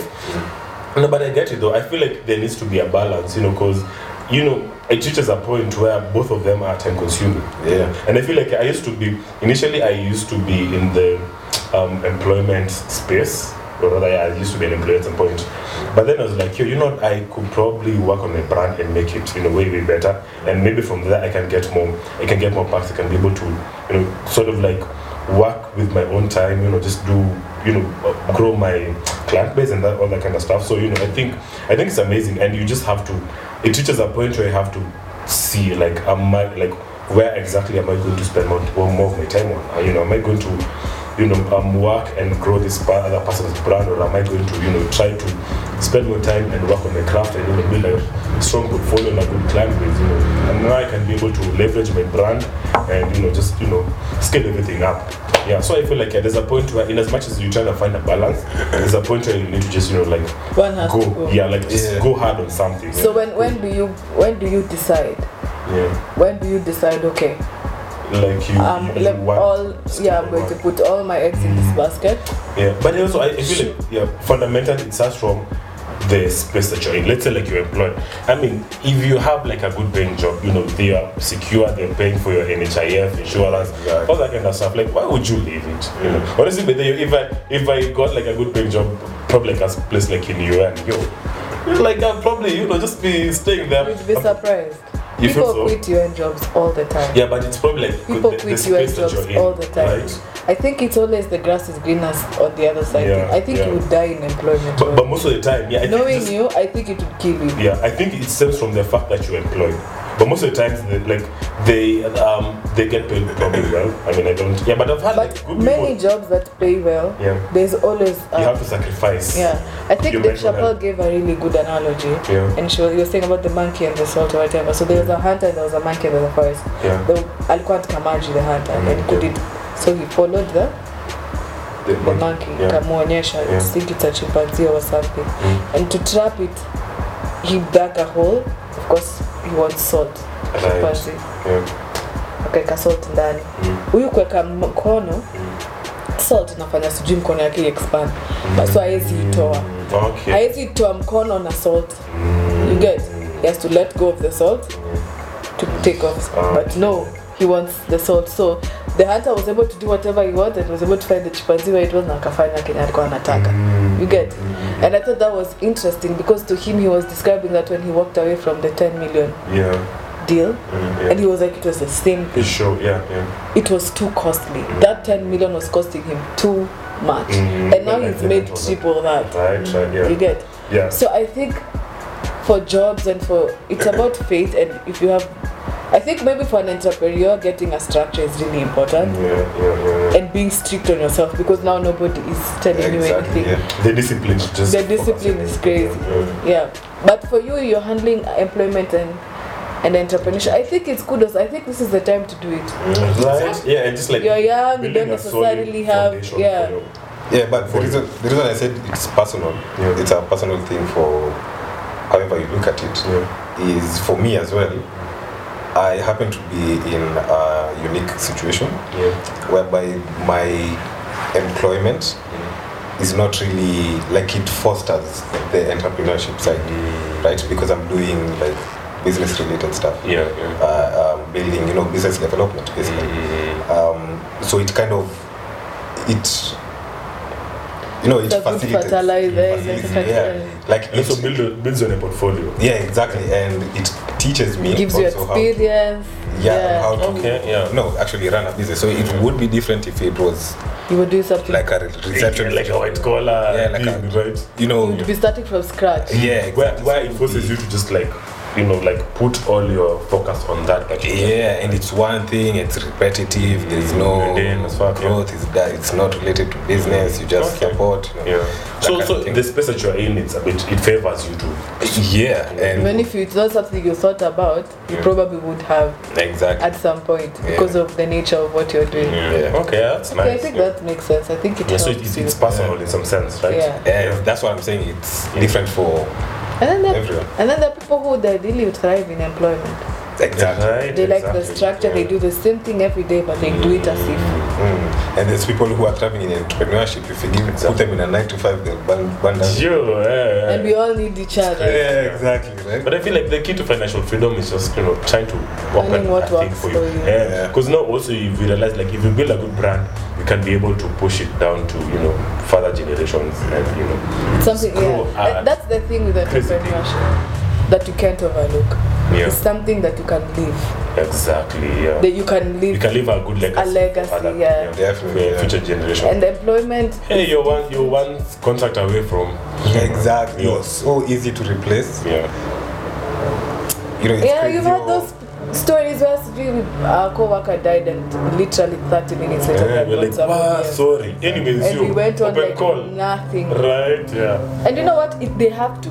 [SPEAKER 1] No, but I get it though. I feel like there needs to be a balance, you know, because you know it reaches a point where both of them are time consuming.
[SPEAKER 2] Yeah.
[SPEAKER 1] And I feel like I used to be initially I used to be in the um, employment space. Or rather, yeah, I used to be an employee at some point. But then I was like, yo, you know, what? I could probably work on my brand and make it, you know, way, way better. And maybe from there I can get more, I can get more bucks. I can be able to, you know, sort of like work with my own time, you know, just do, you know, uh, grow my client base and that all that kind of stuff. So you know, I think I think it's amazing, and you just have to. It reaches a point where you have to see like am I like where exactly am I going to spend more, more more of my time on? Uh, You know, am I going to you know um, work and grow this pa- other person's brand, or am I going to you know try to spend more time and work on my craft and you know, build a strong portfolio and a good client base? You know, and now I can be able to leverage my brand and you know just you know scale everything up. Yeah, so I feel like yeah, there's a point where, in as much as you try to find a balance, there's a point where you need to just, you know, like
[SPEAKER 3] One has
[SPEAKER 1] go,
[SPEAKER 3] to go.
[SPEAKER 1] yeah, like just
[SPEAKER 2] Yeah.
[SPEAKER 1] go hard on something.
[SPEAKER 3] So
[SPEAKER 1] yeah.
[SPEAKER 3] when when do you when do you decide?
[SPEAKER 1] yeah,
[SPEAKER 3] When do you decide? Okay,
[SPEAKER 1] like you,
[SPEAKER 3] um,
[SPEAKER 1] you,
[SPEAKER 3] let
[SPEAKER 1] you want-
[SPEAKER 3] all yeah, I'm going to put all my eggs in this basket.
[SPEAKER 1] Yeah, but also I, I feel like yeah, fundamentally it starts from the space that you're in. Let's say like you're employed. I mean, if you have like a good paying job, you know they are secure. They're paying for your NHIF insurance,
[SPEAKER 2] Yeah.
[SPEAKER 1] all that kind of stuff. Like, why would you leave it? You know, honestly, but then if I if I got like a good paying job, probably like a place like in UN, yo, like I'll probably you know just be staying there.
[SPEAKER 3] You'd be surprised.
[SPEAKER 1] Uh, You feel
[SPEAKER 3] People
[SPEAKER 1] so?
[SPEAKER 3] quit UN jobs all the time.
[SPEAKER 1] Yeah, but it's probably like
[SPEAKER 3] People
[SPEAKER 1] the, the
[SPEAKER 3] quit UN
[SPEAKER 1] space that
[SPEAKER 3] jobs
[SPEAKER 1] you're in,
[SPEAKER 3] all the time.
[SPEAKER 1] right?
[SPEAKER 3] I think it's always the grass is greener on the other side.
[SPEAKER 1] Yeah,
[SPEAKER 3] I think
[SPEAKER 1] yeah.
[SPEAKER 3] you would die in employment.
[SPEAKER 1] But, but most of the time, yeah, I think
[SPEAKER 3] Knowing
[SPEAKER 1] just-
[SPEAKER 3] you, I think it would kill you.
[SPEAKER 1] Yeah, I think it stems from the fact that you employ. But most of the times, they, like they um they get paid probably well. I mean, I don't. Yeah, but I've had like
[SPEAKER 3] But
[SPEAKER 1] good
[SPEAKER 3] many
[SPEAKER 1] people.
[SPEAKER 3] jobs that pay well,
[SPEAKER 1] Yeah.
[SPEAKER 3] there's always
[SPEAKER 1] You have
[SPEAKER 3] uh,
[SPEAKER 1] to sacrifice.
[SPEAKER 3] yeah. I think
[SPEAKER 1] your
[SPEAKER 3] Dave
[SPEAKER 1] mental
[SPEAKER 3] Chappelle
[SPEAKER 1] health.
[SPEAKER 3] gave a really good analogy.
[SPEAKER 1] Yeah.
[SPEAKER 3] and she was, you were saying about the monkey and the salt or whatever. So there was a hunter and there was a monkey in the forest.
[SPEAKER 1] Yeah.
[SPEAKER 3] The alikuwa atakamaji the hunter and then
[SPEAKER 1] Mhm.
[SPEAKER 3] couldn't. So he followed the,
[SPEAKER 1] The
[SPEAKER 3] the
[SPEAKER 1] monkey.
[SPEAKER 3] monkey.
[SPEAKER 1] Yeah.
[SPEAKER 3] Kamuonyesha.
[SPEAKER 1] Yeah.
[SPEAKER 3] I think it's a chimpanzee or something.
[SPEAKER 1] Mm-hmm.
[SPEAKER 3] And to trap it, he dug a hole. Of course, he wants salt. Chimpanzee.
[SPEAKER 1] Yeah.
[SPEAKER 3] Akaweka salt ndani. Huyu kuweka mkono salt inafanya sijui mkono yake expand.
[SPEAKER 1] Mm.
[SPEAKER 3] So hawezi itoa
[SPEAKER 1] Mm-hmm. Okay.
[SPEAKER 3] haezi toa mkono na salt you get he has to let go of the salt to take off but no he wants the salt so the hunter was able to do whatever he wanted was able to find the chimpanzee where it was na akafanya kenye alikuwa
[SPEAKER 1] Mm.
[SPEAKER 3] anataka
[SPEAKER 1] Mm-hmm.
[SPEAKER 3] you get and i thought that was interesting because to him he was describing that when he walked away from the 10 million
[SPEAKER 1] yeah.
[SPEAKER 3] deal
[SPEAKER 1] Mm,
[SPEAKER 3] and
[SPEAKER 1] yeah.
[SPEAKER 3] he was like it was the same
[SPEAKER 1] You
[SPEAKER 3] thing
[SPEAKER 1] sure? Yeah. Yeah.
[SPEAKER 3] it was too costly that 10 million was costing him too much
[SPEAKER 1] Mm.
[SPEAKER 3] and now
[SPEAKER 1] Yeah,
[SPEAKER 3] he's
[SPEAKER 1] yeah,
[SPEAKER 3] made
[SPEAKER 1] that was it.
[SPEAKER 3] triple that
[SPEAKER 1] Right. Right.
[SPEAKER 3] you
[SPEAKER 1] Yeah.
[SPEAKER 3] get
[SPEAKER 1] Yeah.
[SPEAKER 3] so I think for jobs and for it's about faith and if you have I think maybe for an entrepreneur getting a structure is really important
[SPEAKER 1] Yeah. Yeah. yeah,
[SPEAKER 3] and being strict on yourself because now nobody is telling you
[SPEAKER 2] exactly.
[SPEAKER 3] anything.
[SPEAKER 2] Yeah.
[SPEAKER 1] yeah. The discipline is just.
[SPEAKER 3] The discipline is crazy.
[SPEAKER 1] Yeah.
[SPEAKER 3] Yeah. But for you you're handling employment and and entrepreneurship. I think it's kudos. I think this is the time to do it.
[SPEAKER 2] Mm-hmm.
[SPEAKER 1] Right. Yeah. And just like
[SPEAKER 3] You're young, you
[SPEAKER 1] building
[SPEAKER 3] don't
[SPEAKER 1] a solid
[SPEAKER 3] necessarily have
[SPEAKER 1] foundation for
[SPEAKER 3] yeah.
[SPEAKER 1] your-
[SPEAKER 2] Yeah, but the reason, the reason I said it's personal,
[SPEAKER 1] Yeah.
[SPEAKER 2] it's a personal thing for however you look at it, is
[SPEAKER 1] Yeah.
[SPEAKER 2] for me as well. I happen to be in a unique situation
[SPEAKER 1] Yeah.
[SPEAKER 2] whereby my employment is not really like it fosters the entrepreneurship side, right? Because I'm doing like business related stuff.
[SPEAKER 1] Yeah. Yeah.
[SPEAKER 2] Uh, um, building, you know, business development basically.
[SPEAKER 1] Mm-hmm.
[SPEAKER 2] Um, so it kind of it you know it
[SPEAKER 3] It's a good
[SPEAKER 2] facilitates,
[SPEAKER 3] fertilizer, it's a
[SPEAKER 2] facilitates,
[SPEAKER 3] fertilizer.
[SPEAKER 2] yeah. Like
[SPEAKER 1] And also
[SPEAKER 2] it-
[SPEAKER 1] build, builds on a portfolio.
[SPEAKER 2] yeah, exactly, and it teaches me
[SPEAKER 3] gives you
[SPEAKER 2] also how to-
[SPEAKER 3] experience.
[SPEAKER 2] yeah, how to
[SPEAKER 1] Okay, yeah.
[SPEAKER 2] no actually run a business. So it would be different if it was
[SPEAKER 3] You would do something.
[SPEAKER 2] like a
[SPEAKER 1] Like,
[SPEAKER 2] reception,
[SPEAKER 1] like a white collar
[SPEAKER 2] Yeah, like
[SPEAKER 1] thing,
[SPEAKER 2] a-
[SPEAKER 1] right?
[SPEAKER 2] you
[SPEAKER 3] you
[SPEAKER 2] know.
[SPEAKER 3] would be starting from scratch.
[SPEAKER 2] Yeah, exactly.
[SPEAKER 1] Where, where it forces you to just like, you know, like put all your focus on that particular.
[SPEAKER 2] Yeah, and it's one thing. It's repetitive. There's no
[SPEAKER 1] Mundane as fuck, yeah.
[SPEAKER 2] growth. It's that it's not related to business. You just
[SPEAKER 1] Okay.
[SPEAKER 2] support. You know,
[SPEAKER 1] Yeah.
[SPEAKER 2] that
[SPEAKER 1] So,
[SPEAKER 2] kind
[SPEAKER 1] so
[SPEAKER 2] of thing.
[SPEAKER 1] the space that you're in, it's a bit, it favors you too.
[SPEAKER 2] yeah,
[SPEAKER 3] Even
[SPEAKER 2] and
[SPEAKER 3] if it's not something you thought about, you
[SPEAKER 1] Yeah.
[SPEAKER 3] probably would have
[SPEAKER 2] exactly.
[SPEAKER 3] at some point
[SPEAKER 2] Yeah.
[SPEAKER 3] because of the nature of what you're doing.
[SPEAKER 2] Yeah.
[SPEAKER 1] Okay, that's
[SPEAKER 3] Okay, I
[SPEAKER 1] nice.
[SPEAKER 3] think
[SPEAKER 1] yeah.
[SPEAKER 3] that makes sense. I think it
[SPEAKER 1] Yeah,
[SPEAKER 3] helps
[SPEAKER 1] so it's,
[SPEAKER 3] you.
[SPEAKER 1] it's personal in some sense, right?
[SPEAKER 3] Yeah.
[SPEAKER 2] Yeah, that's what I'm saying. It's different for
[SPEAKER 3] and then there,
[SPEAKER 2] everyone.
[SPEAKER 3] and then there are people who they really would thrive in employment.
[SPEAKER 2] Exactly.
[SPEAKER 1] Right,
[SPEAKER 3] They like the
[SPEAKER 1] exactly,
[SPEAKER 3] structure. They
[SPEAKER 1] yeah.
[SPEAKER 3] do the same thing every day, but they do it as if.
[SPEAKER 1] Uh-huh.
[SPEAKER 2] Mm. And there's people who are thriving in entrepreneurship. If you give put them in a nine to five, they'll burn, burn down.
[SPEAKER 1] Sure, yeah,
[SPEAKER 3] And
[SPEAKER 1] yeah.
[SPEAKER 3] we all need each other.
[SPEAKER 2] Yeah, exactly. Right.
[SPEAKER 1] But I feel like the key to financial freedom is just you know trying to work
[SPEAKER 3] Finding
[SPEAKER 1] on
[SPEAKER 3] what
[SPEAKER 1] a thing
[SPEAKER 3] works
[SPEAKER 1] for
[SPEAKER 3] for
[SPEAKER 1] you.
[SPEAKER 3] you.
[SPEAKER 1] Yeah.
[SPEAKER 2] Yeah.
[SPEAKER 1] Because now also you realize like if you build a good brand, you can be able to push it down to you know further generations and you know
[SPEAKER 3] It's something.
[SPEAKER 1] Screw
[SPEAKER 3] Yeah. That-
[SPEAKER 1] up.
[SPEAKER 3] That's the thing with
[SPEAKER 1] Crazy thing.
[SPEAKER 3] entrepreneurship that you can't overlook.
[SPEAKER 1] Yeah.
[SPEAKER 3] It's something that you can live.
[SPEAKER 1] exactly yeah.
[SPEAKER 3] That you can live.
[SPEAKER 1] you can leave a good legacy. for
[SPEAKER 3] legacy,
[SPEAKER 1] other-
[SPEAKER 3] yeah.
[SPEAKER 2] Definitely,
[SPEAKER 1] for
[SPEAKER 2] yeah.
[SPEAKER 1] Future generations.
[SPEAKER 3] and employment.
[SPEAKER 1] hey, you're one you're one contract away from
[SPEAKER 2] Exactly.
[SPEAKER 1] Yeah.
[SPEAKER 2] So easy to replace.
[SPEAKER 1] yeah.
[SPEAKER 2] You know. It's
[SPEAKER 3] Yeah,
[SPEAKER 2] crazy
[SPEAKER 3] you've had
[SPEAKER 2] how-
[SPEAKER 3] those stories where sijui our co-worker died and literally 30 minutes later
[SPEAKER 1] yeah
[SPEAKER 3] we
[SPEAKER 1] we're like,
[SPEAKER 3] got someone
[SPEAKER 1] wow,
[SPEAKER 3] else."
[SPEAKER 1] sorry. Anyways,
[SPEAKER 3] and
[SPEAKER 1] you
[SPEAKER 3] we went on
[SPEAKER 1] open
[SPEAKER 3] like
[SPEAKER 1] call.
[SPEAKER 3] nothing
[SPEAKER 1] Right, yeah.
[SPEAKER 3] and you know what it, they have to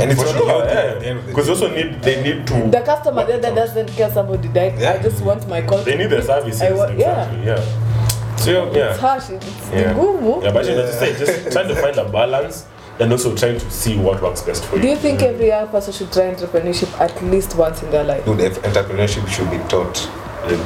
[SPEAKER 2] And it's
[SPEAKER 1] For
[SPEAKER 2] not
[SPEAKER 1] sure,
[SPEAKER 2] healthy at the
[SPEAKER 1] yeah.
[SPEAKER 2] end of the
[SPEAKER 1] Because
[SPEAKER 2] day.
[SPEAKER 1] also need they need to
[SPEAKER 3] the customer there that doesn't care somebody died I
[SPEAKER 2] Yeah.
[SPEAKER 3] just want my contract
[SPEAKER 1] They need the services.
[SPEAKER 3] I wa- yeah
[SPEAKER 1] exactly. Yeah. So
[SPEAKER 3] it's
[SPEAKER 1] yeah.
[SPEAKER 3] harsh it's
[SPEAKER 1] Yeah.
[SPEAKER 3] ngumu
[SPEAKER 1] Yeah, but yeah. as you say, just trying to find a balance and also trying to see what works best for
[SPEAKER 3] do
[SPEAKER 1] you.
[SPEAKER 3] you think every young person should try entrepreneurship at least once in their life
[SPEAKER 2] Dude, if entrepreneurship should be taught.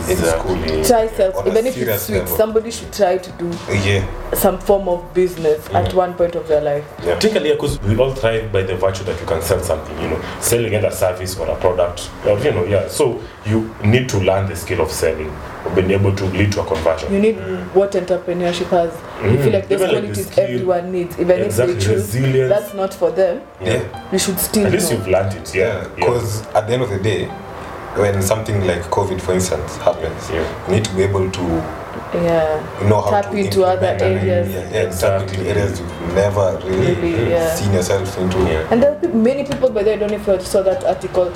[SPEAKER 1] Exactly.
[SPEAKER 3] try self
[SPEAKER 2] On a
[SPEAKER 3] even if it's
[SPEAKER 2] serious
[SPEAKER 3] sweet
[SPEAKER 2] level.
[SPEAKER 3] somebody should try to do
[SPEAKER 2] Yeah.
[SPEAKER 3] some form of business
[SPEAKER 1] Mm.
[SPEAKER 3] at one point of their life
[SPEAKER 2] Yeah.
[SPEAKER 1] Particularly because we all thrive by the virtue that you can sell something, you know, selling either a service or a product, or you know, yeah. So you need to learn the skill of selling, or being able to lead to a conversion.
[SPEAKER 3] you need what entrepreneurship has. You
[SPEAKER 1] Mm.
[SPEAKER 3] feel like those
[SPEAKER 1] Even like the
[SPEAKER 3] qualities
[SPEAKER 1] skill.
[SPEAKER 3] everyone needs, even
[SPEAKER 1] Exactly,
[SPEAKER 3] if they choose
[SPEAKER 1] resilience.
[SPEAKER 3] that's not for them.
[SPEAKER 2] Yeah.
[SPEAKER 3] You should still
[SPEAKER 1] At least
[SPEAKER 3] know.
[SPEAKER 1] you've learned it, yeah.
[SPEAKER 2] Yeah, because at the end of the day, when something like COVID, for instance, happens,
[SPEAKER 1] Yeah.
[SPEAKER 2] you need to be able to
[SPEAKER 3] yeah.
[SPEAKER 2] know how
[SPEAKER 3] Tap
[SPEAKER 2] to
[SPEAKER 3] into other
[SPEAKER 2] implement and-
[SPEAKER 3] areas.
[SPEAKER 2] Yeah, yeah, exactly.
[SPEAKER 1] Exactly.
[SPEAKER 2] Areas you've never really
[SPEAKER 3] Maybe, yeah.
[SPEAKER 2] seen yourself into.
[SPEAKER 1] Yeah.
[SPEAKER 3] And there are pe- many people, but I don't know if you saw that article.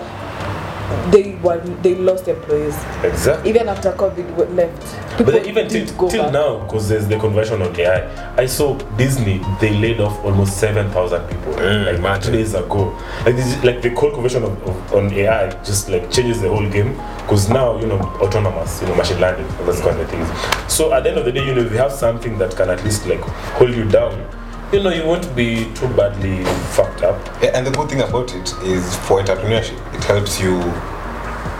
[SPEAKER 3] They were they lost employees
[SPEAKER 1] Exactly.
[SPEAKER 3] even after COVID w- left. People
[SPEAKER 1] But then even till,
[SPEAKER 3] didn't go
[SPEAKER 1] till
[SPEAKER 3] back.
[SPEAKER 1] now, because there's the conversion on AI, I saw Disney, they laid off almost 7,000 people
[SPEAKER 2] Mm,
[SPEAKER 1] like
[SPEAKER 2] imagine.
[SPEAKER 1] two days ago. Like, this, is- like the whole conversion of, of, on AI just like changes the whole game because now, you know, autonomous, you know, machine learning, all those kind of things. So at the end of the day, you know, if you have something that can at least like hold you down, you know, you won't be too badly fucked up.
[SPEAKER 2] Yeah, And the good thing about it is for entrepreneurship, it helps you,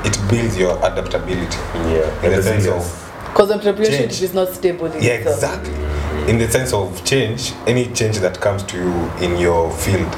[SPEAKER 2] it builds your adaptability
[SPEAKER 1] Yeah.
[SPEAKER 2] in the sense
[SPEAKER 1] resilience.
[SPEAKER 2] of
[SPEAKER 3] because entrepreneurship
[SPEAKER 2] Change.
[SPEAKER 3] is not stable in
[SPEAKER 2] Yeah,
[SPEAKER 3] itself.
[SPEAKER 2] exactly. In the sense of change, any change that comes to you in your field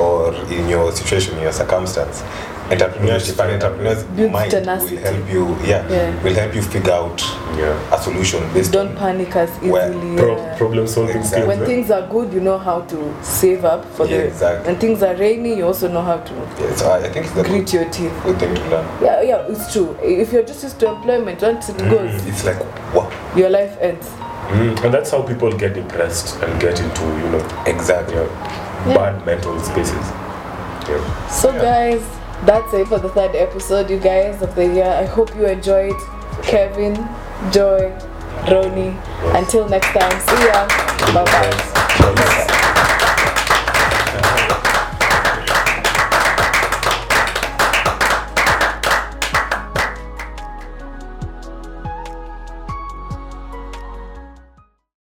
[SPEAKER 2] or in your situation, your circumstance, entrepreneurship and entrepreneurs
[SPEAKER 3] Builds
[SPEAKER 2] mind
[SPEAKER 3] tenacity.
[SPEAKER 2] will help you. Yeah,
[SPEAKER 3] Yeah.
[SPEAKER 2] will help you figure out
[SPEAKER 1] yeah.
[SPEAKER 2] a solution based
[SPEAKER 3] Don't
[SPEAKER 2] on.
[SPEAKER 3] panic as easily.
[SPEAKER 2] Well,
[SPEAKER 1] Pro-
[SPEAKER 3] yeah.
[SPEAKER 1] problem solving
[SPEAKER 2] Exactly.
[SPEAKER 1] skills.
[SPEAKER 3] when
[SPEAKER 1] right?
[SPEAKER 3] things are good, you know how to save up for
[SPEAKER 2] Yeah,
[SPEAKER 3] the.
[SPEAKER 2] exactly.
[SPEAKER 3] When things are rainy, you also know how to
[SPEAKER 2] Yeah, so I I think it's a
[SPEAKER 3] grit
[SPEAKER 2] good,
[SPEAKER 3] your teeth.
[SPEAKER 2] good thing to learn.
[SPEAKER 3] Yeah, yeah, it's true. If you're just used to employment, once it goes,
[SPEAKER 2] It's like wow,
[SPEAKER 3] your life ends.
[SPEAKER 1] Mm, and that's how people get depressed and get into, you know,
[SPEAKER 2] exactly.
[SPEAKER 1] yeah, bad mental spaces. Yeah.
[SPEAKER 3] So, guys, that's it for the third episode, you guys, of the year. I hope you enjoyed. Kevin, Joy, Ronnie. Until next time, see ya. Bye bye.